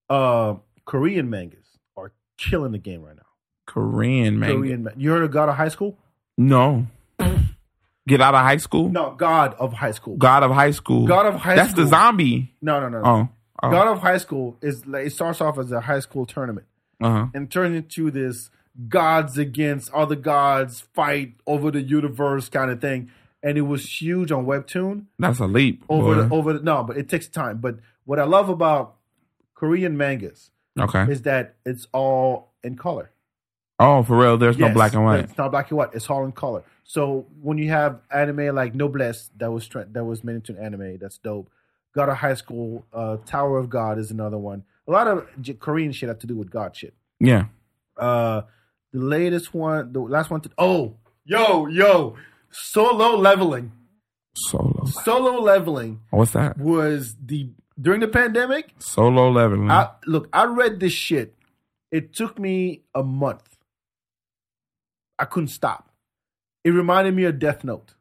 Speaker 3: uh, Korean mangas are killing the game right now.
Speaker 4: Korean man.
Speaker 3: oh. Korean, ma- you heard of God of High School?
Speaker 4: No, get out of high school.
Speaker 3: No, God of High School.
Speaker 4: God of high school.
Speaker 3: God of High
Speaker 4: That's
Speaker 3: School.
Speaker 4: the zombie.
Speaker 3: No, no, no. no.
Speaker 4: Oh, oh.
Speaker 3: God of High School is like, it starts off as a high school tournament
Speaker 4: uh-huh.
Speaker 3: and turns into this gods against other gods fight over the universe kind of thing. And it was huge on Webtoon
Speaker 4: That's a leap.
Speaker 3: over the,
Speaker 4: boy.
Speaker 3: over the, no, but it takes time. But what I love about Korean mangas
Speaker 4: okay.
Speaker 3: is that it's all in color.
Speaker 4: Oh, for real. There's no
Speaker 3: Yes,
Speaker 4: black and white.
Speaker 3: It's not black and white. It's all in color. So when you have anime like Noblesse that was tra- that was made into an anime, that's dope. God of High School, uh, Tower of God is another one. A lot of J- Korean shit have to do with God shit.
Speaker 4: Yeah.
Speaker 3: Uh, the latest one, the last one. To, oh, yo, yo, solo leveling.
Speaker 4: Solo.
Speaker 3: Solo leveling
Speaker 4: What's that?
Speaker 3: was the during the pandemic.
Speaker 4: Solo leveling.
Speaker 3: I look, I read this shit. It took me a month. I couldn't stop. It reminded me of Death Note.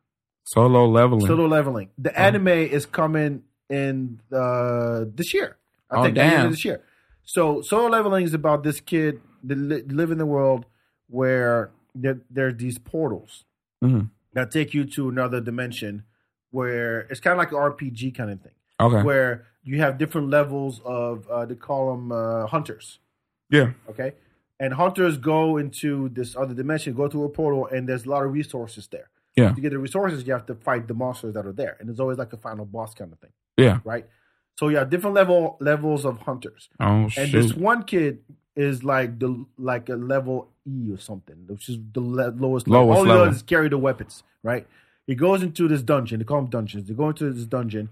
Speaker 4: Solo leveling.
Speaker 3: Solo Leveling. The
Speaker 4: Oh.
Speaker 3: anime is coming in uh, this year. I
Speaker 4: Oh,
Speaker 3: think the end of
Speaker 4: damn.
Speaker 3: this year. So Solo Leveling is about this kid that li- live in the world where there, there are these portals
Speaker 4: Mhm.
Speaker 3: that take you to another dimension where it's kind of like an RPG kind of thing,
Speaker 4: Okay.
Speaker 3: where you have different levels of uh, they call them uh, hunters.
Speaker 4: yeah.
Speaker 3: Okay. And hunters go into this other dimension, go to a portal, and there's a lot of resources there.
Speaker 4: Yeah.
Speaker 3: To get the resources, you have to fight the monsters that are there. And it's always like a final boss kind of thing,
Speaker 4: Yeah.
Speaker 3: right? So you have different level levels of hunters.
Speaker 4: Oh
Speaker 3: And
Speaker 4: shit.
Speaker 3: this one kid is like the like a level E or something, which is the le- lowest level.
Speaker 4: Lowest
Speaker 3: All he
Speaker 4: level.
Speaker 3: does is carry the weapons, right? He goes into this dungeon. They call them dungeons. They go into this dungeon,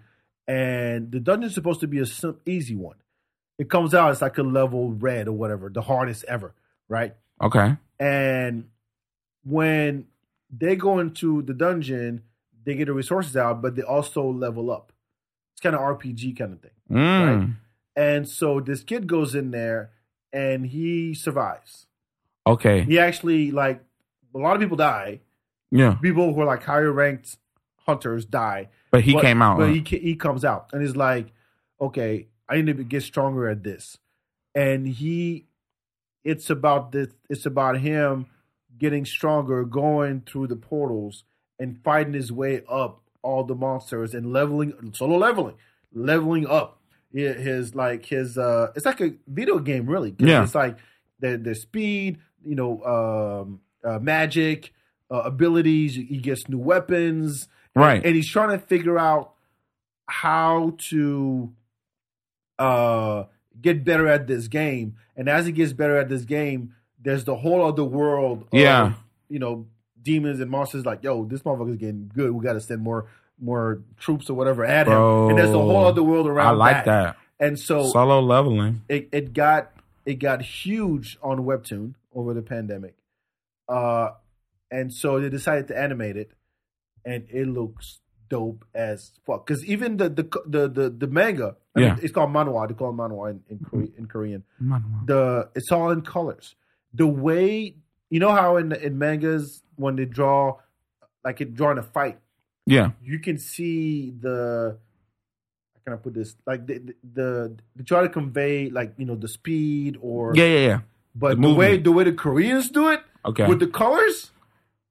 Speaker 3: and the dungeon's supposed to be a sim- easy one. It comes out it's like a level red or whatever, the hardest ever, right?
Speaker 4: okay.
Speaker 3: And when they go into the dungeon, they get the resources out, but they also level up. It's kind of RPG kind of thing.
Speaker 4: Mm.
Speaker 3: And so this kid goes in there and he survives.
Speaker 4: Okay.
Speaker 3: He actually like a lot of people die.
Speaker 4: Yeah.
Speaker 3: People who are like higher ranked hunters die.
Speaker 4: But he
Speaker 3: But-
Speaker 4: came out.
Speaker 3: But
Speaker 4: huh?
Speaker 3: he ca- he comes out and is like, okay, I need to be- get stronger at this. And he, it's about this. It's about him getting stronger, going through the portals and fighting his way up all the monsters and leveling solo leveling, leveling up hi- his like his uh it's like a video game really 'cause
Speaker 4: Yeah.
Speaker 3: it's like the the speed you know um uh, magic uh, abilities he gets new weapons
Speaker 4: right.
Speaker 3: and he's trying to figure out how to uh get better at this game and as he gets better at this game there's the whole other world of,
Speaker 4: Yeah.
Speaker 3: you know demons and monsters like yo this motherfucker's getting good we gotta send more more troops or whatever at him
Speaker 4: Bro.
Speaker 3: and there's a whole other world around
Speaker 4: I like that.
Speaker 3: and so
Speaker 4: Solo leveling.
Speaker 3: it, it got it got huge on webtoon over the pandemic uh and so they decided to animate it and it looks dope as fuck because even the the co- the the, the manga I mean,
Speaker 4: Yeah.
Speaker 3: it's called manhwa they call it manhwa in, in, Kore- in korean the it's all in colors the way you know how in in mangas when they draw like it drawing a fight
Speaker 4: Yeah.
Speaker 3: you can see the how can I put this like the the, the they try to convey like you know the speed or
Speaker 4: Yeah. Yeah. Yeah.
Speaker 3: but the,
Speaker 4: the
Speaker 3: way
Speaker 4: movement.
Speaker 3: the way the Koreans do it
Speaker 4: Okay.
Speaker 3: with the colors,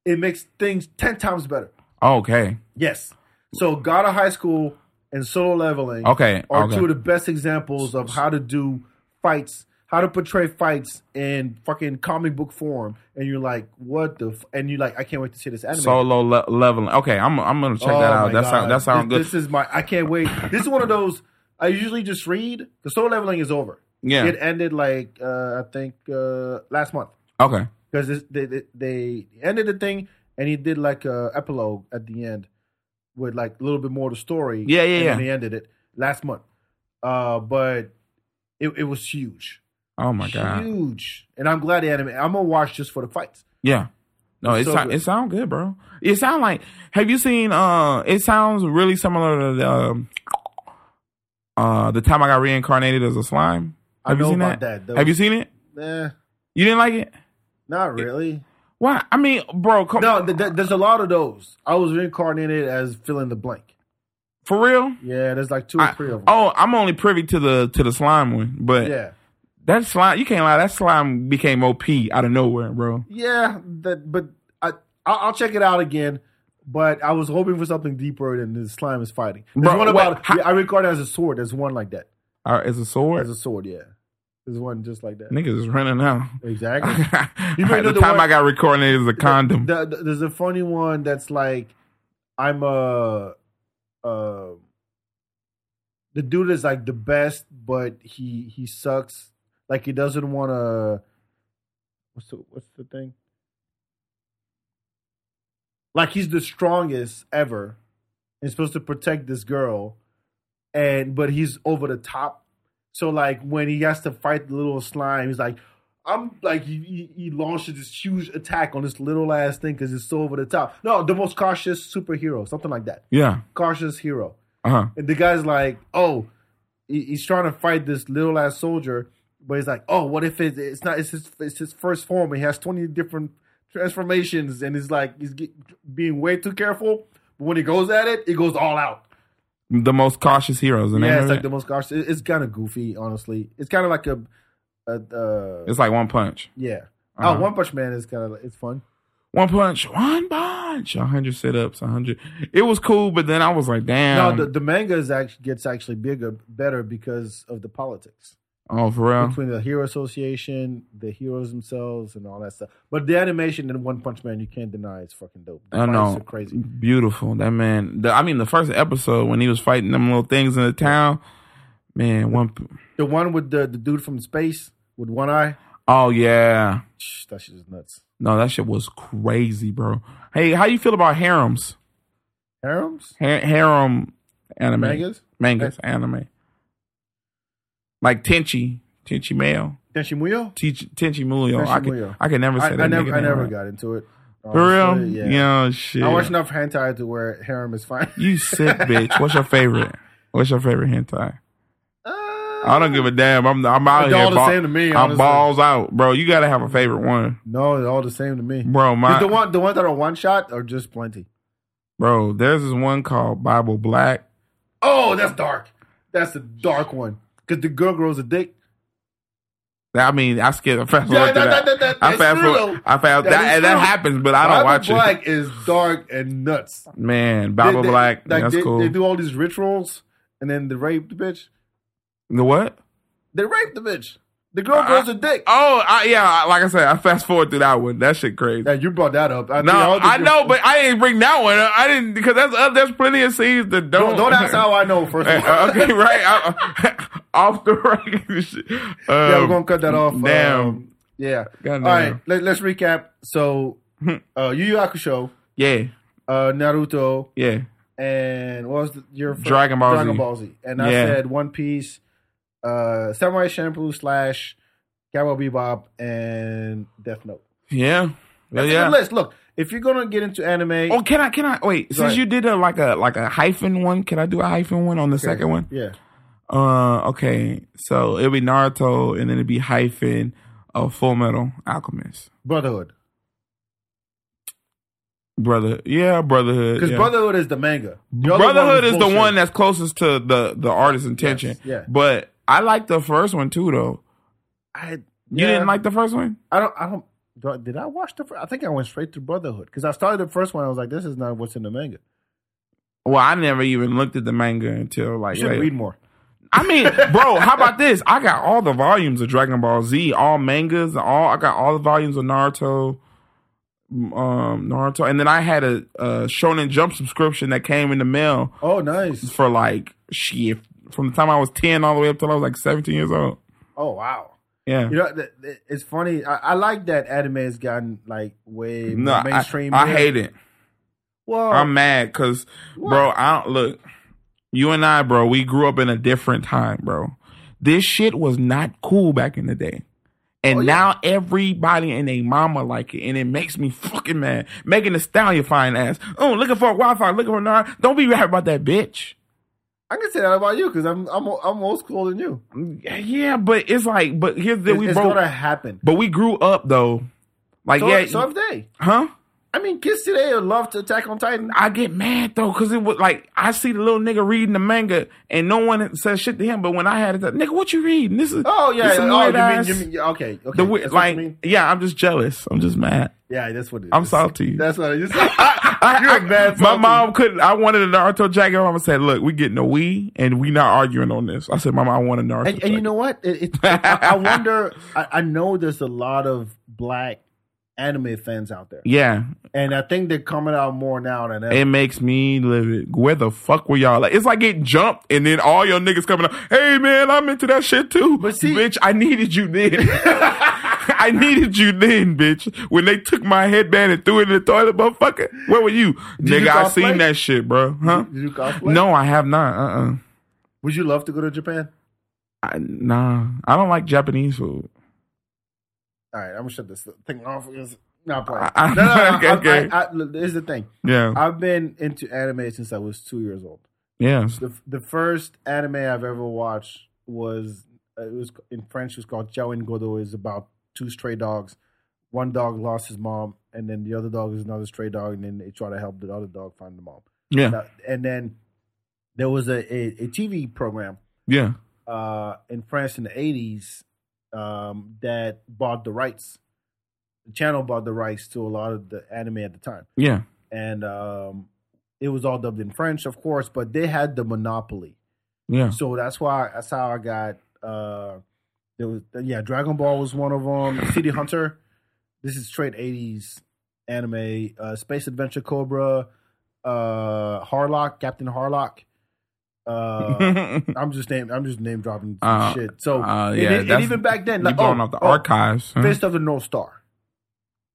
Speaker 3: it makes things ten times better.
Speaker 4: Okay.
Speaker 3: Yes. So God of High School and Solo Leveling
Speaker 4: Okay,
Speaker 3: are
Speaker 4: okay.
Speaker 3: two of the best examples of how to do fights, how to portray fights in fucking comic book form. And you're like, what the? F-? And you're like, I can't wait to see this anime.
Speaker 4: Solo le- leveling. Okay. I'm. I'm gonna check
Speaker 3: Oh
Speaker 4: that
Speaker 3: my
Speaker 4: out. That
Speaker 3: God.
Speaker 4: sound. That sound
Speaker 3: This-
Speaker 4: good.
Speaker 3: This is my. I can't wait. this is one of those. I usually just read. The soul leveling is over.
Speaker 4: Yeah.
Speaker 3: it ended like uh, I think uh, last month
Speaker 4: okay.
Speaker 3: because they, they they ended the thing and he did like a epilogue at the end with like a little bit more of the story.
Speaker 4: Yeah, yeah,
Speaker 3: and
Speaker 4: yeah.
Speaker 3: Then he ended it last month, uh, but it, it was huge,
Speaker 4: Oh my god.
Speaker 3: huge. And I'm glad they anime. I'm gonna watch just for the fights.
Speaker 4: Yeah. No, it
Speaker 3: It's so
Speaker 4: sound,
Speaker 3: good.
Speaker 4: it sound good, bro. It sound like. Have you seen? Uh, it sounds really similar to the. Um, uh, the time I got reincarnated as a slime.
Speaker 3: I
Speaker 4: Have you
Speaker 3: know
Speaker 4: seen
Speaker 3: about
Speaker 4: that?
Speaker 3: that, though.
Speaker 4: Have you seen it?
Speaker 3: Eh,
Speaker 4: You didn't like it?
Speaker 3: not really.
Speaker 4: Why? I mean, bro, come
Speaker 3: No, th- th- there's a lot of those. I was reincarnated as fill in the blank.
Speaker 4: for real.
Speaker 3: Yeah, there's like two or
Speaker 4: I-
Speaker 3: three of them.
Speaker 4: oh, I'm only privy to the to the slime one, but
Speaker 3: yeah,
Speaker 4: that slime you can't lie. That slime became OP out of nowhere, bro.
Speaker 3: yeah. That, but I, I, I'll check it out again. But I was hoping for something deeper than the slime is fighting. There's
Speaker 4: Bro,
Speaker 3: one
Speaker 4: what-
Speaker 3: about
Speaker 4: how-
Speaker 3: I record it as a sword. There's one like that.
Speaker 4: Uh, as a sword,
Speaker 3: As a sword, yeah. There's one just like that.
Speaker 4: niggas is running out.
Speaker 3: Exactly. You may
Speaker 4: At
Speaker 3: know
Speaker 4: the
Speaker 3: the
Speaker 4: time
Speaker 3: one-
Speaker 4: I got recorded, it was a condom.
Speaker 3: The- the- there's a funny one that's like I'm a, uh, the dude is like the best, but he he sucks. Like he doesn't want to. What's the what's the thing? Like he's the strongest ever, and supposed to protect this girl, and but he's over the top. So like when he has to fight the little slime, he's like, I'm like he, he, he launches this huge attack on this little ass thing because it's so over the top. No, the most cautious superhero, something like that.
Speaker 4: yeah.
Speaker 3: Cautious hero.
Speaker 4: Uh huh.
Speaker 3: And the guy's like, oh, he- he's trying to fight this little ass soldier, but he's like, oh, what if it's, it's not? It's his it's his first form. He has twenty different transformations, and he's like, he's get, being way too careful. But when he goes at it, it goes all out.
Speaker 4: The most cautious heroes, and
Speaker 3: yeah, it's like the most gosh. it- It's kind of goofy, honestly. It's kind of like a, a uh,
Speaker 4: it's like One Punch.
Speaker 3: yeah.
Speaker 4: Uh-huh.
Speaker 3: Oh, One Punch Man is kind of it's fun.
Speaker 4: One punch, one punch, a hundred sit ups, a hundred. It was cool, but then I was like,
Speaker 3: No,
Speaker 4: damn.
Speaker 3: the, the manga is actually gets actually bigger, better because of the politics
Speaker 4: oh, for real.
Speaker 3: between the Hero Association, the heroes themselves, and all that stuff. But the animation in One Punch Man, you can't deny, it's fucking dope. The
Speaker 4: I
Speaker 3: fights
Speaker 4: know.
Speaker 3: are crazy.
Speaker 4: Beautiful. That man. The, I mean, the first episode when he was fighting them little things in the town. Man, one.
Speaker 3: The one with the, the dude from space with one eye,
Speaker 4: Oh yeah.
Speaker 3: Shh, that shit is nuts.
Speaker 4: No, that shit was crazy, bro. Hey, how you feel about harems?
Speaker 3: Harems,
Speaker 4: Ha- harem anime.
Speaker 3: mangas,
Speaker 4: Mangas, anime. Like Tenchi. Tenchi Mail.
Speaker 3: Denshimuyo.
Speaker 4: Tenchi Tenchi Muyo.
Speaker 3: Tenchi
Speaker 4: I can
Speaker 3: Muyo.
Speaker 4: I can never
Speaker 3: I,
Speaker 4: say that.
Speaker 3: I never,
Speaker 4: nigga
Speaker 3: I
Speaker 4: name
Speaker 3: never
Speaker 4: right.
Speaker 3: got into it.
Speaker 4: For real?
Speaker 3: honestly,
Speaker 4: Yeah, shit.
Speaker 3: I watch enough hentai to where harem is fine.
Speaker 4: You sick bitch. What's your favorite? What's your favorite hentai?
Speaker 3: Uh,
Speaker 4: I don't give a damn. I'm I'm out
Speaker 3: It's
Speaker 4: here.
Speaker 3: all the same to me,
Speaker 4: I'm
Speaker 3: honestly.
Speaker 4: balls out, bro. You gotta have a favorite one,
Speaker 3: No, they're all the same to me.
Speaker 4: bro. My
Speaker 3: But the one, the ones that are one shot are just plenty.
Speaker 4: bro. There's this one called Bible Black.
Speaker 3: Oh, that's dark. That's the dark one. Because the girl grows a dick.
Speaker 4: I mean, I skipped. I fast
Speaker 3: Yeah,
Speaker 4: forward to
Speaker 3: that-
Speaker 4: that.
Speaker 3: that- that-
Speaker 4: I
Speaker 3: that's
Speaker 4: fast
Speaker 3: true,
Speaker 4: forward.
Speaker 3: though.
Speaker 4: I fast that
Speaker 3: That is
Speaker 4: that,
Speaker 3: true.
Speaker 4: happens, but I
Speaker 3: Bible
Speaker 4: don't watch
Speaker 3: Black is dark and nuts.
Speaker 4: it. Man, Bible
Speaker 3: They- they-
Speaker 4: Black.
Speaker 3: like,
Speaker 4: that's
Speaker 3: they,
Speaker 4: cool.
Speaker 3: They do all these rituals and then they rape the bitch.
Speaker 4: the what?
Speaker 3: They rape the bitch. The girl
Speaker 4: I-
Speaker 3: grows a dick.
Speaker 4: Oh, I, yeah. I- Like I said, I fast forward through that one. That shit crazy.
Speaker 3: Now, you brought that up. I
Speaker 4: no,
Speaker 3: think all the-
Speaker 4: I know, but I didn't bring that one. up. I didn't because that's uh, there's plenty of scenes that don't.
Speaker 3: Don't, don't ask how I know, first
Speaker 4: Hey,
Speaker 3: of all.
Speaker 4: uh, okay, right. I- off the right. Shit.
Speaker 3: yeah, we're
Speaker 4: Um,
Speaker 3: gonna cut that off.
Speaker 4: Damn.
Speaker 3: Um, yeah.
Speaker 4: Goddamn.
Speaker 3: All right. Let, let's recap. So, uh, Yu Yu Hakusho,
Speaker 4: yeah,
Speaker 3: uh, Naruto,
Speaker 4: yeah.
Speaker 3: and what was the, your first-
Speaker 4: Dragon Ball Z.
Speaker 3: Dragon Ball Z? And I
Speaker 4: Yeah.
Speaker 3: said One Piece, uh, Samurai Shampoo slash Cowboy Bebop, and Death Note.
Speaker 4: Yeah. Yeah.
Speaker 3: That's a
Speaker 4: Oh, yeah.
Speaker 3: good list. Look, if you're gonna get into anime,
Speaker 4: Oh, can I? Can I? Wait. since
Speaker 3: ahead.
Speaker 4: you did a like a like a hyphen one, can I do a hyphen one on the second one?
Speaker 3: yeah,
Speaker 4: Uh, okay. So it'll be Naruto, and then it'll be hyphen uh, Full Metal Alchemist
Speaker 3: Brotherhood,
Speaker 4: Brother. Yeah, Brotherhood.
Speaker 3: because
Speaker 4: yeah.
Speaker 3: Brotherhood is the manga. The other
Speaker 4: Brotherhood
Speaker 3: one
Speaker 4: is the
Speaker 3: bullshit.
Speaker 4: one that's closest to the the artist's intention.
Speaker 3: yeah.
Speaker 4: But I like the first one too, though.
Speaker 3: I
Speaker 4: You
Speaker 3: yeah.
Speaker 4: didn't like the first one?
Speaker 3: I don't. I don't. do I- Did I watch the? First? I think I went straight to Brotherhood because I started the first one. I was like, "This is not what's in the manga."
Speaker 4: Well, I never even looked at the manga until like
Speaker 3: You should
Speaker 4: later.
Speaker 3: read more.
Speaker 4: I mean, bro, how about this? I got all the volumes of Dragon Ball Z, all mangas, all I got all the volumes of Naruto, um, Naruto, and then I had a, a Shonen Jump subscription that came in the mail
Speaker 3: Oh, nice.
Speaker 4: for like shit from the time I was ten all the way up till I was like seventeen years old.
Speaker 3: Oh, wow.
Speaker 4: Yeah.
Speaker 3: You know, th- th- it's funny. I, I like that anime has gotten like way
Speaker 4: No,
Speaker 3: more
Speaker 4: I,
Speaker 3: mainstream.
Speaker 4: I
Speaker 3: now.
Speaker 4: hate it.
Speaker 3: Well,
Speaker 4: I'm mad because, bro, I don't look. You and I, bro, we grew up in a different time, bro. This shit was not cool back in the day.
Speaker 3: Oh,
Speaker 4: And now everybody and they mama like it, and it makes me fucking mad. Making the stallion fine ass. Oh, looking for a Wi-Fi, looking for nine. Don't be rapping about that bitch.
Speaker 3: I can say that about you because I'm I'm I'm old school than you.
Speaker 4: Yeah, but it's like, but here's the
Speaker 3: It's,
Speaker 4: we
Speaker 3: it's
Speaker 4: broke.
Speaker 3: gonna happen.
Speaker 4: But we grew up though. Like
Speaker 3: So,
Speaker 4: yeah,
Speaker 3: so have they.
Speaker 4: huh?
Speaker 3: I mean, kids today would love to Attack on Titan.
Speaker 4: I get mad though, cause it was like I see the little nigga reading the manga and no one says shit to him. But when I had it, that nigga, what you reading? This is
Speaker 3: Oh yeah.
Speaker 4: this is
Speaker 3: Oh,
Speaker 4: weird
Speaker 3: you mean,
Speaker 4: ass-
Speaker 3: you mean yeah, okay? Okay.
Speaker 4: the weird-
Speaker 3: that's what you
Speaker 4: like
Speaker 3: mean?
Speaker 4: yeah. I'm just jealous. I'm just mad.
Speaker 3: yeah, that's what it is.
Speaker 4: I'm salty.
Speaker 3: That's what it is.
Speaker 4: I-
Speaker 3: You're a
Speaker 4: I-
Speaker 3: mad
Speaker 4: my
Speaker 3: salty.
Speaker 4: mom couldn't. I wanted a Naruto jacket. My mom said, "Look, we getting a Wii, and we not arguing on this." I said, "Mama, I want a
Speaker 3: And,
Speaker 4: Naruto."
Speaker 3: and you
Speaker 4: jacket."
Speaker 3: know what? It, it, I, I wonder. I, I know there's a lot of black anime fans out there,
Speaker 4: yeah,
Speaker 3: and I think they're coming out more now than ever.
Speaker 4: it makes me livid. Where the fuck were y'all? Like, it's like getting jumped, and then all your niggas coming up. Hey man, I'm into that shit too.
Speaker 3: But see-
Speaker 4: bitch, I needed you then. I needed you then, bitch. When they took my headband and threw it in the toilet, motherfucker. Where were you,
Speaker 3: Did
Speaker 4: nigga?
Speaker 3: you
Speaker 4: I
Speaker 3: cosplay?
Speaker 4: seen that shit, bro. Huh?
Speaker 3: Did you cosplay?
Speaker 4: No, I have not. Uh, uh
Speaker 3: Would you love to go to Japan?
Speaker 4: I Nah, I don't like Japanese food.
Speaker 3: All right, I'm gonna shut this thing off. It's not playing.
Speaker 4: I- I-
Speaker 3: no, no, no.
Speaker 4: okay,
Speaker 3: I-
Speaker 4: okay.
Speaker 3: I, I, look, here's the thing.
Speaker 4: Yeah,
Speaker 3: I've been into anime since I was two years old.
Speaker 4: yeah.
Speaker 3: The the first anime I've ever watched was uh, it was in French. It was called Joan Godot. It's about two stray dogs. One dog lost his mom, and then the other dog is another stray dog, and then they try to help the other dog find the mom.
Speaker 4: Yeah.
Speaker 3: And then there was a, a, a TV program
Speaker 4: Yeah.
Speaker 3: uh, in France in the eighties um, that bought the rights. The channel bought the rights to a lot of the anime at the time,
Speaker 4: Yeah.
Speaker 3: and um, it was all dubbed in French, of course. But they had the monopoly,
Speaker 4: Yeah.
Speaker 3: so that's why that's how I got. Uh, there was yeah, Dragon Ball was one of them. City Hunter, this is straight eighties anime. Uh, Space Adventure Cobra, uh, Harlock, Captain Harlock. Uh, I'm just name. I'm just name dropping some
Speaker 4: Uh,
Speaker 3: shit. So
Speaker 4: uh,
Speaker 3: and
Speaker 4: yeah,
Speaker 3: e- and,
Speaker 4: that's-
Speaker 3: even back then,
Speaker 4: You're
Speaker 3: like,
Speaker 4: going
Speaker 3: oh,
Speaker 4: off the hmm?
Speaker 3: oh,
Speaker 4: archives. huh?
Speaker 3: Fist of the North Star.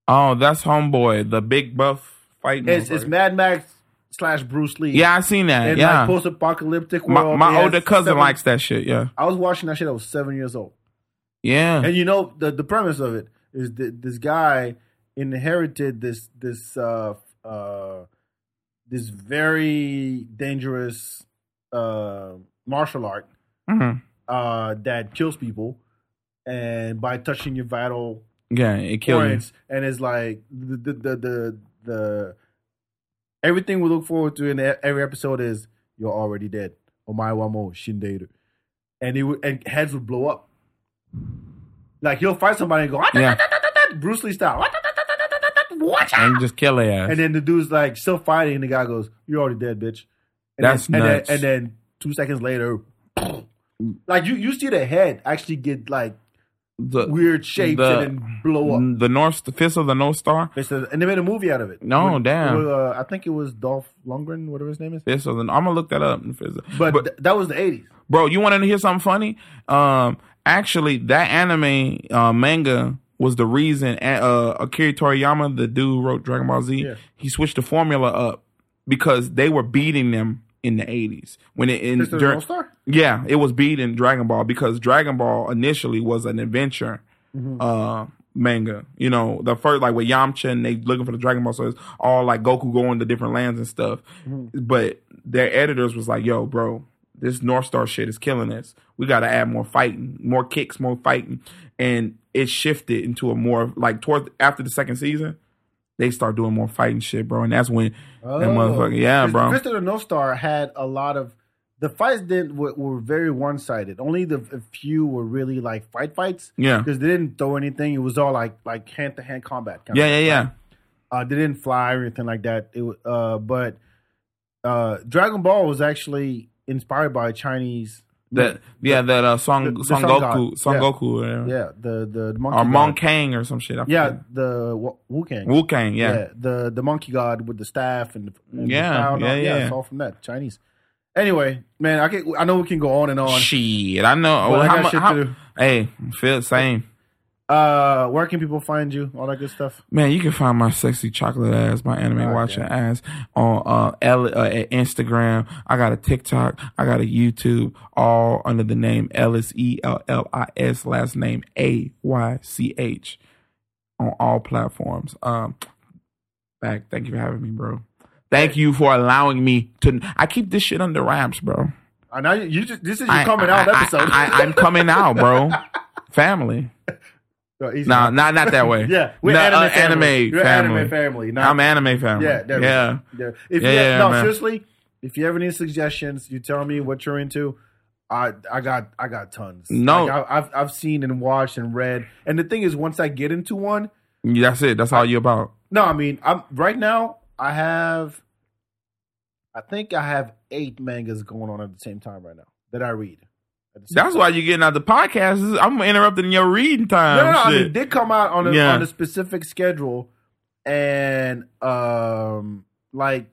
Speaker 4: Oh, that's Homeboy, the big buff fighting.
Speaker 3: It's,
Speaker 4: over.
Speaker 3: it's Mad Max slash Bruce Lee.
Speaker 4: Mm-hmm. yeah, I seen that.
Speaker 3: and
Speaker 4: yeah.
Speaker 3: like post apocalyptic
Speaker 4: my
Speaker 3: world.
Speaker 4: my
Speaker 3: It has
Speaker 4: older cousin
Speaker 3: seven-
Speaker 4: likes that shit. Yeah.
Speaker 3: I was watching that shit. I was seven years old,
Speaker 4: Yeah.
Speaker 3: and you know the the premise of it is that this guy inherited this this uh uh this very dangerous uh martial art
Speaker 4: hmm
Speaker 3: uh that kills people, and by touching your vital
Speaker 4: Yeah. It killed me.
Speaker 3: points, and it's like the the the the, the everything we look forward to in e- every episode is you're already dead. Omae wa mo shinderu, and it would, and heads would blow up. Like he'll fight somebody and go "Ah, da,
Speaker 4: Yeah.
Speaker 3: da, da, da, da," Bruce Lee style. "Ah, da, da, da, da, da, da, da, Watch out!
Speaker 4: And you just kill their ass.
Speaker 3: And then the dude's like still fighting, and the guy goes, "You're already dead, bitch." And
Speaker 4: That's
Speaker 3: then,
Speaker 4: nuts.
Speaker 3: And then, and then two seconds later, like you you see the head actually get like
Speaker 4: the,
Speaker 3: weird shapes
Speaker 4: the-
Speaker 3: and then blow up.
Speaker 4: the North, the Fist of the North Star.
Speaker 3: They said, and they made a movie out of it.
Speaker 4: No,
Speaker 3: With-
Speaker 4: damn.
Speaker 3: with, uh, I think it was Dolph Lundgren, whatever his name is.
Speaker 4: Fist of the. I'm gonna look that up. The Fist of-
Speaker 3: But, th- that was the eighties.
Speaker 4: bro, you want to hear something funny? Um, actually, that anime uh, manga was the reason uh, Akira Toriyama, the dude who wrote Dragon Ball Z,
Speaker 3: Yeah.
Speaker 4: he switched the formula up because they were beating them in the 80s when it in
Speaker 3: Fist of the
Speaker 4: during-
Speaker 3: North Star?
Speaker 4: yeah it was beating dragon ball because dragon ball initially was an adventure uh manga you know the first like with yamcha and they looking for the dragon ball so it's all like goku going to different lands and stuff but their editors was like yo bro this north star shit is killing us we gotta add more fighting more kicks more fighting and it shifted into a more like toward after the second season they start doing more fighting shit bro and that's when that motherfucker yeah
Speaker 3: Fist-
Speaker 4: bro
Speaker 3: Fist of the North Star had a lot of the fights. Didn't were, were very one sided. Only the a few were really like fight fights.
Speaker 4: Yeah.
Speaker 3: because they didn't throw anything. It was all like like hand to hand combat. Kind
Speaker 4: yeah yeah yeah
Speaker 3: Uh, they didn't fly or anything like that. It wa- uh, but uh, Dragon Ball was actually inspired by Chinese.
Speaker 4: That yeah, that uh, Son
Speaker 3: The- the
Speaker 4: Son
Speaker 3: Sun
Speaker 4: Goku,
Speaker 3: God.
Speaker 4: Son
Speaker 3: Yeah.
Speaker 4: Goku, or, whatever.
Speaker 3: Yeah, the the monkey.
Speaker 4: or
Speaker 3: god.
Speaker 4: Mon Kang or some shit. I
Speaker 3: Yeah, the Wu- Wu Kang.
Speaker 4: Wu Kang. Yeah.
Speaker 3: the the monkey god with the staff and, the, and
Speaker 4: Yeah,
Speaker 3: the crown
Speaker 4: yeah,
Speaker 3: on.
Speaker 4: yeah.
Speaker 3: it's all from that Chinese. Anyway, man, I can I know we can go on and on.
Speaker 4: Shit, I know.
Speaker 3: Well, I
Speaker 4: how
Speaker 3: got
Speaker 4: mu-
Speaker 3: shit
Speaker 4: how-
Speaker 3: to do.
Speaker 4: hey, feel the same.
Speaker 3: Uh, where can people find you? All that good stuff.
Speaker 4: Man, you can find my sexy chocolate ass, my anime watching ass on uh, L- uh at Instagram. I got a TikTok, I got a YouTube, all under the name Ellis E L L I S, last name A Y C H, on all platforms. Um, back. Thank you for having me, bro. Thank you for allowing me to. I keep this shit under wraps, bro.
Speaker 3: I know you, you just this is your
Speaker 4: I-
Speaker 3: coming
Speaker 4: I-
Speaker 3: out
Speaker 4: I-
Speaker 3: episode.
Speaker 4: I, I, am coming out, bro. Family.
Speaker 3: No, easy.
Speaker 4: Nah, not not that way.
Speaker 3: yeah, we're
Speaker 4: No,
Speaker 3: anime,
Speaker 4: uh,
Speaker 3: family. You're
Speaker 4: family.
Speaker 3: anime family. Not,
Speaker 4: I'm anime family.
Speaker 3: yeah, there we go.
Speaker 4: yeah.
Speaker 3: There. If you
Speaker 4: Yeah,
Speaker 3: have, no,
Speaker 4: man.
Speaker 3: seriously, if you ever need suggestions, you tell me what you're into. I I got I got tons.
Speaker 4: No.
Speaker 3: Like, I, I've I've seen and watched and read. And the thing is, once I get into one,
Speaker 4: That's it. That's all you about.
Speaker 3: No, I mean, I'm right now. I have, I think I have eight mangas going on at the same time right now that I read. At the same
Speaker 4: That's
Speaker 3: time.
Speaker 4: why you're getting out the podcast. This is- I'm interrupting your reading time.
Speaker 3: No, no, no. I
Speaker 4: um, shit.
Speaker 3: mean, they come out on a,
Speaker 4: Yeah.
Speaker 3: on a specific schedule, and um, like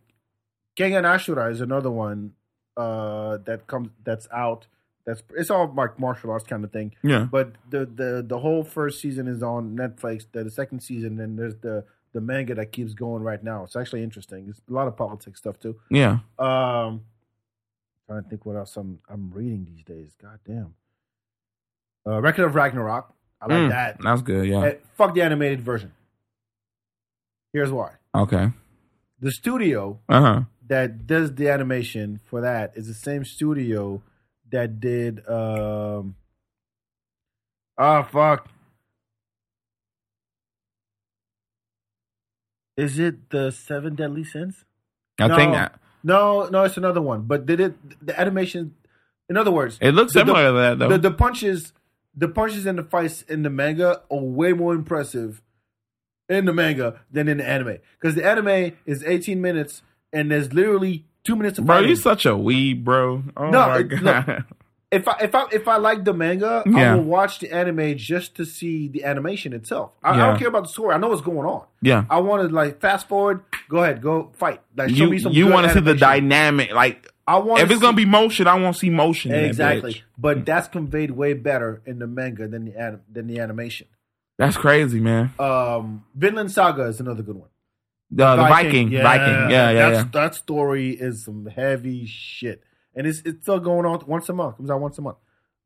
Speaker 3: Kengan Ashura is another one uh that comes that's out. That's it's all like martial arts kind of thing.
Speaker 4: yeah.
Speaker 3: But the the the whole first season is on Netflix. The, the second season, and there's the the manga that keeps going right now. It's actually interesting. It's a lot of politics stuff too.
Speaker 4: Yeah.
Speaker 3: Um, trying to think what else I'm I'm reading these days. God damn. Uh, Record of Ragnarok. I like
Speaker 4: Mm,
Speaker 3: that.
Speaker 4: That's good. Yeah.
Speaker 3: And fuck the animated version. Here's why.
Speaker 4: okay.
Speaker 3: The studio
Speaker 4: Uh huh.
Speaker 3: that does the animation for that is the same studio that did um ah fuck is it the seven deadly sins
Speaker 4: I
Speaker 3: No.
Speaker 4: think. I,
Speaker 3: No, no, it's another one. But did it? The animation. In other words,
Speaker 4: It looks
Speaker 3: the-
Speaker 4: similar to that though.
Speaker 3: the, the punches, the punches and the fights in the manga are way more impressive in the manga than in the anime because the anime is 18 minutes and there's literally two minutes of
Speaker 4: bro,
Speaker 3: fighting.
Speaker 4: you such a weeb, bro. Oh
Speaker 3: No,
Speaker 4: my
Speaker 3: it- look,
Speaker 4: god.
Speaker 3: if I if I if I like the manga, I
Speaker 4: Yeah.
Speaker 3: will watch the anime just to see the animation itself. I, I
Speaker 4: Yeah.
Speaker 3: don't care about the story. I know what's going on.
Speaker 4: yeah.
Speaker 3: I want to like fast forward. Go ahead, go fight. Like show
Speaker 4: You
Speaker 3: me some.
Speaker 4: you
Speaker 3: good
Speaker 4: want to see the
Speaker 3: animation.
Speaker 4: dynamic like
Speaker 3: I want
Speaker 4: if it's gonna be motion, I want to see motion. in that
Speaker 3: exactly,
Speaker 4: bitch. Hmm.
Speaker 3: but that's conveyed way better in the manga than the anim- than the animation.
Speaker 4: That's crazy, man.
Speaker 3: Um, Vinland Saga is another good one.
Speaker 4: Oh, The, the Viking, Viking, yeah, yeah, yeah.
Speaker 3: that's, That story is some heavy shit, and it's it's still going on once a month. Comes out once a month.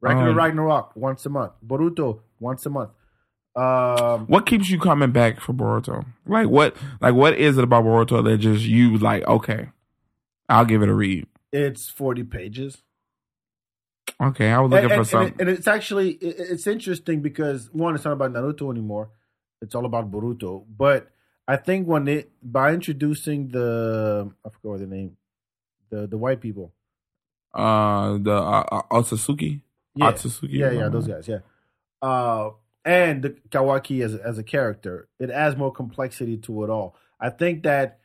Speaker 3: Ragnarok,
Speaker 4: Um,
Speaker 3: Ragnarok once a month. Boruto once a month. Um,
Speaker 4: What keeps you coming back for Boruto? Like what? Like what is it about Boruto that just you like? Okay, I'll give it a read.
Speaker 3: it's forty pages.
Speaker 4: Okay, I was
Speaker 3: And, and- and
Speaker 4: looking for
Speaker 3: it-
Speaker 4: something.
Speaker 3: and it's actually it- it's interesting because one, it's not about Naruto anymore. It's all about Boruto. But I think when it by introducing the I forgot what the name, the the white people.
Speaker 4: uh, the uh, uh, Otsutsuki.
Speaker 3: Yeah.
Speaker 4: Otsutsuki,
Speaker 3: Yeah, yeah,
Speaker 4: uh,
Speaker 3: those guys, yeah. Uh, and the Kawaki as as a character, it adds more complexity to it all. I think that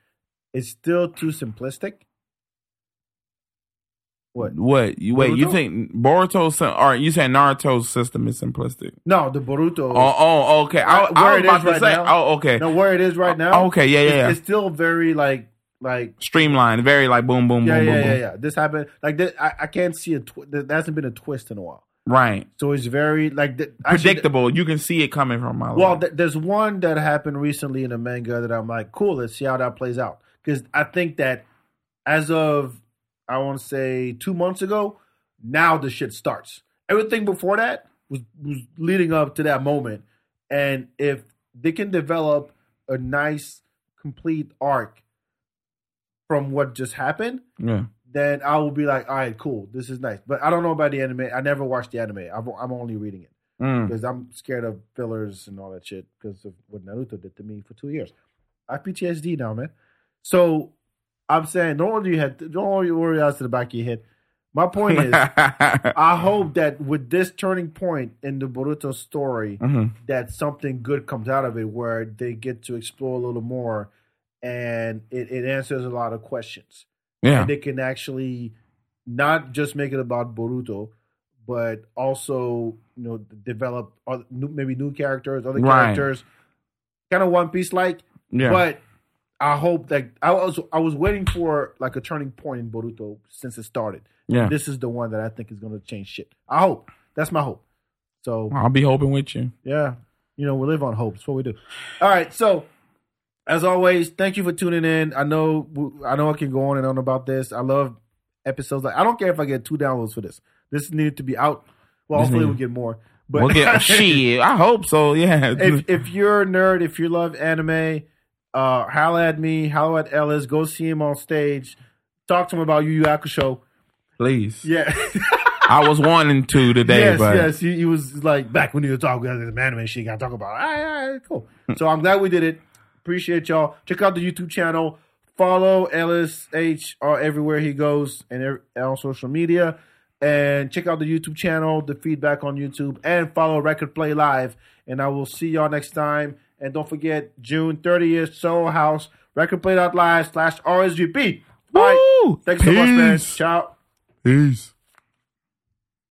Speaker 3: it's still too simplistic. What?
Speaker 4: What? You wait? You
Speaker 3: Boruto?
Speaker 4: think Boruto's? Or you saying Naruto's system is simplistic?
Speaker 3: No, the Boruto.
Speaker 4: Oh, oh, okay. I,
Speaker 3: Right,
Speaker 4: I
Speaker 3: Uh, where
Speaker 4: was
Speaker 3: it
Speaker 4: about
Speaker 3: is
Speaker 4: to
Speaker 3: right
Speaker 4: say.
Speaker 3: now.
Speaker 4: Oh, okay. Oh,
Speaker 3: no, where it is right now.
Speaker 4: okay, yeah,
Speaker 3: it's-
Speaker 4: yeah, yeah.
Speaker 3: It's, still very like like
Speaker 4: Streamlined, very like boom, boom,
Speaker 3: yeah,
Speaker 4: boom,
Speaker 3: yeah,
Speaker 4: boom,
Speaker 3: yeah,
Speaker 4: boom.
Speaker 3: yeah. This happened like this, I, I can't see a tw- there hasn't been a twist in a while.
Speaker 4: Right.
Speaker 3: So it's very like the, actually,
Speaker 4: Predictable. you can see it coming from my.
Speaker 3: Well,
Speaker 4: life.
Speaker 3: th- there's one that happened recently in the manga that I'm like, cool, let's see how that plays out. Because I think that as of, I want to say, two months ago, now the shit starts. Everything before that was, was leading up to that moment. And if they can develop a nice, complete arc from what just happened,
Speaker 4: yeah.
Speaker 3: then I will be like, all right, cool, this is nice. But I don't know about the anime. I never watched the anime, I've, I'm only reading it
Speaker 4: Mm.
Speaker 3: because I'm scared of fillers and all that shit because of what Naruto did to me for two years. I have PTSD now, man. So I'm saying, don't worry, you had, don't worry, worry out to the back of your head. My point is, I hope that with this turning point in the Boruto story,
Speaker 4: Mhm.
Speaker 3: that something good comes out of it, where they get to explore a little more, and it, it answers a lot of questions
Speaker 4: Yeah.
Speaker 3: and they can actually not just make it about Boruto, but also you know develop other, new, maybe new characters, other
Speaker 4: Right.
Speaker 3: characters, kind of One Piece like.
Speaker 4: Yeah.
Speaker 3: But I hope that I was I was waiting for like a turning point in Boruto since it started.
Speaker 4: yeah.
Speaker 3: This is the one that I think is going to change shit. I hope that's my hope. So
Speaker 4: I'll be hoping with you.
Speaker 3: yeah. You know, we live on hope. That's what we do. All right. So, as always, thank you for tuning in. I know, I know, I can go on and on about this. I love episodes. Like, I don't care if I get two downloads for this. This needed to be out. Well, hopefully, we'll get more. But
Speaker 4: We'll get shit. I hope so. Yeah.
Speaker 3: if if you're a nerd, if you love anime, uh, holla at me. Holla at Ellis. Go see him on stage. Talk to him about Yu Yu Hakusho.
Speaker 4: Please.
Speaker 3: Yeah.
Speaker 4: I was wanting to today,
Speaker 3: yes,
Speaker 4: but
Speaker 3: yes. He, he was like back when he was talking about the anime shit. Got to talk about. All right, all right, cool. so I'm glad we did it. Appreciate y'all. Check out the YouTube channel. Follow LSH or everywhere he goes and ev- on social media. And check out the YouTube channel, the feedback on YouTube, and follow Record Play Live. And I will see y'all next time. And don't forget June 30th, Soul House, recordplay.live slash RSVP. All right.
Speaker 4: Woo!
Speaker 3: Thanks so much, man.
Speaker 4: Peace.
Speaker 3: Ciao.
Speaker 4: Peace.